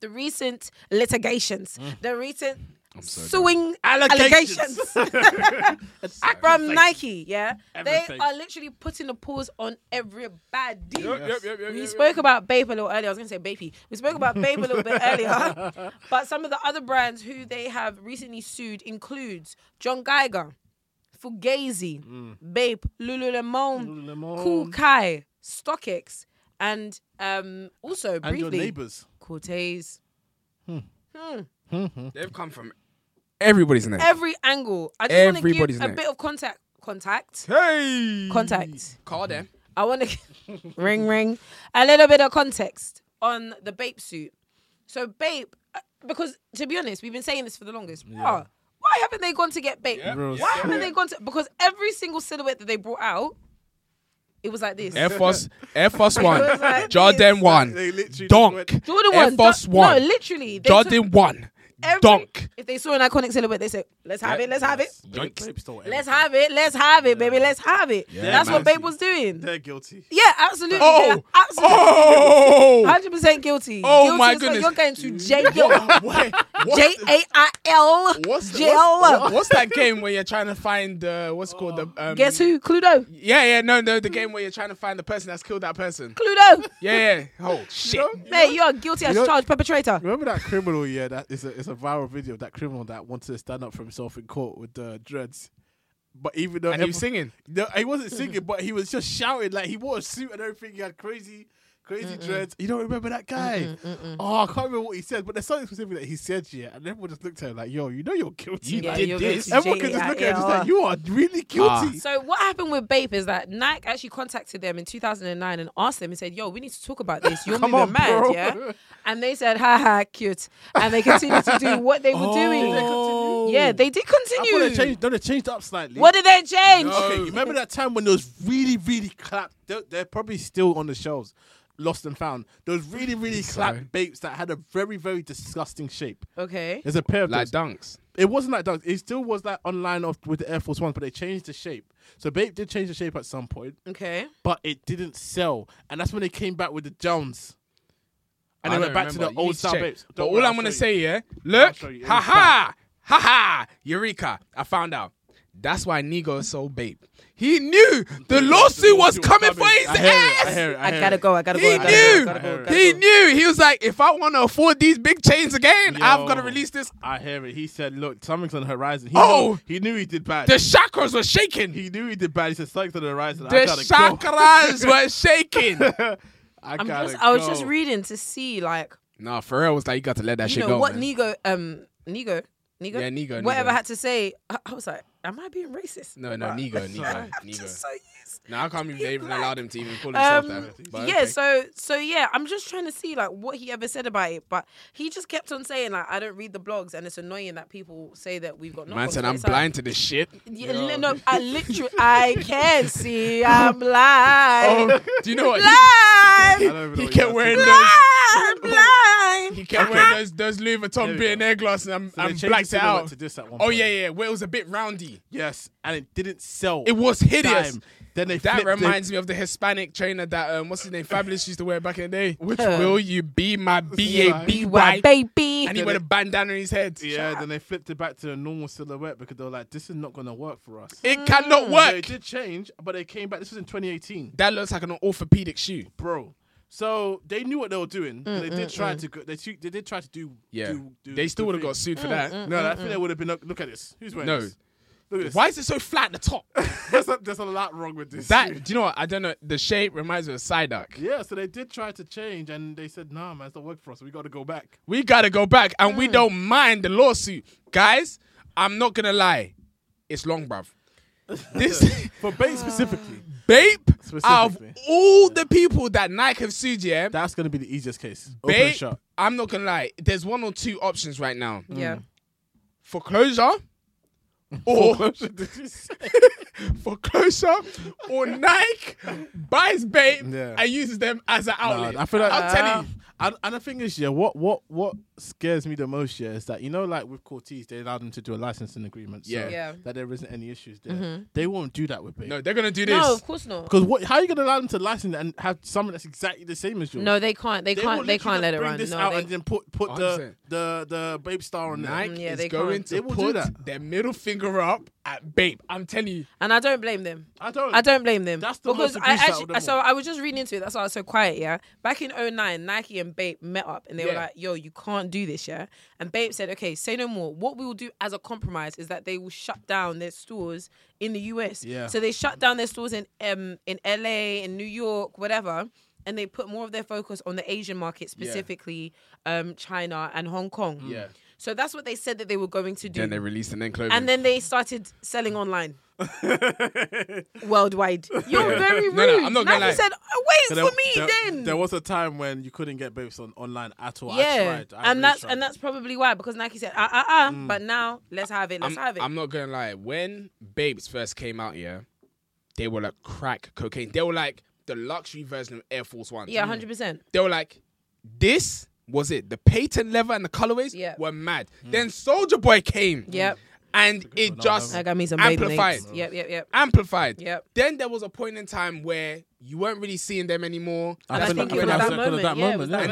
Speaker 1: the recent litigations, the recent
Speaker 2: so
Speaker 1: suing allegations, <laughs>
Speaker 3: Allegations.
Speaker 1: from Nike. Yeah.
Speaker 3: Everything.
Speaker 1: They are literally putting a pause on everybody.
Speaker 2: Yep, yep, yep, yep,
Speaker 1: We
Speaker 2: yep,
Speaker 1: spoke about Bape a little earlier. I was going to say Bape. We spoke about Bape a little <laughs> bit earlier. But some of the other brands who they have recently sued includes John Geiger, Fugazi, Bape, Mm. Lululemon,
Speaker 3: Lululemon.
Speaker 1: Cool Kai, StockX, and um, also
Speaker 3: And your
Speaker 1: briefly
Speaker 3: neighbors.
Speaker 1: Cortez.
Speaker 2: They've come from everybody's name.
Speaker 1: Every angle. I just want to
Speaker 2: Everybody's
Speaker 1: give a
Speaker 2: neck.
Speaker 1: bit of contact. Contact.
Speaker 2: hey!
Speaker 1: Contact.
Speaker 2: Call them.
Speaker 1: I want to <laughs> ring ring a little bit of context on the Bape suit. So Bape, uh, because to be honest, we've been saying this for the longest. Bruh, why haven't they gone to get Bape?
Speaker 2: Yeah.
Speaker 3: Real
Speaker 1: Why haven't they gone to? Because every single silhouette that they brought out, it was like this.
Speaker 2: Air Force, Air
Speaker 1: <laughs>
Speaker 2: Force One,
Speaker 1: was like
Speaker 2: Jordan
Speaker 1: this.
Speaker 2: One,
Speaker 3: They literally
Speaker 2: Donk,
Speaker 3: just
Speaker 1: Jordan
Speaker 2: Air
Speaker 1: one,
Speaker 2: Force
Speaker 1: Do-
Speaker 2: One,
Speaker 1: No, literally, they took
Speaker 2: Jordan One,
Speaker 1: every-
Speaker 2: Donk.
Speaker 1: <laughs> If they saw an iconic silhouette, they said, "Let's have
Speaker 2: Yeah.
Speaker 1: it, let's have it."
Speaker 2: Yoinks.
Speaker 3: Babe stole
Speaker 1: Let's
Speaker 3: everything.
Speaker 1: have it. Let's have it, baby. Let's have it. That's what
Speaker 3: man.
Speaker 1: Babe was doing.
Speaker 3: They're guilty.
Speaker 1: Yeah, absolutely.
Speaker 2: Oh,
Speaker 1: yeah, absolutely.
Speaker 2: oh,
Speaker 1: Hundred percent guilty.
Speaker 2: Oh,
Speaker 1: guilty
Speaker 2: my
Speaker 1: as fuck.
Speaker 2: goodness.
Speaker 1: You're going to jail. <laughs>
Speaker 2: Wait, what's,
Speaker 1: J A I L
Speaker 2: what's, what's,
Speaker 1: jail.
Speaker 2: what's that game where you're trying to find uh, what's it called the um,
Speaker 1: Oh, Guess who? Cluedo.
Speaker 2: Yeah, yeah, no, no, the game where you're trying to find the person that's killed that
Speaker 1: <laughs>
Speaker 2: person.
Speaker 1: Cluedo.
Speaker 2: Yeah, yeah. Oh shit.
Speaker 1: Mate, you are guilty as
Speaker 3: know-
Speaker 1: charged perpetrator.
Speaker 3: Remember that criminal? Yeah, that is a it's a viral video of that criminal that wanted to stand up for himself in court with the dreads, but even though
Speaker 2: And he was
Speaker 3: every-
Speaker 2: singing.
Speaker 3: No, he wasn't singing, but he was just shouting like he wore a suit and everything. He had crazy, Crazy dreads. You don't remember that guy? Oh, I can't remember what he said, but there's something specific that he said. Yeah, and everyone just looked at him like, "Yo, you know you're guilty."
Speaker 2: You
Speaker 1: Yeah,
Speaker 2: did
Speaker 3: like,
Speaker 1: you're
Speaker 2: this.
Speaker 1: guilty,
Speaker 3: everyone
Speaker 1: Jay,
Speaker 3: could just
Speaker 1: at
Speaker 3: look at him just
Speaker 1: AOR.
Speaker 3: like, "You are really guilty."
Speaker 1: So what happened with Bape is that Nike actually contacted them in 2009 and asked them and said, "Yo, we need to talk about this. You're
Speaker 3: Come
Speaker 1: moving
Speaker 3: on,
Speaker 1: mad,
Speaker 3: bro.
Speaker 1: yeah?" And they said, "Ha ha, cute," and they continued to Ah. do what they were doing. Yeah, they did
Speaker 3: Oh. I thought they
Speaker 1: continue.
Speaker 3: changed. No, they changed up slightly.
Speaker 1: What did they
Speaker 3: <laughs>
Speaker 1: change?
Speaker 2: No.
Speaker 3: Okay, you remember that time when those really, really clapped? They're, they're probably still on the shelves, lost and found. Those really, really
Speaker 2: Sorry.
Speaker 3: clapped bapes that had a very, very disgusting shape.
Speaker 1: Okay.
Speaker 3: There's a pair of
Speaker 2: Like
Speaker 3: those.
Speaker 2: dunks.
Speaker 3: It wasn't like that. It still was that online of with the Air Force Ones, but they changed the shape. So Bape did change the shape at some point,
Speaker 1: Okay.
Speaker 3: but it didn't sell, and that's when they came back with the Jones. And
Speaker 2: I
Speaker 3: they
Speaker 2: don't
Speaker 3: went back to
Speaker 2: remember.
Speaker 3: the
Speaker 2: You need
Speaker 3: old style
Speaker 2: check.
Speaker 3: Bapes.
Speaker 2: But
Speaker 3: Don't
Speaker 2: all
Speaker 3: worry,
Speaker 2: I'm
Speaker 3: I'll
Speaker 2: gonna
Speaker 3: show you.
Speaker 2: say, yeah, look,
Speaker 3: show you. It
Speaker 2: ha
Speaker 3: was
Speaker 2: ha, ha ha, Eureka! I found out. That's why Nigo is so babe. He knew the lawsuit was coming for his
Speaker 3: I hear it, I
Speaker 2: ass.
Speaker 3: hear it, I
Speaker 1: I
Speaker 3: hear
Speaker 1: gotta
Speaker 3: it.
Speaker 1: go. I gotta go.
Speaker 2: He
Speaker 1: I gotta go, I
Speaker 2: knew.
Speaker 1: gotta go, I gotta
Speaker 2: He
Speaker 1: go.
Speaker 2: knew. He was like, if I want to afford these big chains again, I've
Speaker 3: Yo.
Speaker 2: got to release this.
Speaker 3: I hear it. He said, "Look, something's on the horizon." He
Speaker 2: Oh!
Speaker 3: knew, he knew he did bad.
Speaker 2: The chakras were shaking.
Speaker 3: he knew he did bad. He said, "Something's on the horizon."
Speaker 2: the
Speaker 3: I gotta
Speaker 2: chakras
Speaker 3: <laughs>
Speaker 2: were shaking.
Speaker 3: go. I
Speaker 1: I'm
Speaker 3: gotta
Speaker 1: just, I was
Speaker 3: go.
Speaker 1: just reading to see, like,
Speaker 2: nah, Pharrell was like, you got to let that
Speaker 1: you
Speaker 2: shit
Speaker 1: know,
Speaker 2: go.
Speaker 1: what
Speaker 2: man.
Speaker 1: Nigo, um, Nigo, Nigo,
Speaker 2: Yeah, Nigo,
Speaker 1: whatever
Speaker 2: Nigo.
Speaker 1: had to say. I, I was like, am I being racist?
Speaker 2: no, no,
Speaker 1: Right.
Speaker 2: Nigo, Nigo,
Speaker 1: I'm
Speaker 2: Nigo.
Speaker 1: just so used.
Speaker 2: No, I can't believe they even
Speaker 1: black.
Speaker 2: allowed him to even call himself
Speaker 1: Um,
Speaker 2: that. But
Speaker 1: yeah,
Speaker 2: okay.
Speaker 1: so so yeah, I'm just trying to see like what he ever said about it, but he just kept on saying like I don't read the blogs, and it's annoying that people say that we've got. no
Speaker 2: Man
Speaker 1: blogs.
Speaker 2: said,
Speaker 1: But
Speaker 2: I'm
Speaker 1: it's like-
Speaker 2: blind to this shit.
Speaker 1: Yeah, li- <laughs> no, I literally I can see I'm blind,
Speaker 2: Oh, <laughs> do you know
Speaker 1: <laughs>
Speaker 2: what? He,
Speaker 1: blind,
Speaker 3: don't even know
Speaker 2: he
Speaker 3: what
Speaker 2: kept
Speaker 3: you
Speaker 2: wearing those.
Speaker 1: blind,
Speaker 3: asked
Speaker 1: blind.
Speaker 2: He kept wearing those, those Louis Vuitton
Speaker 3: we go.
Speaker 2: billionaire glasses and,
Speaker 3: So they
Speaker 2: and
Speaker 3: changed
Speaker 2: blacked
Speaker 3: the
Speaker 2: it
Speaker 3: silhouette
Speaker 2: out.
Speaker 3: to this at one
Speaker 2: Oh
Speaker 3: point.
Speaker 2: yeah, yeah. Where it was a bit roundy.
Speaker 3: Yes, and it didn't sell.
Speaker 2: It was hideous.
Speaker 3: Dime. Then they
Speaker 2: That
Speaker 3: flipped it.
Speaker 2: reminds me of the Hispanic trainer that um, what's his name, Fabulous used to wear back in the day. Which
Speaker 1: one?
Speaker 2: will you be my B A
Speaker 3: Yeah.
Speaker 2: B
Speaker 1: Why,
Speaker 2: Y?
Speaker 1: baby?
Speaker 2: And he wore a bandana on his head.
Speaker 3: Yeah, then they flipped it back to the normal silhouette because they were like, "This is not gonna work for us."
Speaker 2: It cannot
Speaker 3: So it
Speaker 2: work.
Speaker 3: did change, but they came back. This was in 2018,
Speaker 2: That looks like an orthopedic shoe.
Speaker 3: bro. So they knew what they were doing. and they did try to. Go, they tu- they did try to do.
Speaker 2: Mm, Yeah.
Speaker 3: do- do
Speaker 2: They still
Speaker 3: do
Speaker 2: would have got
Speaker 3: things.
Speaker 2: sued for
Speaker 1: Mm,
Speaker 2: that.
Speaker 3: No, I think they would have been. Look, look at this. Who's wearing
Speaker 2: No.
Speaker 3: this? Look at this.
Speaker 2: Why is it so flat at the
Speaker 3: <laughs>
Speaker 2: top?
Speaker 3: there's, a, there's a lot wrong with this.
Speaker 2: That do you know what? I don't know. The shape reminds me of Psyduck.
Speaker 3: Yeah, so they did try to change, and they said, "Nah, man, it's not work for us. We got to go back."
Speaker 2: We gotta go back, and we don't mind the lawsuit, guys. I'm not gonna lie, it's long,
Speaker 3: <laughs>
Speaker 2: bruv. This <laughs>
Speaker 3: For Bait specifically,
Speaker 2: Bape out of
Speaker 3: Specifically.
Speaker 2: all the people that Nike have sued, yeah,
Speaker 3: that's gonna be the easiest case. Open and
Speaker 2: Bape.
Speaker 3: shut.
Speaker 2: I'm not gonna lie. There's one or two options right now:
Speaker 1: Yeah.
Speaker 2: foreclosure, or <laughs> foreclosure, or Nike buys Bape
Speaker 3: Yeah.
Speaker 2: and uses them as an outlet.
Speaker 3: I feel like Ah.
Speaker 2: I'm telling you.
Speaker 3: And, and the thing is, yeah, what what what scares me the most, yeah, is that you know, like with Cortez, they allowed them to do a licensing agreement, so
Speaker 2: Yeah.
Speaker 1: Yeah.
Speaker 3: that there isn't any issues there. They won't do that with Bape.
Speaker 2: No, they're gonna do this.
Speaker 1: No, of course not.
Speaker 3: Because what? How are you gonna allow them to license it and have something that's exactly the same as yours?
Speaker 1: No, they can't. They,
Speaker 3: will
Speaker 1: can't. They
Speaker 3: literally
Speaker 1: can't let
Speaker 3: just
Speaker 1: it
Speaker 3: bring
Speaker 1: run.
Speaker 3: This
Speaker 1: No,
Speaker 3: out
Speaker 1: they-
Speaker 3: and then put put the
Speaker 2: 100%.
Speaker 3: the the Babe star on there.
Speaker 2: Nike
Speaker 1: Mm, Yeah,
Speaker 2: is
Speaker 1: they
Speaker 2: going
Speaker 1: can't.
Speaker 2: to
Speaker 3: They will do
Speaker 2: put
Speaker 3: that.
Speaker 2: their middle finger up at Bape. I'm telling you.
Speaker 1: and I don't blame them.
Speaker 3: I <laughs> don't.
Speaker 1: I don't blame them.
Speaker 3: That's the
Speaker 1: because
Speaker 3: most
Speaker 1: I
Speaker 3: abuse out of
Speaker 1: actually
Speaker 3: them
Speaker 1: so
Speaker 3: all.
Speaker 1: I was just reading into it. That's why I was so quiet. Yeah, back in 09, Nike and Bape met up and they were
Speaker 2: Yeah.
Speaker 1: like, "Yo, you can't do this." Yeah, and Bape said, "Okay, say no more. What we will do as a compromise is that they will shut down their stores in the US.
Speaker 3: Yeah.
Speaker 1: So they shut down their stores in um in LA, in New York, whatever." And they put more of their focus on the Asian market, specifically um, China and Hong Kong.
Speaker 2: Yeah.
Speaker 1: So that's what they said that they were going to do.
Speaker 2: Then they released an enclosure.
Speaker 1: and then they started selling online
Speaker 3: <laughs>
Speaker 1: worldwide. You're very rude.
Speaker 2: No, no, I'm not gonna
Speaker 1: Nike
Speaker 2: lie.
Speaker 1: said, oh, wait
Speaker 3: There-
Speaker 1: for me
Speaker 3: there,
Speaker 1: then.
Speaker 3: There was a time when you couldn't get babes on online at all. I
Speaker 1: yeah,
Speaker 3: tried. I really
Speaker 1: and that's
Speaker 3: tried.
Speaker 1: and that's probably why because Nike said, ah ah ah, but now let's have it, let's
Speaker 2: I'm,
Speaker 1: have it.
Speaker 2: I'm not gonna lie. When Babes first came out, yeah, they were like crack cocaine. They were like the luxury version of Air Force One.
Speaker 1: yeah, hundred percent.
Speaker 2: They were like, this was it. The patent leather and the colorways
Speaker 1: Yeah.
Speaker 2: were mad. Then Soldier Boy came.
Speaker 1: Yep,
Speaker 2: And it
Speaker 3: one, I
Speaker 2: just
Speaker 1: I got me some baby
Speaker 2: amplified.
Speaker 1: links. Yep, yep, yep.
Speaker 2: Amplified.
Speaker 1: Yep.
Speaker 2: Then there was a point in time where you weren't really seeing them anymore.
Speaker 1: And I
Speaker 3: feel
Speaker 1: think
Speaker 3: like-
Speaker 1: it was
Speaker 3: I feel
Speaker 1: that
Speaker 3: like
Speaker 1: moment.
Speaker 3: that
Speaker 1: Yeah, it was
Speaker 3: moment,
Speaker 1: that
Speaker 3: yeah.
Speaker 2: and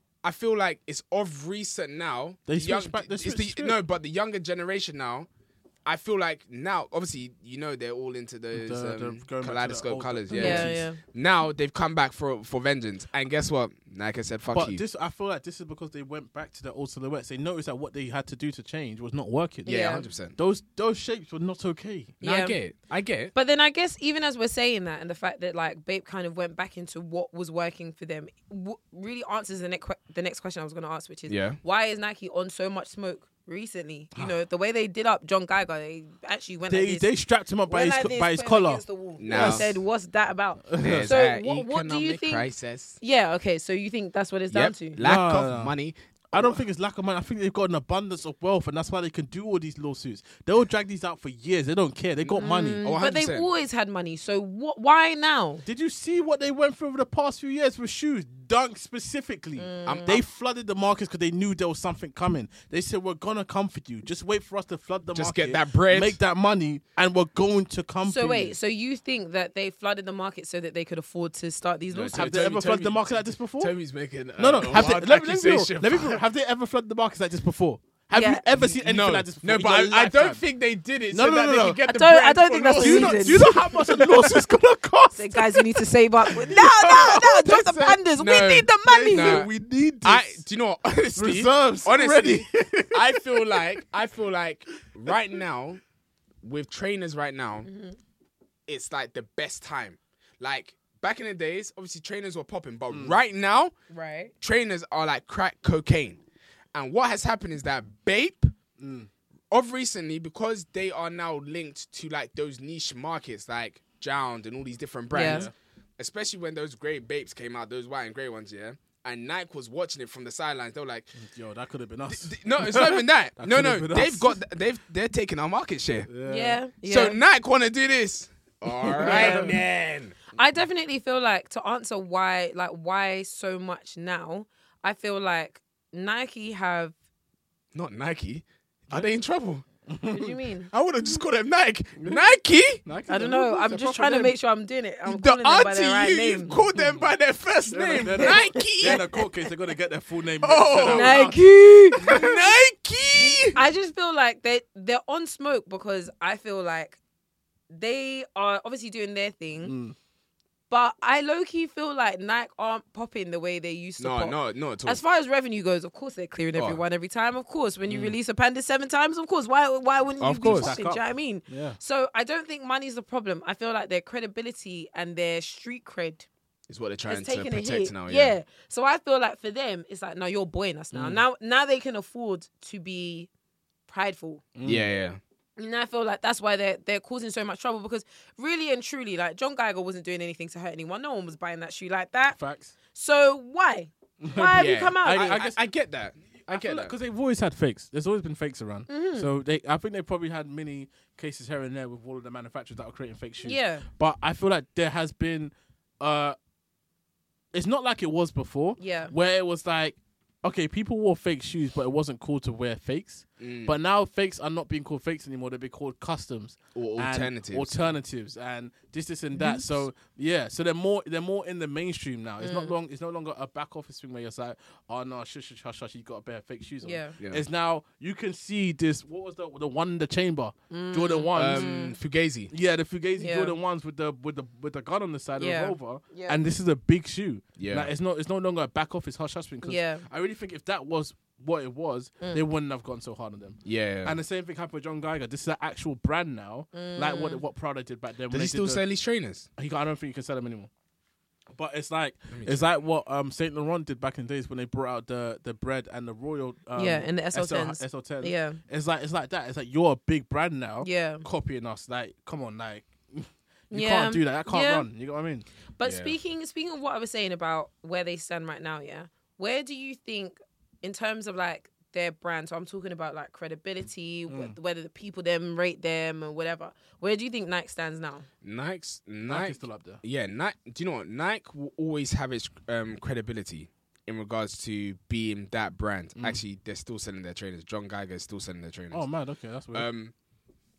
Speaker 2: then I feel like it's of recent now.
Speaker 3: They
Speaker 2: the young-
Speaker 3: switched back- they
Speaker 2: it's
Speaker 3: switched
Speaker 2: the-
Speaker 3: script.
Speaker 2: no, but the younger generation now. I feel like now, obviously, you know, they're all into those
Speaker 3: The- the-
Speaker 2: um,
Speaker 3: going back to the
Speaker 2: kaleidoscope
Speaker 3: old-
Speaker 2: colors.
Speaker 3: the
Speaker 2: Yeah.
Speaker 1: yeah,
Speaker 3: Nazis.
Speaker 1: yeah.
Speaker 2: Now they've come back for for vengeance, and guess what? Like I said, fuck
Speaker 3: But
Speaker 2: you.
Speaker 3: this, I feel like this is because they went back to their old silhouettes. They noticed that what they had to do to change was not working.
Speaker 1: Yeah.
Speaker 2: yeah, hundred percent.
Speaker 3: Those those shapes were not okay.
Speaker 2: No,
Speaker 1: Yeah.
Speaker 2: I get it. I get it.
Speaker 1: But then I guess even as we're saying that, and the fact that like Bape kind of went back into what was working for them, w- really answers the next que- the next question I was going to ask, which is
Speaker 2: Yeah.
Speaker 1: why is Nike on so much smoke recently? You know, the way they did up John Geiger, they actually went
Speaker 3: They
Speaker 1: like this.
Speaker 3: they strapped him up by
Speaker 1: went
Speaker 3: his
Speaker 1: like
Speaker 3: co-
Speaker 1: this,
Speaker 3: by his
Speaker 1: put him
Speaker 3: collar.
Speaker 1: against the wall.
Speaker 2: Now-
Speaker 1: I said, "What's that about?"
Speaker 2: There's
Speaker 1: so
Speaker 2: a
Speaker 1: what, what do you
Speaker 2: economic
Speaker 1: think?
Speaker 2: Crisis.
Speaker 1: Yeah, okay. So you think that's what it's
Speaker 2: Yep.
Speaker 1: down to?
Speaker 2: Lack
Speaker 3: No,
Speaker 2: of
Speaker 3: no, no.
Speaker 2: money.
Speaker 3: I don't think it's lack of money. I think they've got an abundance of wealth, and that's why they can do all these lawsuits. They'll drag these out for years. They don't care. They got money.
Speaker 2: Oh,
Speaker 1: But they've
Speaker 2: 100%.
Speaker 1: always had money. So what? Why now?
Speaker 3: Did you see what they went through over the past few years with shoes? Dunk specifically.
Speaker 1: Mm.
Speaker 3: Um,
Speaker 2: I'm-
Speaker 3: they flooded the markets because they knew there was something coming. They said, We're going to come for you. Just wait for us to flood the
Speaker 2: Just
Speaker 3: market.
Speaker 2: get that bread."
Speaker 3: Make that money, and we're going to come for
Speaker 1: So
Speaker 3: you.
Speaker 1: wait. So you think that they flooded the market so that they could afford to start these lawsuits?
Speaker 2: Toby-
Speaker 3: Have they ever
Speaker 2: Toby-
Speaker 3: flooded the
Speaker 2: Toby-
Speaker 3: market like this before?
Speaker 2: Toby's making
Speaker 3: no, no.
Speaker 2: uh, a
Speaker 3: Have they,
Speaker 2: wild
Speaker 3: let, me, let, me be real.
Speaker 2: accusation.
Speaker 3: Let me be real. Have they ever flooded the markets like this before? Have you
Speaker 1: Yeah.
Speaker 3: ever seen anything
Speaker 2: no,
Speaker 3: like this before?
Speaker 2: no,
Speaker 3: in
Speaker 2: but
Speaker 3: your
Speaker 2: I, I don't
Speaker 1: <laughs>
Speaker 3: lifetime?
Speaker 2: think they did it.
Speaker 3: No,
Speaker 2: so
Speaker 3: no,
Speaker 2: that
Speaker 3: no,
Speaker 2: they
Speaker 3: no.
Speaker 2: could get
Speaker 1: I
Speaker 2: the
Speaker 1: don't- I
Speaker 2: bread
Speaker 1: don't
Speaker 2: for
Speaker 1: think that's
Speaker 2: laws.
Speaker 1: the
Speaker 3: Do you, know, do you know how much a lawsuit's gonna cost?
Speaker 1: Say, guys, you need to save up. No, no, no, drop the
Speaker 3: said-
Speaker 2: no,
Speaker 1: pandas. we need the
Speaker 2: they
Speaker 1: money.
Speaker 2: said-
Speaker 1: <laughs>
Speaker 3: we need this.
Speaker 2: Uh, I do you know what, <laughs> honestly
Speaker 3: Reserves
Speaker 2: honestly
Speaker 3: ready.
Speaker 2: I feel like I feel like right now with trainers right now it's like the best time like back in the days obviously trainers were popping but
Speaker 3: Mm.
Speaker 2: right now
Speaker 1: Right.
Speaker 2: trainers are like crack cocaine and what has happened is that Bape Mm. of recently because they are now linked to like those niche markets like Jound and all these different brands,
Speaker 1: Yeah.
Speaker 2: especially when those grey Bapes came out, those white and grey ones, yeah. And Nike was watching it from the sidelines. They were <laughs> like,
Speaker 3: Yo, that could have been us.
Speaker 2: no,
Speaker 3: <laughs>
Speaker 2: it's not even that.
Speaker 3: That
Speaker 2: no,
Speaker 3: could've
Speaker 2: no,
Speaker 3: been
Speaker 2: they've
Speaker 3: us.
Speaker 2: got, they've, they're taking our market share.
Speaker 1: Yeah. yeah.
Speaker 2: So Nike want to do <laughs> this. All right, then.
Speaker 1: I definitely feel like to answer why, like why so much now. I feel like Nike have.
Speaker 2: Not Nike. Are they in trouble?
Speaker 1: What do you mean?
Speaker 2: I would have just called them Nike. Nike?
Speaker 1: I don't know. I'm just trying to make sure I'm doing it. I'm
Speaker 2: The
Speaker 1: calling them by their right
Speaker 2: auntie, you,
Speaker 1: name.
Speaker 2: you've called them by their first name. <laughs> Nike.
Speaker 3: They're in a court case. They're gonna get their
Speaker 1: <laughs>
Speaker 3: full name.
Speaker 2: Oh,
Speaker 3: said out loud.
Speaker 1: Nike.
Speaker 2: <laughs> Nike.
Speaker 1: I just feel like they they're on smoke because I feel like they are obviously doing their thing,
Speaker 2: Mm.
Speaker 3: Mm,
Speaker 1: but I low key feel like Nike aren't popping the way they used to.
Speaker 2: No,
Speaker 1: pop.
Speaker 2: no, no. At all.
Speaker 1: As far as revenue goes, of course they're clearing
Speaker 2: Oh. Mm.
Speaker 1: everyone every time. Of course, when you release a panda seven times, of course, why why wouldn't
Speaker 2: Of
Speaker 1: you
Speaker 2: course.
Speaker 1: be popping? Do
Speaker 3: Back
Speaker 1: you
Speaker 3: up.
Speaker 1: know what I mean?
Speaker 3: Yeah.
Speaker 1: So I don't think money's the problem. I feel like their credibility and their street cred
Speaker 2: It's what they're trying
Speaker 1: has
Speaker 2: to
Speaker 1: taken a
Speaker 2: protect
Speaker 1: hit.
Speaker 2: now.
Speaker 1: yeah.
Speaker 2: Yeah. Mm.
Speaker 1: So I feel like for them, it's like, no, you're buoying us now. Now now they can afford to be prideful.
Speaker 2: Yeah, yeah.
Speaker 1: And I feel like that's why they're they're causing so much trouble because really and truly, like John Geiger wasn't doing anything to hurt anyone. No one was buying that shoe like that.
Speaker 3: Facts.
Speaker 1: So
Speaker 2: <laughs>
Speaker 1: why? Why have you
Speaker 2: Yeah.
Speaker 1: come out?
Speaker 2: I,
Speaker 3: I
Speaker 2: I,
Speaker 3: guess-
Speaker 2: I get that. I,
Speaker 3: I
Speaker 2: get that.
Speaker 3: because they've always had fakes. There's always been fakes around.
Speaker 1: Mm-hmm.
Speaker 3: So they, I think they probably had many cases here and there with all of the manufacturers that are creating fake shoes.
Speaker 1: yeah.
Speaker 3: But I feel like there has been, uh, it's not like it was before.
Speaker 1: Yeah.
Speaker 3: Where it was like, okay, people wore fake shoes, but it wasn't cool to wear fakes. But now fakes are not being called fakes anymore; they're being called customs
Speaker 2: Or
Speaker 3: and
Speaker 2: alternatives.
Speaker 3: alternatives, and this, this, and that. So yeah, so they're more they're more in the mainstream now. It's not
Speaker 1: Mm.
Speaker 3: long. It's no longer a back office thing where you're just like, oh no, shush, shush, shush, shush you got a pair of fake shoes on.
Speaker 1: Yeah.
Speaker 2: Yeah.
Speaker 3: It's now you can see this. What was the the one in the chamber? Jordan ones.
Speaker 2: um, Fugazi.
Speaker 3: Yeah, the Fugazi
Speaker 1: Mm. Yeah.
Speaker 3: Jordan ones with the with the with the gun on the side
Speaker 1: Yeah.
Speaker 3: of the revolver,
Speaker 1: Yeah.
Speaker 3: and this is a big shoe.
Speaker 2: Yeah.
Speaker 3: like, it's not it's no longer a back office hush hush thing. 'cause
Speaker 1: Yeah. Mm.
Speaker 3: I really think if that was what it was, they wouldn't have gone so hard on them.
Speaker 2: Yeah.
Speaker 3: And the same thing happened with John Geiger. This is an actual brand now, like what
Speaker 1: Mm.
Speaker 3: what Prada did back then. when
Speaker 2: Does
Speaker 3: they
Speaker 2: he still
Speaker 3: did the-
Speaker 2: sell his trainers?
Speaker 3: he got- I don't think you can sell them anymore. But it's like it's like what um Saint Laurent did back in the days when they brought out the the bread and the royal um,
Speaker 1: Yeah, and the SL10s.
Speaker 3: SL ten
Speaker 1: Yeah.
Speaker 3: It's like it's like that. It's like you're a big brand now.
Speaker 1: Yeah.
Speaker 3: Copying us. Like, come on, like <laughs> you
Speaker 1: Yeah.
Speaker 3: can't do that. That can't
Speaker 1: Yeah.
Speaker 3: run. You know what I mean?
Speaker 1: But
Speaker 2: Yeah.
Speaker 1: speaking speaking of what I was saying about where they stand right now, yeah, where do you think in terms of like their brand? So I'm talking about like credibility,
Speaker 3: Mm.
Speaker 1: wh- whether the people them rate them or whatever. Where do you think Nike stands now?
Speaker 2: Nike's
Speaker 3: Nike's
Speaker 2: Nike.
Speaker 3: still up there.
Speaker 2: Yeah, Nike. Do you know what? Nike will always have its um, credibility in regards to being that brand. Actually, they're still selling their trainers. John Geiger is still selling their trainers.
Speaker 3: Oh man, okay, that's weird.
Speaker 2: um,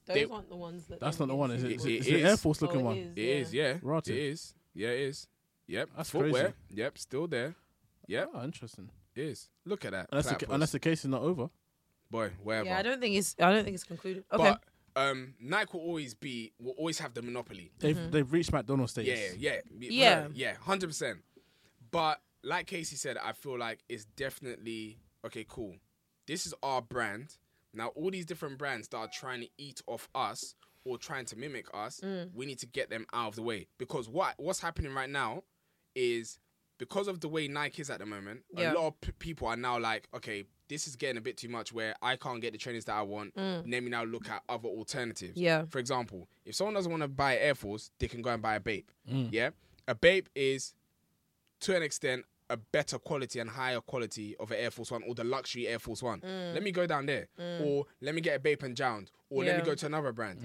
Speaker 1: Those
Speaker 2: They-
Speaker 1: aren't the ones that.
Speaker 3: that's
Speaker 1: they
Speaker 3: not the
Speaker 1: were
Speaker 3: one, is it?
Speaker 1: using.
Speaker 2: It-
Speaker 3: Is it,
Speaker 2: it
Speaker 3: is it an Air
Speaker 2: is.
Speaker 3: Force looking
Speaker 1: Oh, it
Speaker 3: one?
Speaker 1: is,
Speaker 2: It is, yeah.
Speaker 3: Rotten.
Speaker 2: It is. Yeah, it is. Yep.
Speaker 3: That's
Speaker 2: Footwear.
Speaker 3: crazy.
Speaker 2: Yep, still there. Yep,
Speaker 3: Oh, interesting.
Speaker 2: it is. Look at that.
Speaker 3: Unless the,
Speaker 2: platypus.
Speaker 3: unless the case is not over.
Speaker 2: Boy, wherever.
Speaker 1: Yeah, I don't think it's. I don't think it's concluded. Okay.
Speaker 2: But um, Nike will always be will always have the monopoly.
Speaker 3: They've
Speaker 1: Mm-hmm.
Speaker 3: they've reached McDonald's status.
Speaker 2: Yeah, yeah, yeah,
Speaker 1: Yeah.
Speaker 2: yeah, hundred percent. But like Casey said, I feel like it's definitely okay. Cool. This is our brand. Now all these different brands that are trying to eat off us or trying to mimic us,
Speaker 1: Mm,
Speaker 2: we need to get them out of the way because what what's happening right now is because of the way Nike is at the moment. A
Speaker 1: Yeah.
Speaker 2: lot of p- people are now like, okay. This is getting a bit too much where I can't get the trainers that I want. Let me now look at other alternatives.
Speaker 1: mm. Yeah.
Speaker 2: For example, if someone doesn't want to buy Air Force, they can go and buy a Bape. Yeah. A Bape is, to an extent, a better quality and higher quality of an Air Force One or the luxury Air Force One.
Speaker 1: Mm.
Speaker 2: Let me go down there. Or let me get a Bape and Jound. Or let me
Speaker 1: Yeah.
Speaker 2: go to another brand.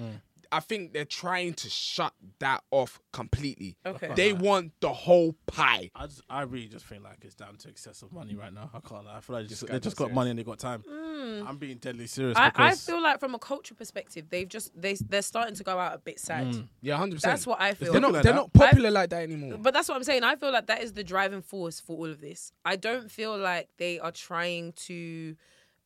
Speaker 2: I think they're trying to shut that off completely.
Speaker 1: Okay.
Speaker 2: They want the whole pie.
Speaker 3: I, just, I really just feel like it's down to excess of money right now. I can't lie. I feel like just,
Speaker 2: guy
Speaker 3: they just
Speaker 2: got
Speaker 3: got
Speaker 2: serious.
Speaker 3: money and they got time. I'm being deadly serious
Speaker 1: Mm. I, I
Speaker 3: because
Speaker 1: feel like from a culture perspective, they've just they they're starting to go out a bit sad.
Speaker 2: Yeah, 100%.
Speaker 1: That's what I feel.
Speaker 2: they're
Speaker 3: Mm. They're
Speaker 2: not,
Speaker 3: not like
Speaker 2: they're
Speaker 3: that.
Speaker 2: not popular like that anymore.
Speaker 1: But that's what I'm saying. I feel like that is the driving force for all of this. I don't feel like they are trying to,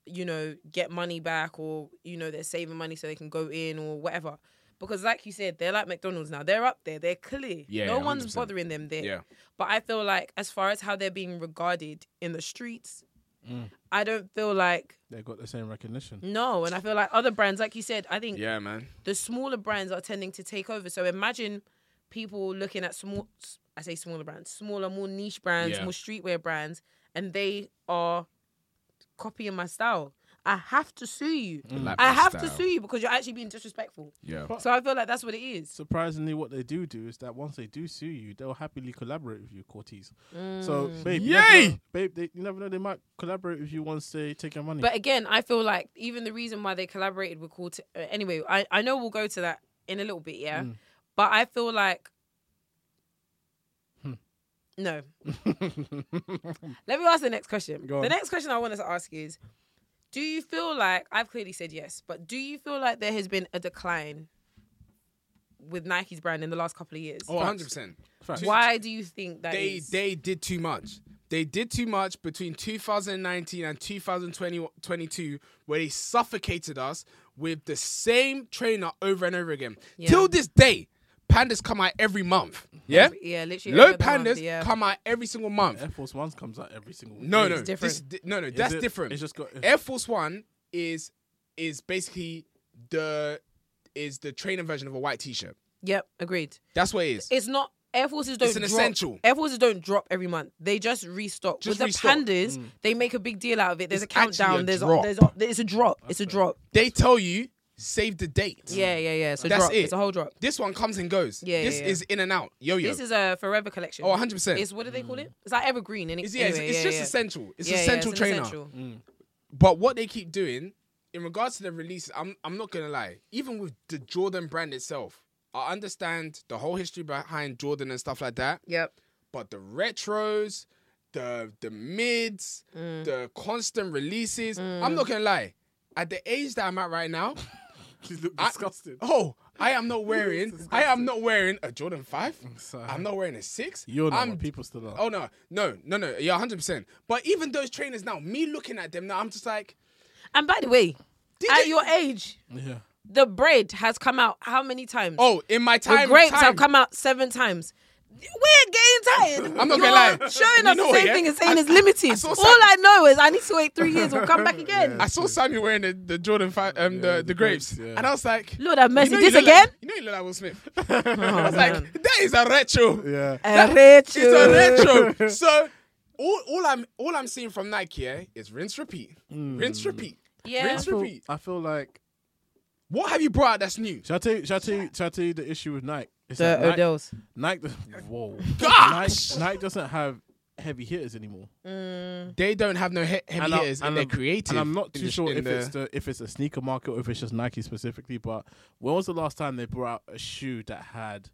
Speaker 1: you know, get money back or, you know, they're saving money so they can go in or whatever. Because, like you said, they're like McDonald's now. They're up there. They're clear.
Speaker 2: Yeah,
Speaker 1: no
Speaker 2: yeah,
Speaker 1: one's
Speaker 2: 100%.
Speaker 1: bothering them there.
Speaker 2: Yeah.
Speaker 1: But I feel like, as far as how they're being regarded in the streets,
Speaker 2: Mm.
Speaker 1: I don't feel like
Speaker 3: they got the same recognition.
Speaker 1: no. And I feel like other brands, like you said, I think
Speaker 2: Yeah, man.
Speaker 1: the smaller brands are tending to take over. So imagine people looking at small, I say smaller brands, smaller, more niche brands,
Speaker 2: Yeah.
Speaker 1: more streetwear brands, and they are copying my style. I have to sue you.
Speaker 2: Like
Speaker 1: I
Speaker 2: my
Speaker 1: have to
Speaker 2: style.
Speaker 1: sue you because you're actually being disrespectful.
Speaker 2: Yeah.
Speaker 1: So I feel like that's what it is.
Speaker 3: Surprisingly, what they do do is that once they do sue you, they'll happily collaborate with you, Cortez. So,
Speaker 1: Mm.
Speaker 3: babe, you never
Speaker 2: Yay!
Speaker 3: know- babe, they, you never know they might collaborate with you once they take your money. <laughs>
Speaker 1: But again, I feel like even the reason why they collaborated with Cool. T- uh, anyway, I, I know we'll go to that in a little bit, yeah. But I feel like. No. Let me ask the next question.
Speaker 3: Go
Speaker 1: The
Speaker 3: on.
Speaker 1: next question I wanted to ask is Do you feel like, I've clearly said yes, but do you feel like there has been a decline with Nike's brand in the last couple of years?
Speaker 2: Oh, 100%.
Speaker 3: Facts.
Speaker 1: Why do you think that
Speaker 2: they
Speaker 1: is?
Speaker 2: they did too much. They did too much between 2019 and 2022, where they suffocated us with the same trainer over and over again.
Speaker 1: Yeah.
Speaker 2: Till this day, pandas come out every month. Yeah,
Speaker 1: yeah, literally.
Speaker 2: low
Speaker 1: every other month,
Speaker 2: pandas
Speaker 1: yeah.
Speaker 2: come out every single month.
Speaker 3: Air Force Ones comes out every single week.
Speaker 2: No, no,
Speaker 1: different.
Speaker 2: This, di- no, no, that's
Speaker 3: it?
Speaker 2: different.
Speaker 3: It's just got- <laughs>
Speaker 2: Air Force One is is basically the is the trainer version of a white T-shirt.
Speaker 1: Yep, agreed.
Speaker 2: That's what it is.
Speaker 1: it's not Air Forces don't.
Speaker 2: It's an
Speaker 1: drop.
Speaker 2: essential.
Speaker 1: Air Forces don't drop every month. They just restock.
Speaker 2: Just
Speaker 1: With the
Speaker 2: restock. Mm.
Speaker 1: pandas, they make a big deal out of it. There's
Speaker 2: It's
Speaker 1: a countdown.
Speaker 2: actually a
Speaker 1: there's
Speaker 2: drop.
Speaker 1: a there's a, it's a drop. it's a drop.
Speaker 2: They tell you save the date.
Speaker 1: Yeah, yeah, yeah. It's a
Speaker 2: That's
Speaker 1: drop.
Speaker 2: it.
Speaker 1: It's a whole drop.
Speaker 2: This one comes and goes.
Speaker 1: Yeah,
Speaker 2: this
Speaker 1: yeah, yeah.
Speaker 2: is in and out. Yo yo.
Speaker 1: This is a forever collection.
Speaker 2: Oh, 100%.
Speaker 1: It's what do they call it? It's like evergreen. And
Speaker 2: It's, yeah, it's-
Speaker 1: anyway,
Speaker 2: it's,
Speaker 1: yeah,
Speaker 2: just
Speaker 1: yeah.
Speaker 2: essential. It's
Speaker 1: Yeah, yeah,
Speaker 2: essential
Speaker 1: an
Speaker 2: trainer.
Speaker 1: essential.
Speaker 2: But what they keep doing in regards to the releases, I'm I'm not gonna lie. Even with the Jordan brand itself, I understand the whole history behind Jordan and stuff like that.
Speaker 1: Yep.
Speaker 2: But the retros, the the mids,
Speaker 1: Mm.
Speaker 2: the constant releases. I'm not gonna lie. At the age that I'm at right now, <laughs>
Speaker 3: You look disgusted.
Speaker 2: oh, I
Speaker 1: <laughs>
Speaker 2: am not wearing. I am not wearing a Jordan five.
Speaker 3: sorry.
Speaker 2: I'm not wearing a six.
Speaker 3: You're not
Speaker 2: I'm
Speaker 3: what people still are.
Speaker 2: Oh no, no, no, no. Yeah, hundred percent. But even those trainers now, me looking at them now, I'm just like,
Speaker 1: And by the way,
Speaker 2: Did
Speaker 1: at
Speaker 2: they-
Speaker 1: your age,
Speaker 3: Yeah.
Speaker 2: <laughs>
Speaker 1: the bread has come out how many times?
Speaker 2: oh, in my
Speaker 1: the
Speaker 2: time,
Speaker 1: grapes
Speaker 2: time,
Speaker 1: have come out seven times. We're getting tired.
Speaker 2: <laughs> I'm not
Speaker 1: You're
Speaker 2: gonna lie.
Speaker 1: Showing
Speaker 2: You know
Speaker 1: us the
Speaker 2: what,
Speaker 1: same
Speaker 2: yeah?
Speaker 1: thing and saying
Speaker 2: I-
Speaker 1: it's limited.
Speaker 2: I saw
Speaker 1: All
Speaker 2: some-
Speaker 1: I know is I need to wait three years. We'll
Speaker 2: <laughs>
Speaker 1: come back again.
Speaker 2: I saw Sammy wearing the, the Jordan five, um, the, the,
Speaker 3: the
Speaker 2: grapes,
Speaker 3: grapes, yeah.
Speaker 2: and I was like,
Speaker 1: Lord have mercy.
Speaker 2: you know you
Speaker 1: this
Speaker 2: look
Speaker 1: again?
Speaker 2: Like, you know you look like Will Smith.
Speaker 3: <laughs>
Speaker 2: <laughs>
Speaker 1: I
Speaker 2: It's like that is a retro.
Speaker 3: Oh, Yeah.
Speaker 2: It's a
Speaker 3: <laughs>
Speaker 2: retro. so all, all I'm all I'm seeing from Nike yeah, is rinse repeat,
Speaker 3: Hmm.
Speaker 2: rinse repeat,
Speaker 1: Yeah.
Speaker 2: rinse
Speaker 3: I feel-
Speaker 2: repeat.
Speaker 3: I feel like
Speaker 2: What have you brought out that's new?
Speaker 3: Shall I tell you? Shall I tell you? Shall I tell you the issue with Nike? It's
Speaker 1: The
Speaker 3: that Nike,
Speaker 1: Odell's.
Speaker 2: <laughs>
Speaker 3: Nike, does- whoa.
Speaker 2: Gosh!
Speaker 3: Nike, Nike doesn't have heavy hitters anymore.
Speaker 2: They don't have no he- heavy
Speaker 3: I-
Speaker 2: hitters, and, they're
Speaker 3: I'm-
Speaker 2: creative.
Speaker 3: And I'm not
Speaker 2: in
Speaker 3: too
Speaker 2: the-
Speaker 3: sure
Speaker 2: in
Speaker 3: if
Speaker 2: the-
Speaker 3: it's the if it's a sneaker market or if it's just Nike specifically. But when was the last time they brought out a shoe that had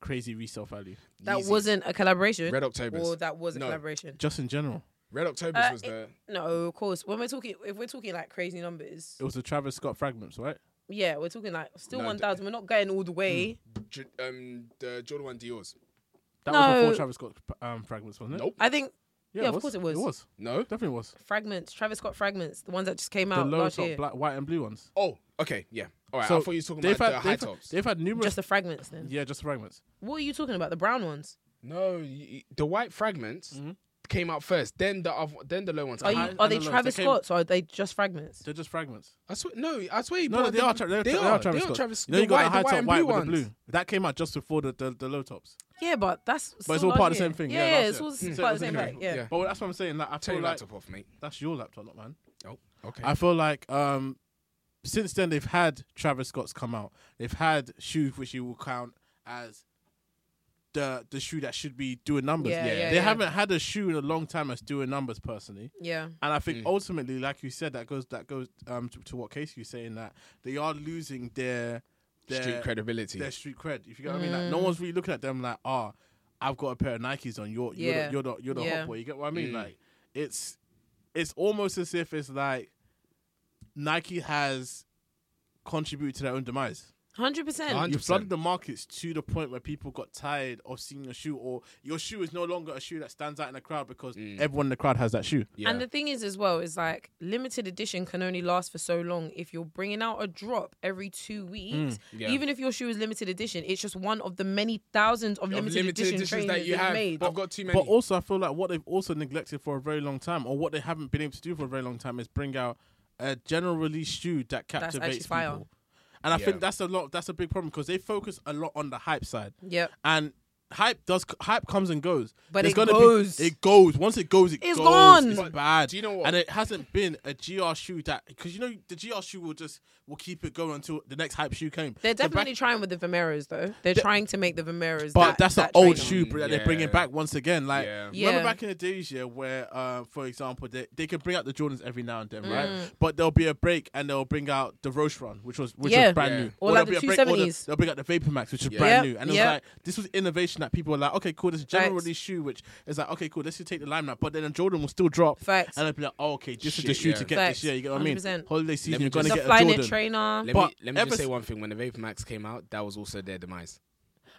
Speaker 3: crazy resale value?
Speaker 1: That
Speaker 2: Yeezys.
Speaker 1: wasn't a collaboration.
Speaker 2: Red Octobers.
Speaker 1: Or that was a
Speaker 2: No.
Speaker 1: collaboration.
Speaker 3: Just in general,
Speaker 2: Red October
Speaker 1: Uh,
Speaker 2: was
Speaker 1: it-
Speaker 2: the
Speaker 1: No, of course. When we're talking, if we're talking like crazy numbers,
Speaker 3: it was the Travis Scott fragments, right?
Speaker 1: yeah, we're talking like still
Speaker 2: No,
Speaker 1: one thousand. We're not getting all the way.
Speaker 2: J- um the Jordan One Dior's.
Speaker 3: That
Speaker 1: No.
Speaker 3: was before Travis Scott um, fragments, wasn't it?
Speaker 2: Nope.
Speaker 1: I think Yeah, of course it was.
Speaker 3: It was.
Speaker 2: No.
Speaker 3: Definitely was.
Speaker 1: Fragments, Travis Scott fragments, the ones that just came
Speaker 3: The
Speaker 1: out
Speaker 3: low
Speaker 1: Oh, last
Speaker 3: top,
Speaker 1: year.
Speaker 3: black, white, and blue ones.
Speaker 2: Oh, okay, yeah. All right. I thought you were talking
Speaker 3: they've
Speaker 2: about the high
Speaker 3: they've,
Speaker 2: tops.
Speaker 3: They've had numerous.
Speaker 1: Just the fragments then.
Speaker 3: yeah, just fragments.
Speaker 1: What are you talking about? The brown ones?
Speaker 2: no, y- y- the white fragments
Speaker 3: Mm-hmm.
Speaker 2: came out first, then the other, then the low ones.
Speaker 1: Are
Speaker 2: I,
Speaker 1: you
Speaker 3: and
Speaker 1: are they
Speaker 3: the lows,
Speaker 1: Travis
Speaker 3: they came-
Speaker 1: Scott's or are they just fragments?
Speaker 3: They're just fragments.
Speaker 2: I swear, no, I swear you
Speaker 3: No, no,
Speaker 2: brought
Speaker 3: they
Speaker 2: the-
Speaker 3: are, tra- they're,
Speaker 2: they
Speaker 3: they
Speaker 2: are,
Speaker 3: Travis
Speaker 2: they are
Speaker 3: Scott.
Speaker 2: Travis
Speaker 3: You know, you
Speaker 2: the
Speaker 3: got
Speaker 2: white,
Speaker 3: the high
Speaker 2: the white
Speaker 3: top
Speaker 2: and
Speaker 3: white
Speaker 2: blue
Speaker 3: with the
Speaker 2: ones.
Speaker 3: blue. That came out just before the, the, the low tops.
Speaker 1: Yeah, but that's
Speaker 3: But it's
Speaker 1: still
Speaker 3: all part
Speaker 1: last
Speaker 3: of the
Speaker 1: year.
Speaker 3: same thing.
Speaker 1: Yeah,
Speaker 3: Yeah, last
Speaker 1: it's
Speaker 3: year.
Speaker 1: all
Speaker 3: Mm.
Speaker 1: part of the
Speaker 2: So
Speaker 1: same
Speaker 2: anyway,
Speaker 1: thing. Yeah.
Speaker 2: yeah.
Speaker 3: But that's what I'm saying. Like, I
Speaker 2: Turn
Speaker 3: feel
Speaker 2: your
Speaker 3: like
Speaker 2: laptop off, mate.
Speaker 3: that's your laptop, not mine.
Speaker 2: Oh, okay.
Speaker 3: I feel like um, since then they've had Travis Scott's come out. They've had shoes which you will count as the the shoe that should be doing numbers.
Speaker 1: Yeah, Yeah. yeah,
Speaker 3: they
Speaker 1: yeah.
Speaker 3: haven't had a shoe in a long time that's doing numbers personally.
Speaker 1: Yeah.
Speaker 3: And I think
Speaker 2: Mm.
Speaker 3: ultimately, like you said, that goes that goes um, to, to what Casey was saying that they are losing their, their
Speaker 2: Street credibility.
Speaker 3: their street cred. If you get what I mean,
Speaker 1: Mm.
Speaker 3: like no one's really looking at them like, ah, I've got a pair of Nikes on. You're
Speaker 1: Yeah.
Speaker 3: you're the, you're the, you're the
Speaker 1: Yeah.
Speaker 3: hot boy. You get what I mean?
Speaker 2: Mm.
Speaker 3: Like it's it's almost as if it's like Nike has contributed to their own demise.
Speaker 1: Hundred percent.
Speaker 2: Hun-
Speaker 3: You
Speaker 2: 100%.
Speaker 3: flooded the markets to the point where people got tired of seeing your shoe, or your shoe is no longer a shoe that stands out in the crowd because
Speaker 1: Mm.
Speaker 3: everyone in the crowd has that shoe.
Speaker 2: yeah.
Speaker 1: And the thing is, as well, is like limited edition can only last for so long. If you're bringing out a drop every two weeks,
Speaker 2: yeah.
Speaker 1: even if your shoe is limited edition, it's just one of the many thousands of,
Speaker 2: Of
Speaker 1: limited,
Speaker 2: limited
Speaker 1: edition
Speaker 2: editions
Speaker 1: trainers
Speaker 2: that you
Speaker 1: they've
Speaker 2: have.
Speaker 1: made.
Speaker 2: I've got too many.
Speaker 3: But also, I feel like what they've also neglected for a very long time, or what they haven't been able to do for a very long time, is bring out a general release shoe that
Speaker 1: actually
Speaker 3: captivates
Speaker 1: fire.
Speaker 3: people. And I
Speaker 2: Yeah.
Speaker 3: think that's a lot. That's a big problem because they focus a lot on the hype side.
Speaker 1: Yep.
Speaker 3: And hype does hype comes and goes.
Speaker 1: But
Speaker 3: There's
Speaker 1: it
Speaker 3: gonna
Speaker 1: goes.
Speaker 3: Be, it goes. Once it goes, it
Speaker 1: It's
Speaker 3: goes.
Speaker 1: gone.
Speaker 3: It's
Speaker 2: But
Speaker 3: bad.
Speaker 2: do you know what?
Speaker 3: And it hasn't been a GR shoe that because you know the GR shoe will just will keep it going until the next hype shoe came.
Speaker 1: They're
Speaker 3: The back-
Speaker 1: definitely trying with the Vimeros though. They're trying to make the Vimeros.
Speaker 3: but
Speaker 1: that,
Speaker 3: that's
Speaker 1: that
Speaker 3: an old
Speaker 1: trainer.
Speaker 3: shoe br- that they're bringing
Speaker 2: Yeah.
Speaker 3: back once again. Like,
Speaker 2: Yeah.
Speaker 1: Yeah.
Speaker 3: remember back in the days, yeah, where, uh, for example, they, they can bring out the Jordans every now and then,
Speaker 1: Mm.
Speaker 3: right? But there'll be a break and they'll bring out the Roche Run, which was which
Speaker 1: Yeah.
Speaker 3: was brand
Speaker 2: Yeah.
Speaker 3: new.
Speaker 1: Or
Speaker 3: there'll
Speaker 1: like the
Speaker 3: be a break, or
Speaker 1: 270s.
Speaker 3: they'll bring out the Vapor Max, which is
Speaker 2: Yeah.
Speaker 3: brand
Speaker 1: Yeah.
Speaker 3: new. And it
Speaker 1: Yeah.
Speaker 3: was like, this was innovation that people were like, okay, cool, this is general
Speaker 1: Facts.
Speaker 3: release shoe, which is like, okay, cool, let's just take the limelight. But then a Jordan will still drop.
Speaker 1: Facts.
Speaker 3: And they'll be like, oh, okay, this is the
Speaker 2: Shit,
Speaker 3: shoe
Speaker 2: yeah.
Speaker 3: to get
Speaker 1: Facts.
Speaker 3: this year. You get what I mean?
Speaker 1: 100%.
Speaker 3: Holiday season,
Speaker 2: me
Speaker 3: you're going
Speaker 2: just-
Speaker 3: to
Speaker 1: The
Speaker 3: get a
Speaker 1: Flyknit
Speaker 3: Jordan.
Speaker 1: trainer.
Speaker 2: let me
Speaker 3: but
Speaker 2: let me
Speaker 3: ever
Speaker 2: just say
Speaker 3: s-
Speaker 2: one thing. When the Vapor Max came out, that was also their demise.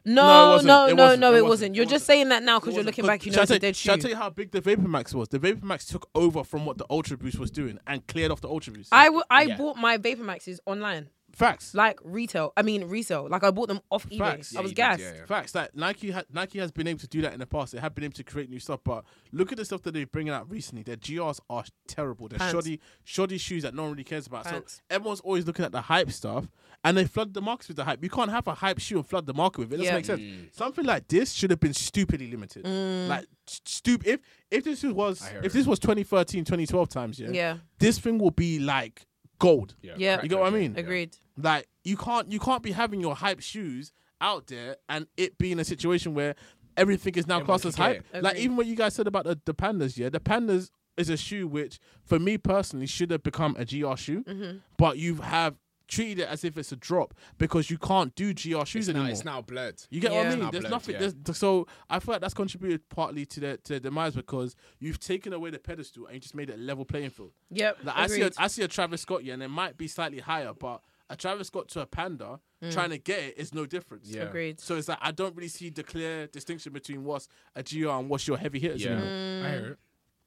Speaker 1: No,
Speaker 3: No, it wasn't.
Speaker 1: no,
Speaker 3: It
Speaker 1: no,
Speaker 3: wasn't.
Speaker 1: no,
Speaker 3: It
Speaker 1: it
Speaker 3: wasn't.
Speaker 1: wasn't.
Speaker 3: It
Speaker 1: You're just
Speaker 3: wasn't.
Speaker 1: saying that now because you're looking back. You know,
Speaker 3: Shall I
Speaker 1: it's a
Speaker 3: tell-
Speaker 1: dead shoe.
Speaker 3: shall I tell you how big the Vapor Max was? The Vapor Max took over from what the Ultra Boost was doing and cleared off the Ultra Boost.
Speaker 1: I, w- I
Speaker 2: Yeah.
Speaker 1: bought my Vapor Maxes online,
Speaker 3: facts,
Speaker 1: like retail. I mean resale. Like I bought them off eBay.
Speaker 3: Facts.
Speaker 1: I
Speaker 3: Yeah,
Speaker 1: was
Speaker 2: you did,
Speaker 1: gassed.
Speaker 2: yeah, yeah.
Speaker 3: facts. Like Nike, ha- Nike has been able to do that in the past. They have been able to create new stuff, but look at the stuff that they're bringing out recently. Their GRs are terrible. They're
Speaker 1: Pants.
Speaker 3: shoddy, shoddy shoes that no one really cares about.
Speaker 1: Pants.
Speaker 3: So everyone's always looking at the hype stuff. And they flood the market with the hype. You can't have a hype shoe and flood the market with it. It doesn't
Speaker 1: Yeah.
Speaker 3: make sense.
Speaker 2: Mm.
Speaker 3: Something like this should have been stupidly limited.
Speaker 1: Mm.
Speaker 3: Like stupid. If if this was
Speaker 2: hear
Speaker 3: if
Speaker 2: it.
Speaker 3: this was 2013, 2012 times, yeah,
Speaker 1: Yeah.
Speaker 3: this thing will be like gold.
Speaker 1: Yeah.
Speaker 2: crack
Speaker 3: You get what I
Speaker 2: cocaine.
Speaker 3: mean?
Speaker 1: Agreed.
Speaker 3: Like you can't you can't be having your hype shoes out there and it being a situation where everything is now
Speaker 2: Everyone
Speaker 3: classed as
Speaker 2: can
Speaker 3: hype.
Speaker 2: get
Speaker 1: it.
Speaker 3: Like
Speaker 1: Agreed.
Speaker 3: even what you guys said about the, the pandas, yeah, the pandas is a shoe which for me personally should have become a GR shoe,
Speaker 1: Mm-hmm.
Speaker 3: but you have treated it as if it's a drop because you can't do GR
Speaker 2: It's
Speaker 3: shoes
Speaker 2: now,
Speaker 3: anymore.
Speaker 2: it's now blurred.
Speaker 3: You get what
Speaker 1: Yeah.
Speaker 3: I mean?
Speaker 2: Now
Speaker 3: There's
Speaker 2: blurred,
Speaker 3: nothing.
Speaker 2: yeah.
Speaker 3: There's, th- so I feel like that's contributed partly to their to their demise because you've taken away the pedestal and you just made it a level playing field.
Speaker 1: Yep.
Speaker 3: Like I see, a,
Speaker 1: agreed.
Speaker 3: I see a Travis Scott, yeah, and it might be slightly higher, but a Travis Scott to a Panda trying to get it is no difference.
Speaker 2: Yeah.
Speaker 1: Mm. Agreed.
Speaker 3: So it's like I don't really see the clear distinction between what's a GR and what's your heavy hitters.
Speaker 2: Yeah,
Speaker 3: Yeah.
Speaker 1: Mm.
Speaker 2: I hear it.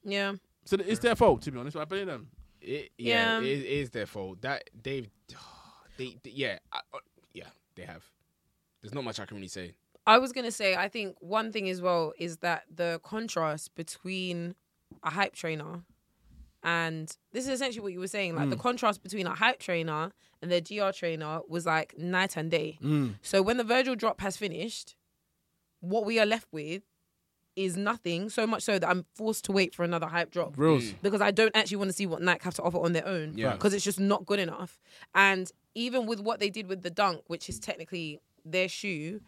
Speaker 1: Yeah.
Speaker 3: So it's their fault, to be honest. but I blame them.
Speaker 2: It- yeah,
Speaker 1: Yeah.
Speaker 2: It, it is their fault. That they've, <sighs> they, they- yeah, I, uh, yeah, they have. There's not much I can really say.
Speaker 1: I was gonna say, I think one thing as well is that the contrast between a hype trainer and this is essentially what you were saying, like the contrast between a hype trainer and their GR trainer was like night and day.
Speaker 3: Mm.
Speaker 2: Mm.
Speaker 1: So when the Virgil drop has finished, what we are left with is nothing, so much so that I'm forced to wait for another hype drop
Speaker 3: Rules.
Speaker 2: Mm.
Speaker 1: because I don't actually want to see what Nike have to offer on their own
Speaker 2: Yeah.
Speaker 1: because it's just not good enough. And even with what they did with the dunk, which is technically their shoe,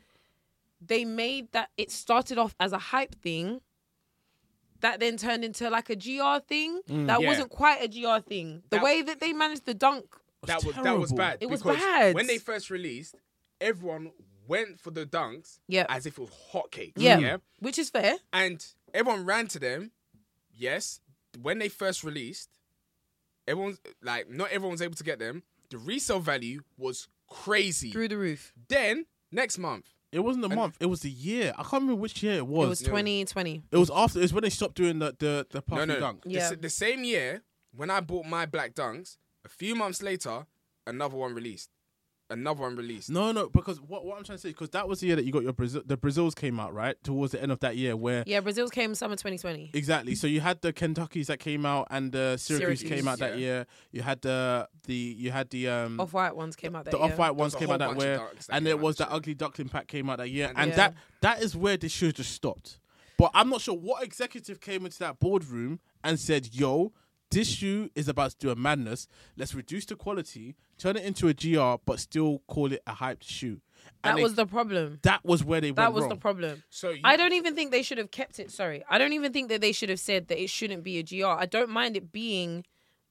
Speaker 1: they made that it started off as a hype thing that then turned into like a GR thing
Speaker 3: Mm,
Speaker 1: that
Speaker 2: Yeah.
Speaker 1: wasn't quite a GR thing. The
Speaker 2: That-
Speaker 1: way that they managed the dunk,
Speaker 2: That
Speaker 3: was
Speaker 2: was that was
Speaker 3: terrible.
Speaker 2: bad.
Speaker 1: It was
Speaker 2: because
Speaker 1: bad.
Speaker 2: When they first released, everyone went for the dunks.
Speaker 1: Yeah.
Speaker 2: as if it was hotcakes.
Speaker 1: yeah,
Speaker 2: yeah,
Speaker 1: which is fair.
Speaker 2: and everyone ran to them. Yes, when they first released, everyone's like not everyone was able to get them. The resale value was crazy.
Speaker 1: Through the roof.
Speaker 2: Then next month,
Speaker 3: It wasn't a month. It was a year. I can't remember which year it was.
Speaker 1: It was 2020.
Speaker 3: It was after. It's when they stopped doing the the the
Speaker 2: No,
Speaker 3: puffy
Speaker 2: no.
Speaker 3: dunk.
Speaker 2: The,
Speaker 1: Yeah.
Speaker 2: s- the same year when I bought my black dunks, a few months later, another one released. Another one released.
Speaker 3: No, no, because what, what I'm trying to say, because that was the year that you got your Brazil, the Brazils came out right towards the end of that year, where
Speaker 1: Yeah, Brazil's came summer 2020.
Speaker 3: exactly. So you had the Kentucky's that came out and the Syracuse,
Speaker 1: Syracuse,
Speaker 3: came out that
Speaker 2: yeah.
Speaker 3: year. You had the the you had the um
Speaker 1: Off white ones came out that
Speaker 3: the
Speaker 1: year.
Speaker 3: off white ones
Speaker 2: a
Speaker 3: came
Speaker 2: whole
Speaker 3: out that
Speaker 2: bunch of
Speaker 3: year,
Speaker 2: darks that
Speaker 3: and
Speaker 2: came
Speaker 3: it
Speaker 2: out
Speaker 3: was
Speaker 2: that
Speaker 3: that
Speaker 2: year.
Speaker 3: ugly duckling pack came out that year,
Speaker 2: And
Speaker 3: and
Speaker 1: yeah.
Speaker 3: that that is where this show just stopped. But I'm not sure what executive came into that boardroom and said, "Yo, this shoe is about to do a madness. Let's reduce the quality, turn it into a gr, but still call it a hyped shoe."
Speaker 1: That
Speaker 3: And they-
Speaker 1: was the problem.
Speaker 3: that was where they
Speaker 1: That
Speaker 3: went
Speaker 1: was
Speaker 3: wrong.
Speaker 1: the problem.
Speaker 2: So you,
Speaker 1: I don't even think they should have kept it. Sorry, I don't even think that they should have said that it shouldn't be a gr. I don't mind it being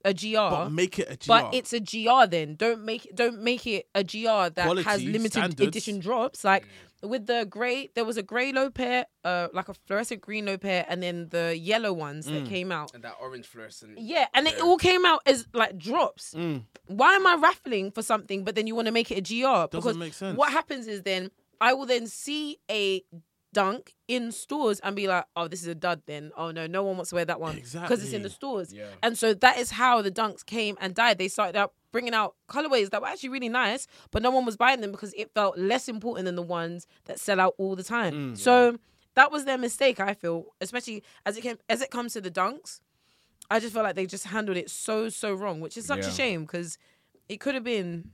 Speaker 1: a gr,
Speaker 3: but
Speaker 1: but,
Speaker 3: make it a GR.
Speaker 1: it's a gr. Then don't make don't make it a gr that has
Speaker 3: Quality,
Speaker 1: limited
Speaker 3: standards.
Speaker 1: edition drops. Like with the grey, there was a grey low pair, uh, like a fluorescent green low pair, and then the yellow ones that came out.
Speaker 2: and that orange fluorescent.
Speaker 1: Mm. Yeah, and it all came out as like drops.
Speaker 3: Mm,
Speaker 1: Why am I raffling for something, but then you want to make it a GR? Doesn't
Speaker 3: make sense.
Speaker 1: What happens is then I will then see a dunk in stores and be like, oh, this is a dud. Then oh no, no one wants to wear that one because it's in
Speaker 3: Exactly.
Speaker 1: the stores.
Speaker 2: Yeah.
Speaker 1: And so that is how the dunks came and died. They started out bringing out colorways that were actually really nice, but no one was buying them because it felt less important than the ones that sell out all the time.
Speaker 3: Mm,
Speaker 1: So that was their mistake. I feel, especially as it came as it comes to the dunks. I just felt like they just handled it so so wrong, which is such a
Speaker 2: Yeah.
Speaker 1: shame because it could have been,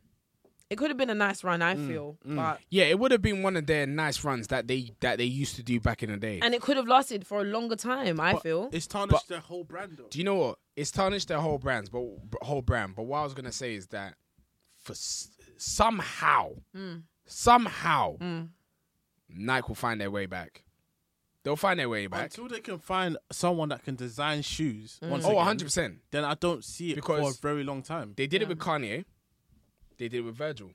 Speaker 1: it could have been a nice run.
Speaker 3: Mm,
Speaker 1: I feel, but
Speaker 2: Yeah, it would have been one of their nice runs that they that they used to do back in the day.
Speaker 1: and it could have lasted for a longer time. I
Speaker 3: But
Speaker 1: feel.
Speaker 3: it's tarnished their whole brand. Though.
Speaker 2: do you know what? It's tarnished their whole brands, but whole brand. But what I was gonna say is that for s- somehow,
Speaker 1: Hmm.
Speaker 2: somehow, Nike will find their way back. They'll find their way back.
Speaker 3: Until they can find someone that can design shoes,
Speaker 1: Mm.
Speaker 3: once
Speaker 2: Oh,
Speaker 3: again,
Speaker 2: 100 percent.
Speaker 3: then I don't see it for a
Speaker 2: Because-
Speaker 3: very long time.
Speaker 2: They did it with Kanye. They did it with Virgil.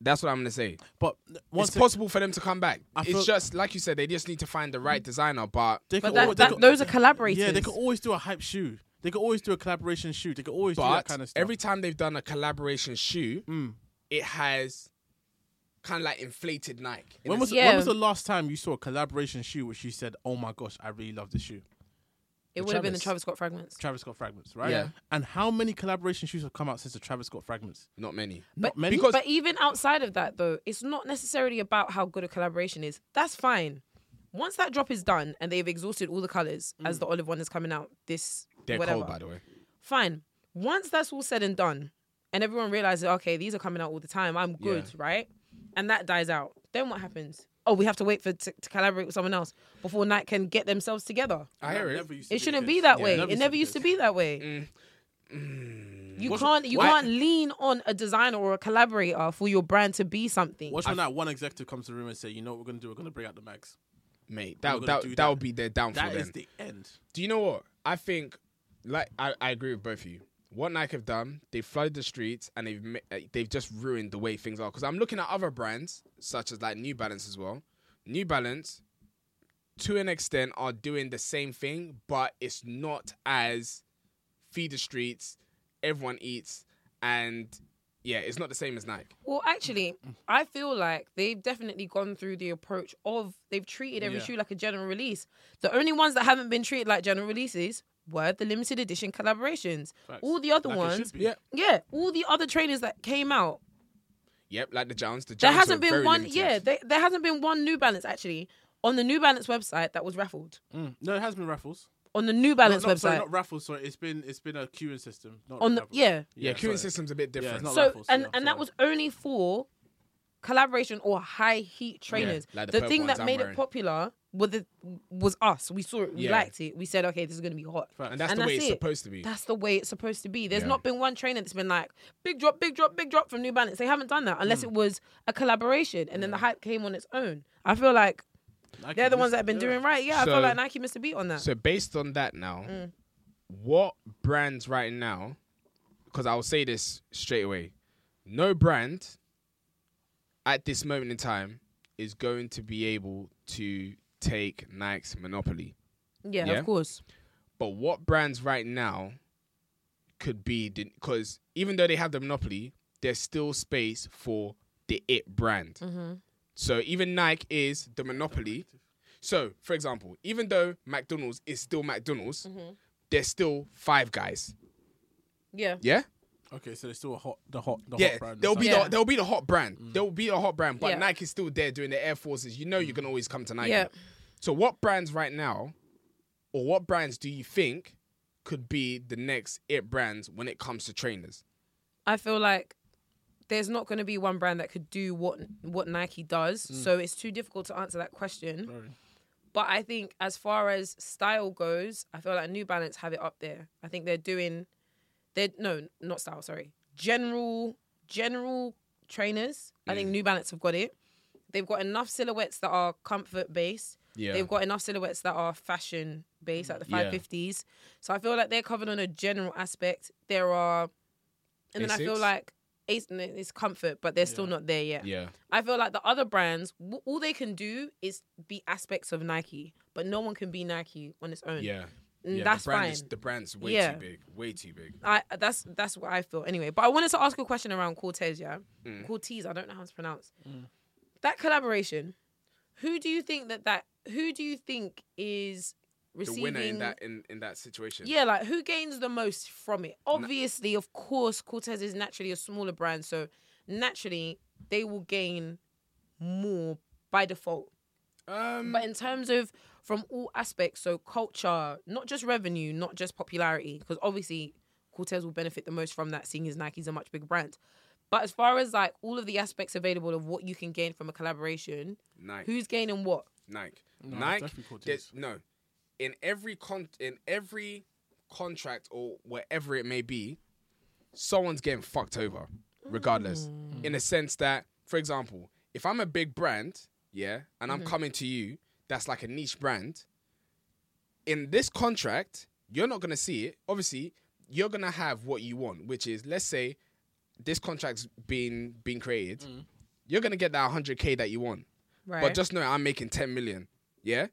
Speaker 2: That's what I'm gonna say.
Speaker 3: But once
Speaker 2: it's possible for them to come back.
Speaker 3: I
Speaker 2: it's
Speaker 3: feel- Mm.
Speaker 2: just like you said, they just need to find the right designer. But
Speaker 3: they
Speaker 1: but
Speaker 3: could
Speaker 1: that,
Speaker 3: always-
Speaker 1: that,
Speaker 3: they could-
Speaker 1: those are collaborators.
Speaker 3: yeah, they could always do a hype shoe. They could always do a collaboration shoe. They could always do
Speaker 2: but
Speaker 3: that kind of stuff. Mm.
Speaker 2: every time they've done a collaboration shoe, it has kind of like inflated Nike. In
Speaker 3: when
Speaker 2: a
Speaker 3: was
Speaker 2: sense.
Speaker 1: Yeah.
Speaker 3: when was the last time you saw a collaboration shoe which you said, "Oh my gosh, I really love this shoe"?
Speaker 1: it would have been the Travis
Speaker 2: Travis.
Speaker 1: Scott fragments.
Speaker 3: Travis Scott Fragments, right?
Speaker 2: Yeah.
Speaker 3: And how many collaboration shoes have come out since the Travis Scott Fragments?
Speaker 2: not many?
Speaker 3: Not many.
Speaker 2: because-
Speaker 1: But even outside of that, though, it's not necessarily about how good a collaboration is. That's fine. Once that drop is done and they've exhausted all the colors, as the olive one is coming out this
Speaker 2: Mm. They're
Speaker 1: whatever,
Speaker 2: cold, by the way.
Speaker 1: fine. Once that's all said and done, and everyone realizes, okay, these are coming out all the time. I'm good, right? And that dies out. Then what happens? Oh, we have to wait for to, to collaborate with someone else before Nike can get themselves together.
Speaker 2: I hear it.
Speaker 3: Never used to
Speaker 1: It
Speaker 3: the
Speaker 1: shouldn't
Speaker 3: case.
Speaker 1: be that
Speaker 3: Yeah,
Speaker 1: way. It never used to be that way.
Speaker 3: Mm.
Speaker 1: Mm. You can't you
Speaker 2: why-
Speaker 1: can't lean on a designer or a collaborator for your brand to be something.
Speaker 3: Watch when that one executive comes to the room and say, "You know what we're gonna do? We're gonna bring out the mags."
Speaker 2: Mate,
Speaker 3: We're
Speaker 2: that
Speaker 3: gonna
Speaker 2: that,
Speaker 3: do
Speaker 2: that
Speaker 3: that.
Speaker 2: would be their downfall
Speaker 3: That
Speaker 2: then.
Speaker 3: is the end.
Speaker 2: Do you know what? I think, like, I, I agree with both of you. What Nike have done, they've flooded the streets and they've ma- uh, they've just ruined the way things are. Because I'm looking at other brands, such as like New Balance as well. New Balance, to an extent, are doing the same thing, but it's not as feed the streets, everyone eats, and yeah, it's not the same as Nike.
Speaker 1: Well, actually, I feel like they've definitely gone through the approach of they've treated every
Speaker 3: Yeah.
Speaker 1: shoe like a general release. The only ones that haven't been treated like general releases were the limited edition collaborations. All the other
Speaker 3: Like it
Speaker 1: ones,
Speaker 3: should be.
Speaker 2: Yeah.
Speaker 1: yeah, all the other trainers that came out
Speaker 2: Yep, like the Jones. The
Speaker 1: There
Speaker 2: Jones
Speaker 1: hasn't
Speaker 2: were
Speaker 1: been
Speaker 2: very
Speaker 1: one.
Speaker 2: limited.
Speaker 1: Yeah, there, there hasn't been one New Balance actually on the New Balance website that was raffled
Speaker 3: Mm. No, it has been raffles.
Speaker 1: on the New
Speaker 3: No,
Speaker 1: Balance
Speaker 3: no,
Speaker 1: website.
Speaker 3: sorry, not raffles. Sorry, it's been it's been a queuing system. Not
Speaker 1: on the
Speaker 3: raffles.
Speaker 1: yeah.
Speaker 2: yeah, queuing
Speaker 3: sorry.
Speaker 2: system's a bit different.
Speaker 3: not-
Speaker 1: So
Speaker 3: raffles,
Speaker 1: and
Speaker 3: yeah,
Speaker 1: and that
Speaker 3: sorry.
Speaker 1: was only for collaboration or high heat trainers.
Speaker 2: like the
Speaker 1: the
Speaker 2: purple
Speaker 1: thing
Speaker 2: ones
Speaker 1: that
Speaker 2: I'm
Speaker 1: made
Speaker 2: wearing.
Speaker 1: it popular was the, was us. We saw it. We
Speaker 2: Yeah.
Speaker 1: liked it. We said, okay, this is gonna be hot.
Speaker 2: and that's
Speaker 1: And
Speaker 2: the way
Speaker 1: that's
Speaker 2: it's
Speaker 1: it.
Speaker 2: supposed to be.
Speaker 1: That's the way it's supposed to be. There's
Speaker 2: Yeah.
Speaker 1: not been one trainer that's been like big drop, big drop, big drop from New Balance. They haven't done that unless
Speaker 2: Mm.
Speaker 1: it was a collaboration and then the hype came on its own. I feel like
Speaker 3: Nike
Speaker 1: they're the ones
Speaker 3: missed-
Speaker 1: that have been
Speaker 3: yeah.
Speaker 1: doing right. Yeah, I
Speaker 2: So-
Speaker 1: feel like Nike missed a beat on that.
Speaker 2: So based on that now, what brands right now? Because I'll say this straight away: no brand at this moment in time is going to be able to take Nike's monopoly.
Speaker 1: Yeah,
Speaker 2: Yeah.
Speaker 1: of course.
Speaker 2: But what brands right now could be because even though they have the monopoly, there's still space for the it brand. So even Nike is the monopoly. So, for example, even though McDonald's is still McDonald's,
Speaker 1: Mm-hmm.
Speaker 2: there's still five guys.
Speaker 1: Yeah.
Speaker 2: Yeah?
Speaker 3: Okay, so there's still a hot, the hot, the
Speaker 2: yeah,
Speaker 3: hot brand.
Speaker 2: they'll be
Speaker 3: inside.
Speaker 1: Yeah.
Speaker 2: the they'll be the hot brand. They'll be the hot brand, but
Speaker 1: Yeah.
Speaker 2: Nike's still there doing the Air Forces. You know you can always come to Nike.
Speaker 1: Yeah.
Speaker 2: So what brands right now, or what brands do you think could be the next it brands when it comes to trainers?
Speaker 1: I feel like there's not going to be one brand that could do what what Nike does. So it's too difficult to answer that question.
Speaker 3: Sorry.
Speaker 1: But I think as far as style goes, I feel like New Balance have it up there. I think they're doing they're no, not style, sorry. General general trainers. I think New Balance have got it. They've got enough silhouettes that are comfort based.
Speaker 2: Yeah. Mm.
Speaker 1: They've got enough silhouettes that are fashion based, like the
Speaker 2: Yeah.
Speaker 1: 550s. So I feel like they're covered on a general aspect. There are, and then I feel
Speaker 2: Basics?
Speaker 1: like it's, it's comfort, but they're still not there yet.
Speaker 2: Yeah.
Speaker 1: I feel like the other brands, w- all they can do is be aspects of Nike, but no one can be Nike on its own.
Speaker 2: Yeah.
Speaker 1: And
Speaker 2: yeah,
Speaker 1: Mm. that's
Speaker 2: the brand
Speaker 1: fine.
Speaker 2: Is, the brand's way
Speaker 1: Yeah.
Speaker 2: too big. Way too big.
Speaker 1: I that's that's what I feel anyway. But I wanted to ask you a question around Cortez, yeah.
Speaker 2: Mm.
Speaker 1: Cortez, I don't know how to pronounce that collaboration. Who do you think that that who do you think is
Speaker 2: The
Speaker 1: receiving
Speaker 2: winner in that in, in that situation.
Speaker 1: Yeah, like who gains the most from it? Obviously, of course, Cortez is naturally a smaller brand, so naturally they will gain more by default.
Speaker 2: Um
Speaker 1: But in terms of from all aspects, so culture, not just revenue, not just popularity, because obviously Cortez will benefit the most from that, seeing as Nike's a much bigger brand. But as far as like all of the aspects available of what you can gain from a collaboration,
Speaker 2: Nike.
Speaker 1: who's gaining what?
Speaker 2: Nike.
Speaker 3: No,
Speaker 2: Nike.
Speaker 3: definitely Cortez.
Speaker 2: there's- No, in every con in every contract or whatever it may be, someone's getting fucked over, regardless.
Speaker 1: Mm.
Speaker 2: In the sense that, for example, if I'm a big brand, yeah, and I'm coming to you, that's like a niche brand. In this contract, you're not gonna see it. Obviously, you're gonna have what you want, which is let's say this contract's been being created. You're gonna get that 100k that you want.
Speaker 1: Right.
Speaker 2: But just know I'm making 10 million. Yeah.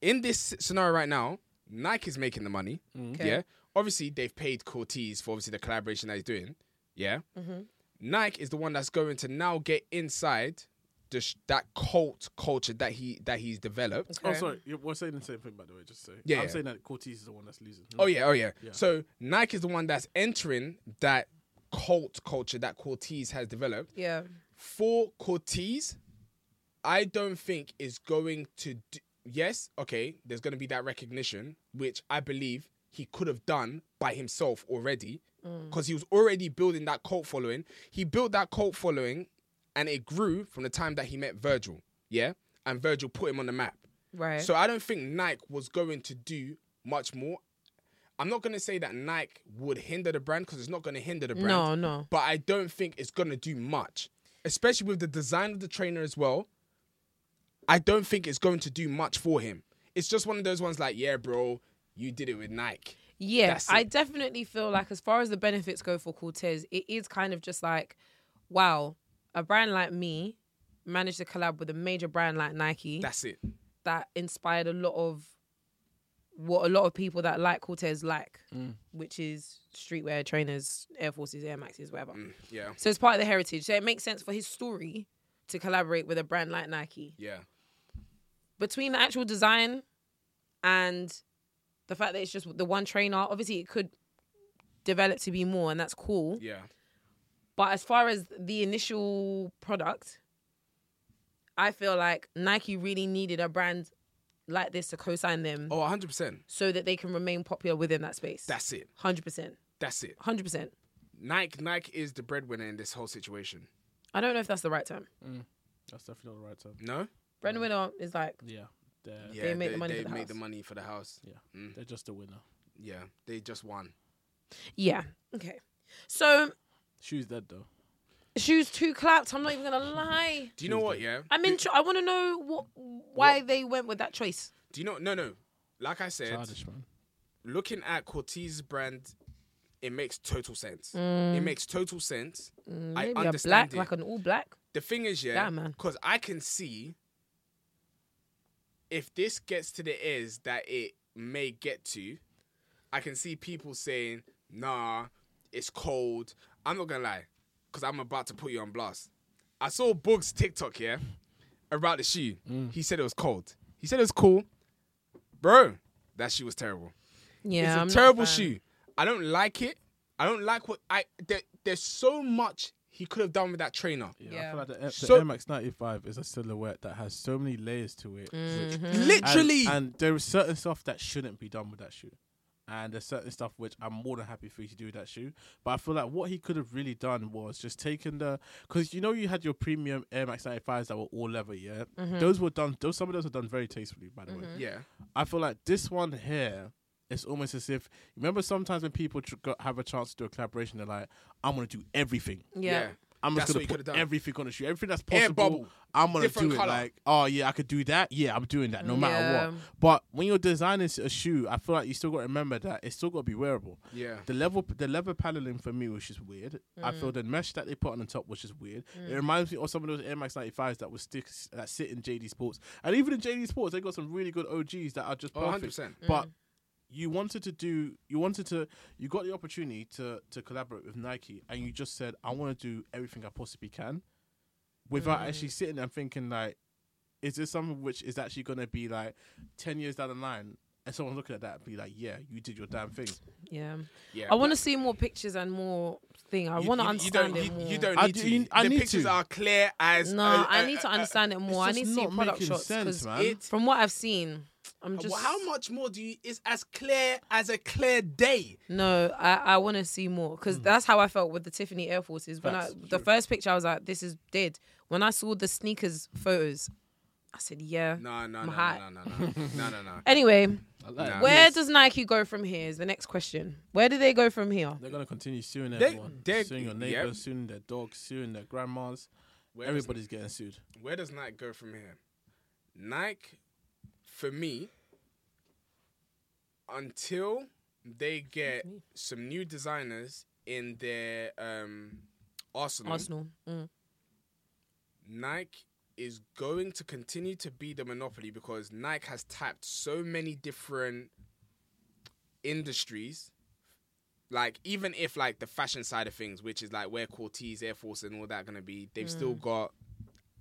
Speaker 2: In this scenario right now, Nike is making the money.
Speaker 1: Okay.
Speaker 2: Yeah. Obviously, they've paid Cortez for obviously the collaboration that he's doing. Yeah.
Speaker 1: Mm-hmm.
Speaker 2: Nike is the one that's going to now get inside the sh- that cult culture that he that he's developed.
Speaker 3: Oh,
Speaker 1: Okay.
Speaker 3: sorry. you- We're saying the same thing, by the way. Just say.
Speaker 2: Yeah,
Speaker 3: I'm
Speaker 2: yeah.
Speaker 3: saying that Cortez is the one that's losing.
Speaker 2: Oh yeah, oh yeah. So Nike is the one that's entering that cult culture that Cortez has developed.
Speaker 1: yeah.
Speaker 2: for Cortez, I don't think is going to. Do, yes, okay, there's going to be that recognition, which I believe he could have done by himself already, because he was already building that cult following. He built that cult following, and it grew from the time that he met Virgil. Yeah, and Virgil put him on the map.
Speaker 1: Right.
Speaker 2: So I don't think Nike was going to do much more. I'm not going to say that Nike would hinder the brand because it's not going to hinder the brand
Speaker 1: no, no.
Speaker 2: but I don't think it's gonna do much, especially with the design of the trainer as well. I don't think it's going to do much for him. It's just one of those ones like, yeah, bro, you did it with Nike.
Speaker 1: Yeah,
Speaker 2: That's
Speaker 1: I
Speaker 2: it.
Speaker 1: definitely feel like as far as the benefits go for Cortez, it is kind of just like, wow, a brand like me managed to collab with a major brand like Nike
Speaker 2: That's it.
Speaker 1: that inspired a lot of what a lot of people that like Cortez like, which is streetwear, trainers, Air Forces, Air Maxes, whatever.
Speaker 2: Mm, Yeah,
Speaker 1: So it's part of the heritage. So it makes sense for his story to collaborate with a brand like Nike.
Speaker 2: yeah,
Speaker 1: Between the actual design and the fact that it's just the one trainer, obviously it could develop to be more, and that's cool.
Speaker 2: yeah.
Speaker 1: But as far as the initial product, I feel like Nike really needed a brand like this to co-sign them
Speaker 2: Oh, 100%.
Speaker 1: so that they can remain popular within that space.
Speaker 2: That's it.
Speaker 1: 100%.
Speaker 2: That's it.
Speaker 1: 100%.
Speaker 2: Nike, Nike is the breadwinner in this whole situation.
Speaker 1: I don't know if that's the right term.
Speaker 3: That's definitely not the right term.
Speaker 2: No?
Speaker 1: Brand winner is like,
Speaker 3: Yeah. They're,
Speaker 2: Yeah,
Speaker 1: make the money
Speaker 2: they
Speaker 1: for the
Speaker 2: make
Speaker 1: house.
Speaker 2: the money for the house.
Speaker 3: yeah. They're just a winner.
Speaker 2: Yeah, they just won.
Speaker 1: yeah, okay. So
Speaker 3: Shoes dead though.
Speaker 1: shoes too clapped. I'm not even gonna lie.
Speaker 2: Do you know what? Yeah.
Speaker 1: I'm in. I want to know what why they went with that choice.
Speaker 2: Do you know? No, no. Like I said,
Speaker 3: Childish man.
Speaker 2: looking at Cortez's brand, it makes total sense. It makes total sense. I
Speaker 1: Mm. Maybe a
Speaker 2: understand
Speaker 1: black,
Speaker 2: it.
Speaker 1: like an all black.
Speaker 2: the thing is, yeah,
Speaker 1: Yeah, man.
Speaker 2: because I can see if this gets to the ears that it may get to, I can see people saying, "Nah, it's cold." I'm not gonna lie, because I'm about to put you on blast. I saw Boogs TikTok here about the shoe. He said it was cold. He said it was cool. Bro, that shoe was terrible.
Speaker 1: Yeah,
Speaker 2: it's a
Speaker 1: I'm not
Speaker 2: terrible
Speaker 1: a fan.
Speaker 2: shoe. I don't like it. I don't like what I. There, there's so much he could have done with that trainer.
Speaker 3: Yeah, I
Speaker 1: Yeah.
Speaker 3: feel like the, Air- the
Speaker 2: So-
Speaker 3: Air Max 95 is a silhouette that has so many layers to it. which- and-
Speaker 2: Literally,
Speaker 3: And, there is certain stuff that shouldn't be done with that shoe. And there's certain stuff which I'm more than happy for you to do with that shoe. But I feel like what he could have really done was just taken the because you know you had your premium Air Max 95s that were all leather, yeah. Those were done. Those some of those were done very tastefully, by the way.
Speaker 2: yeah.
Speaker 3: I feel like this one here, it's almost as if remember sometimes when people tr- go- have a chance to do a collaboration, they're like, "I'm gonna do everything.
Speaker 1: Yeah.
Speaker 3: I'm
Speaker 2: That's what
Speaker 3: just gonna
Speaker 2: you
Speaker 3: put
Speaker 2: could've done.
Speaker 3: everything on the shoe, everything that's
Speaker 2: Air
Speaker 3: possible.
Speaker 2: bubble,
Speaker 3: I'm gonna
Speaker 2: different
Speaker 3: do it.
Speaker 2: colour.
Speaker 3: Like, oh yeah, I could do that. Yeah, I'm doing that no
Speaker 1: Yeah.
Speaker 3: matter what. But when you're designing a shoe, I feel like you still got to remember that it's still got to be wearable.
Speaker 2: Yeah.
Speaker 3: The level, the leather paneling for me was just weird. I feel the mesh that they put on the top was just weird.
Speaker 1: Mm.
Speaker 3: It reminds me of some of those Air Max 95s that was stick that sit in JD Sports, and even in JD Sports, they got some really good OGs that are just
Speaker 2: Oh,
Speaker 3: perfect.
Speaker 2: 100%.
Speaker 1: Mm.
Speaker 3: But you wanted to do, you wanted to, you got the opportunity to to collaborate with Nike, and you just said, I want to do everything I possibly can, without
Speaker 1: Mm.
Speaker 3: actually sitting there and thinking like, is this something which is actually going to be like ten years down the line? And someone looking at that and be like, "Yeah, you did your damn thing."
Speaker 1: Yeah.
Speaker 2: Yeah,
Speaker 1: I want to
Speaker 2: but
Speaker 1: see more pictures and more thing. I
Speaker 2: you-
Speaker 1: want to
Speaker 2: you-
Speaker 1: understand
Speaker 2: you
Speaker 1: it
Speaker 2: don't,
Speaker 1: more.
Speaker 2: You, you don't
Speaker 3: I
Speaker 2: need
Speaker 3: do-
Speaker 2: to.
Speaker 3: you- I
Speaker 2: the
Speaker 3: need
Speaker 2: pictures
Speaker 3: to.
Speaker 2: are clear as.
Speaker 1: no,
Speaker 2: I
Speaker 1: I need to understand it more. I
Speaker 3: It's
Speaker 1: need to
Speaker 3: just
Speaker 1: see
Speaker 3: not
Speaker 1: product
Speaker 3: making
Speaker 1: shots.
Speaker 3: sense,
Speaker 1: 'cause
Speaker 3: man.
Speaker 2: it-
Speaker 1: From what I've seen, I'm
Speaker 2: Well,
Speaker 1: just
Speaker 2: how much more do you? It's as clear as a clear
Speaker 1: <laughs>
Speaker 2: day.
Speaker 1: no. I, I want to see more because
Speaker 2: Hmm.
Speaker 1: that's how I felt with the Tiffany Air Forces. When
Speaker 3: Facts,
Speaker 1: I the
Speaker 3: true.
Speaker 1: first picture, I was like, "This is dead." When I saw the sneakers photos, I said, "Yeah."
Speaker 2: No, no,
Speaker 1: I'm
Speaker 2: no,
Speaker 1: hot.
Speaker 2: no, no, no, no, no, no, no.
Speaker 1: <laughs> Anyway,
Speaker 2: Nah.
Speaker 1: where does Nike go from here? Is the next question. Where do they go from here?
Speaker 3: They're gonna continue suing
Speaker 2: They-
Speaker 3: everyone,
Speaker 2: they-
Speaker 3: suing your
Speaker 2: yeah.
Speaker 3: neighbors, suing their dogs, suing their grandmas.
Speaker 2: Where does-
Speaker 3: Everybody's getting sued.
Speaker 2: where does Nike go from here? Nike, for me, until they get some new designers in their um, arsenal,
Speaker 1: Arsenal. Mm.
Speaker 2: Nike is going to continue to be the monopoly because Nike has tapped so many different industries. Like even if like the fashion side of things, which is like where Cortez, Air Force, and all that gonna be, they've still got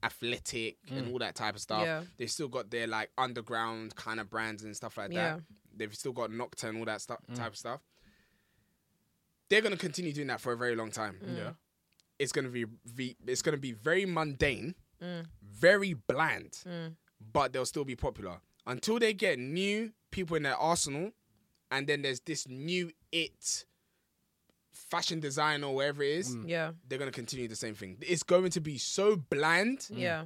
Speaker 2: athletic and all that type of stuff.
Speaker 1: Yeah.
Speaker 2: They've still got their like underground kind of brands and stuff like
Speaker 1: Yeah.
Speaker 2: that. They've still got Nocturne, all that stuff type of stuff. They're gonna continue doing that for a very long time
Speaker 3: Yeah,
Speaker 2: it's gonna be, ve- it's gonna be very mundane,
Speaker 1: Mm,
Speaker 2: very bland, but they'll still be popular until they get new people in their arsenal, and then there's this new it fashion design or whatever it is,
Speaker 1: Yeah.
Speaker 2: They're gonna continue the same thing. It's going to be so bland.
Speaker 1: Yeah.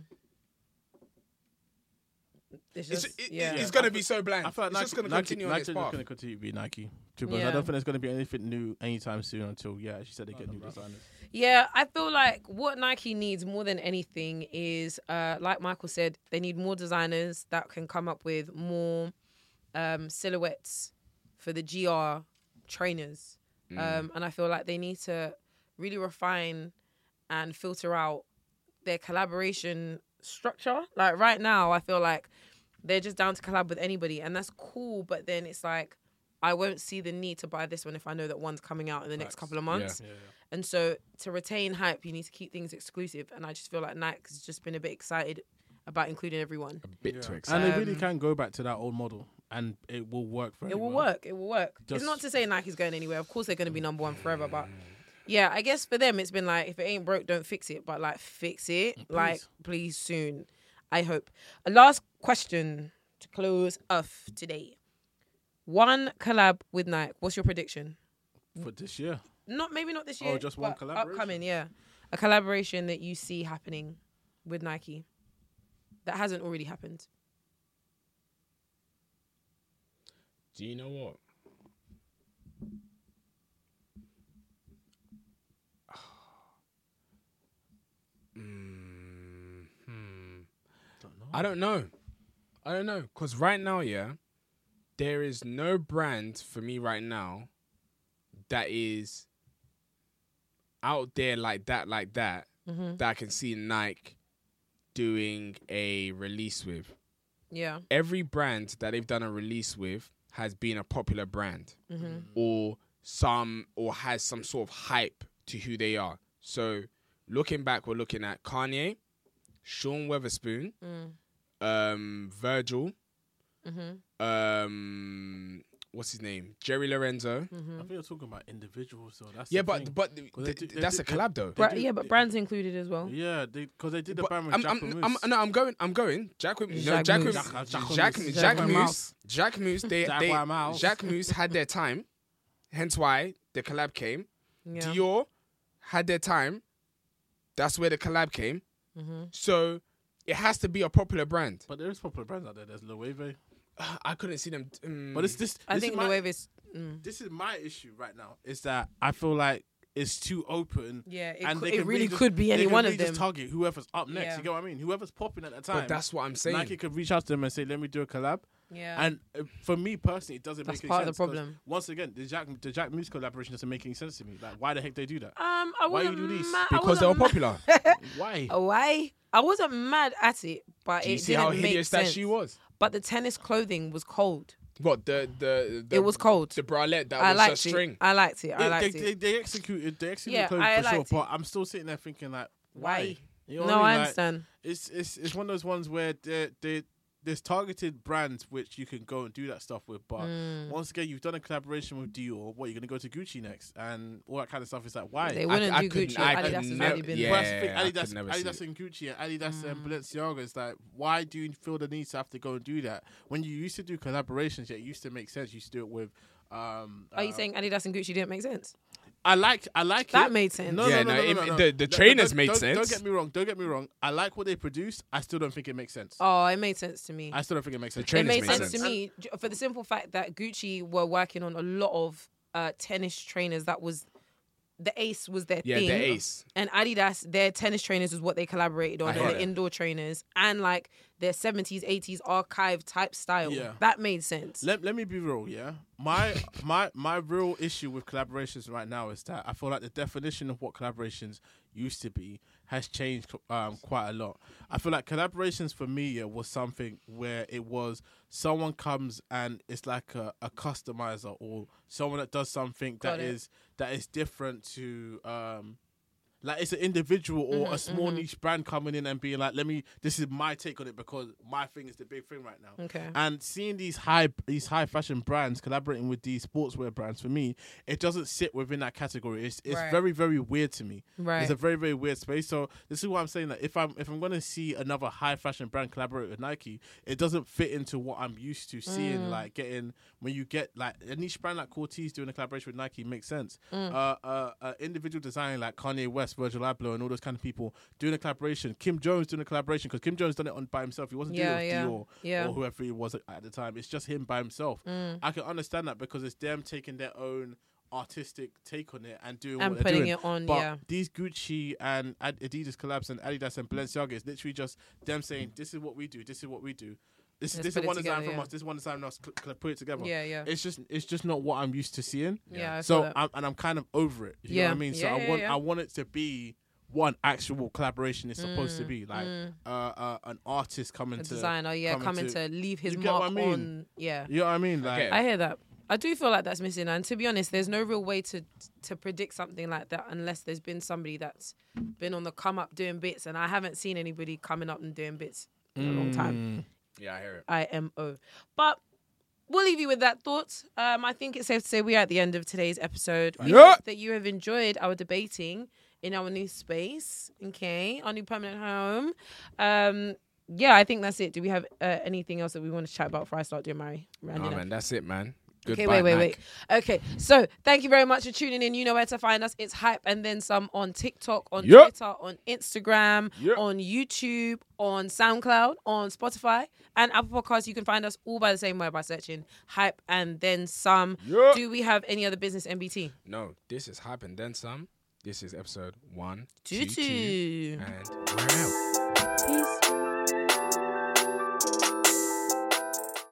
Speaker 1: It's
Speaker 2: It's,
Speaker 1: just
Speaker 2: it-
Speaker 1: yeah.
Speaker 2: it's gonna be so bland.
Speaker 3: I feel like
Speaker 2: it's
Speaker 3: Nike,
Speaker 2: just gonna
Speaker 3: Nike,
Speaker 2: continue
Speaker 3: Nike
Speaker 2: on this
Speaker 3: is
Speaker 2: path.
Speaker 3: gonna continue to be Nike. True, because
Speaker 1: Yeah.
Speaker 3: I don't think there's gonna be anything new anytime soon until yeah, she said they get new designers.
Speaker 1: Yeah, I feel like what Nike needs more than anything is, uh, like Michael said, they need more designers that can come up with more um, silhouettes for the GR trainers. Um, and I feel like they need to really refine and filter out their collaboration structure. Like right now, I feel like they're just down to collab with anybody, and that's cool. But then it's like, I won't see the need to buy this one if I know that one's coming out in the next couple of months. And so to retain hype, you need to keep things exclusive. And I just feel like Nike's just been a bit excited about including everyone.
Speaker 2: Bit too
Speaker 3: And
Speaker 2: exciting.
Speaker 3: they really can go back to that old model, and it will work very
Speaker 1: It will
Speaker 3: well.
Speaker 1: work. It will work.
Speaker 3: Just-
Speaker 1: it's not to say Nike's going anywhere. Of course, they're going to be number one forever. But yeah, I guess for them, it's been like if it ain't broke, don't fix it. But like fix it, like please soon. I hope. A last question to close off today. One collab with Nike. What's your prediction?
Speaker 3: for this year.
Speaker 1: Not maybe not this
Speaker 3: Oh,
Speaker 1: year.
Speaker 3: just one
Speaker 1: but
Speaker 3: collaboration?
Speaker 1: Upcoming, yeah, a collaboration that you see happening with Nike that hasn't already happened.
Speaker 2: Do you know what? Mm, hmm. I don't know. I don't know. Because right now, yeah, there is no brand for me right now that is out there like that, like that,
Speaker 1: Mm-hmm.
Speaker 2: that I can see Nike doing a release with
Speaker 1: Yeah,
Speaker 2: every brand that they've done a release with has been a popular brand
Speaker 1: Mm-hmm.
Speaker 2: or some or has some sort of hype to who they are. So looking back, we're looking at Kanye, Sean Weatherspoon,
Speaker 1: Mm-hmm.
Speaker 2: um, Virgil, um, what's his name, Jerry Lorenzo.
Speaker 3: I think you're talking about individuals, so that's
Speaker 2: Yeah,
Speaker 3: the thing.
Speaker 2: but but th-
Speaker 3: 'Cause they do- they
Speaker 2: that's
Speaker 3: do-
Speaker 2: a collab though.
Speaker 1: Bra-
Speaker 3: do-
Speaker 1: yeah, but
Speaker 3: they-
Speaker 1: brands included as well.
Speaker 3: yeah, because they, did the
Speaker 2: But
Speaker 3: ban with
Speaker 2: I'm,
Speaker 3: Jack
Speaker 2: I'm,
Speaker 3: and
Speaker 2: I'm,
Speaker 3: Moose.
Speaker 2: no, I'm going. I'm going. Jack Whip. No,
Speaker 1: Jacques
Speaker 2: Jack
Speaker 1: Moose.
Speaker 2: Whip.
Speaker 3: Jacques- Jacques
Speaker 2: Jack
Speaker 3: Moose.
Speaker 2: Jack
Speaker 1: Jacques
Speaker 2: Moose.
Speaker 1: Mouse.
Speaker 2: Jack Moose. They,
Speaker 3: Jacques
Speaker 2: they
Speaker 3: Mouse.
Speaker 2: Jack Moose had their time, hence why the collab came.
Speaker 1: Yeah.
Speaker 2: Dior had their time. That's where the collab came.
Speaker 1: Mm-hmm.
Speaker 2: So it has to be a popular brand. <sighs>
Speaker 3: But there is popular brands out there. There's
Speaker 2: Mm.
Speaker 3: Loewe.
Speaker 2: I couldn't see them. mm,
Speaker 3: But it's this.
Speaker 1: I
Speaker 3: this
Speaker 1: think
Speaker 3: is my,
Speaker 1: the wave is. Mm.
Speaker 3: This is my issue right now. Is that I feel like it's too open.
Speaker 1: Yeah, it
Speaker 3: and
Speaker 1: cou-
Speaker 3: they
Speaker 1: it
Speaker 3: can
Speaker 1: really
Speaker 3: just-
Speaker 1: could be
Speaker 3: they
Speaker 1: any
Speaker 3: can
Speaker 1: one
Speaker 3: really
Speaker 1: of
Speaker 3: Just
Speaker 1: them.
Speaker 3: target whoever's up next.
Speaker 1: Yeah.
Speaker 3: You get what I mean? Whoeever's popping at the time.
Speaker 2: but that's what I'm saying.
Speaker 3: Nike could reach out to them and say, "Let me do a collab."
Speaker 1: Yeah.
Speaker 3: And uh, for me personally, it doesn't
Speaker 1: That's
Speaker 3: make any
Speaker 1: part of the
Speaker 3: sense 'cause
Speaker 1: problem.
Speaker 3: Once again, the Jack the Jack Moose collaboration doesn't make any sense to me. Like, why the heck they do that?
Speaker 1: um, I
Speaker 3: Why you
Speaker 1: wasn't
Speaker 3: do this?
Speaker 1: ma- I
Speaker 2: because they were
Speaker 1: wasn't ma-
Speaker 2: popular.
Speaker 3: Why?
Speaker 1: Why? I wasn't mad at it, but
Speaker 2: Do you
Speaker 1: it
Speaker 2: see
Speaker 1: <laughs> didn't
Speaker 2: how
Speaker 1: make
Speaker 2: hideous
Speaker 1: sense.
Speaker 2: that she was?
Speaker 1: But the tennis clothing was cold.
Speaker 2: What the the, the
Speaker 1: It was cold.
Speaker 2: The bralette that
Speaker 1: I
Speaker 2: was a
Speaker 1: liked
Speaker 2: string.
Speaker 1: it. I liked it. I
Speaker 3: Yeah,
Speaker 1: liked
Speaker 3: they,
Speaker 1: it.
Speaker 3: they, they executed. They executed
Speaker 1: Yeah,
Speaker 3: Chloe
Speaker 1: I
Speaker 3: for sure,
Speaker 1: liked
Speaker 3: but I'm still sitting there thinking like, why?
Speaker 1: Why?
Speaker 3: You know
Speaker 1: no,
Speaker 3: what
Speaker 1: I
Speaker 3: mean? Like,
Speaker 1: understand.
Speaker 3: it's it's it's one of those ones where there there there's targeted brands which you can go and do that stuff with, but
Speaker 1: Mm.
Speaker 3: once again, you've done a collaboration with Dior. What you're gonna go to Gucci next, and all that kind of stuff is like, why?
Speaker 1: they
Speaker 3: But
Speaker 1: wouldn't
Speaker 2: I
Speaker 1: do
Speaker 2: couldn't-
Speaker 1: Gucci.
Speaker 2: I
Speaker 1: Adidas
Speaker 2: could
Speaker 1: has
Speaker 2: never-
Speaker 1: already been. Mm.
Speaker 2: yeah.
Speaker 3: that's the thing,
Speaker 2: I could
Speaker 3: Adidas,
Speaker 2: never see
Speaker 3: Adidas
Speaker 2: it.
Speaker 3: and Gucci and Adidas and Balenciaga is like, why do you feel the need to have to go and do that when you used to do collaborations? Yeah, it used to make sense. You used to do it with. Um,
Speaker 1: Are you
Speaker 3: uh,
Speaker 1: saying Adidas and Gucci didn't make sense?
Speaker 3: I like I like
Speaker 1: That
Speaker 3: it.
Speaker 1: made sense.
Speaker 3: No,
Speaker 2: Yeah, no,
Speaker 3: no, no, no,
Speaker 2: it-
Speaker 3: no, no.
Speaker 2: the- the
Speaker 3: No,
Speaker 2: trainers
Speaker 3: don't-
Speaker 2: made
Speaker 3: don't-
Speaker 2: sense.
Speaker 3: Don't get me wrong. Don't get me wrong. I like what they produced. I still don't think it makes sense.
Speaker 1: Oh, it made sense to me.
Speaker 3: I still don't think it makes sense.
Speaker 1: It
Speaker 2: trainers
Speaker 1: made
Speaker 2: made
Speaker 1: sense,
Speaker 2: sense.
Speaker 1: to me j- for the simple fact that Gucci were working on a lot of uh, tennis trainers. That was the Ace was their
Speaker 2: Yeah,
Speaker 1: thing.
Speaker 2: the Ace.
Speaker 1: and Adidas, their tennis trainers is what they collaborated on,
Speaker 2: I hear
Speaker 1: and the
Speaker 2: that.
Speaker 1: indoor trainers, and like their seventies, eighties archive type style.
Speaker 3: Yeah.
Speaker 1: That made sense.
Speaker 3: Let, let me be real, yeah. My my my real issue with collaborations right now is that I feel like the definition of what collaborations used to be has changed um, quite a lot. I feel like collaborations for me yeah, was something where it was someone comes and it's like a, a customizer or someone that does something
Speaker 1: Got
Speaker 3: that
Speaker 1: it.
Speaker 3: is that is different to um like it's an individual or
Speaker 1: Mm-hmm,
Speaker 3: a small niche brand coming in and being like, let me. This is my take on it because my thing is the big thing right now.
Speaker 1: Okay.
Speaker 3: And seeing these high these high fashion brands collaborating with these sportswear brands for me, it doesn't sit within that category. It's it's
Speaker 1: Right.
Speaker 3: very very weird to me.
Speaker 1: Right.
Speaker 3: It's a very very weird space. So this is why I'm saying that if I'm if I'm gonna see another high fashion brand collaborate with Nike, it doesn't fit into what I'm used to seeing.
Speaker 1: Mm.
Speaker 3: Like getting when you get like a niche brand like Cortez doing a collaboration with Nike makes sense.
Speaker 1: Mm.
Speaker 3: Uh, uh, uh, individual design like Kanye West, Virgil Abloh, and all those kind of people doing a collaboration. Kim Jones doing a collaboration because Kim Jones done it on by himself. He wasn't
Speaker 1: Yeah,
Speaker 3: doing it with
Speaker 1: yeah,
Speaker 3: Dior
Speaker 1: yeah.
Speaker 3: or whoever he was at the time. It's just him by himself.
Speaker 1: Mm.
Speaker 3: I can understand that because it's them taking their own artistic take on it and doing
Speaker 1: And
Speaker 3: what they're
Speaker 1: putting
Speaker 3: doing.
Speaker 1: it on,
Speaker 3: but
Speaker 1: yeah.
Speaker 3: these Gucci and Ad- Adidas collabs and Adidas and Balenciaga is literally just them saying, "This is what we do. This is what we do. This is
Speaker 1: Let's
Speaker 3: this
Speaker 1: put
Speaker 3: is
Speaker 1: it
Speaker 3: one design
Speaker 1: together,
Speaker 3: from
Speaker 1: yeah.
Speaker 3: us. This is one design from us. Cl- cl- put it together.
Speaker 1: Yeah, yeah.
Speaker 3: It's just it's just not what I'm used to seeing.
Speaker 1: Yeah, I saw
Speaker 3: so
Speaker 1: that.
Speaker 3: I'm, and I'm kind of over it. You know
Speaker 1: Yeah.
Speaker 3: what I mean? So
Speaker 1: Yeah,
Speaker 3: I
Speaker 1: yeah,
Speaker 3: want
Speaker 1: yeah.
Speaker 3: I want it to be. What an actual collaboration is supposed to be like uh, uh, an artist coming
Speaker 1: Mm, A
Speaker 3: to
Speaker 1: designer, yeah, coming to, leave his
Speaker 3: You get what
Speaker 1: mark
Speaker 3: I mean?
Speaker 1: on. Yeah.
Speaker 3: you know what I mean? Like,
Speaker 2: Okay.
Speaker 1: I hear that. I do feel like that's missing, and to be honest, there's no real way to to predict something like that unless there's been somebody that's been on the come up doing bits, and I haven't seen anybody coming up and doing bits in a long time.
Speaker 2: Mm. Yeah, I hear it.
Speaker 1: IMO. But we'll leave you with that thought. Um, I think it's safe to say we are at the end of today's episode. We
Speaker 2: Yeah.
Speaker 1: hope that you have enjoyed our debating in our new space, okay, our new permanent home. Um, yeah, I think that's it. Do we have uh, anything else that we want to chat about before I start doing my
Speaker 2: Oh
Speaker 1: rounding up?
Speaker 2: man, that's it, man. Goodbye,
Speaker 1: Okay, wait, wait,
Speaker 2: Nike.
Speaker 1: wait. Okay, so thank you very much for tuning in. You know where to find us. It's hype and then some on TikTok, on
Speaker 2: Yep.
Speaker 1: Twitter, on Instagram,
Speaker 2: Yep.
Speaker 1: on YouTube, on SoundCloud, on Spotify, and Apple Podcasts. You can find us all by the same way by searching hype and then some.
Speaker 2: Yep.
Speaker 1: Do we have any other business? MBT.
Speaker 2: No, this is hype and then some. This is episode one, two,
Speaker 1: Tutu.
Speaker 2: two, and we're out.
Speaker 1: Peace.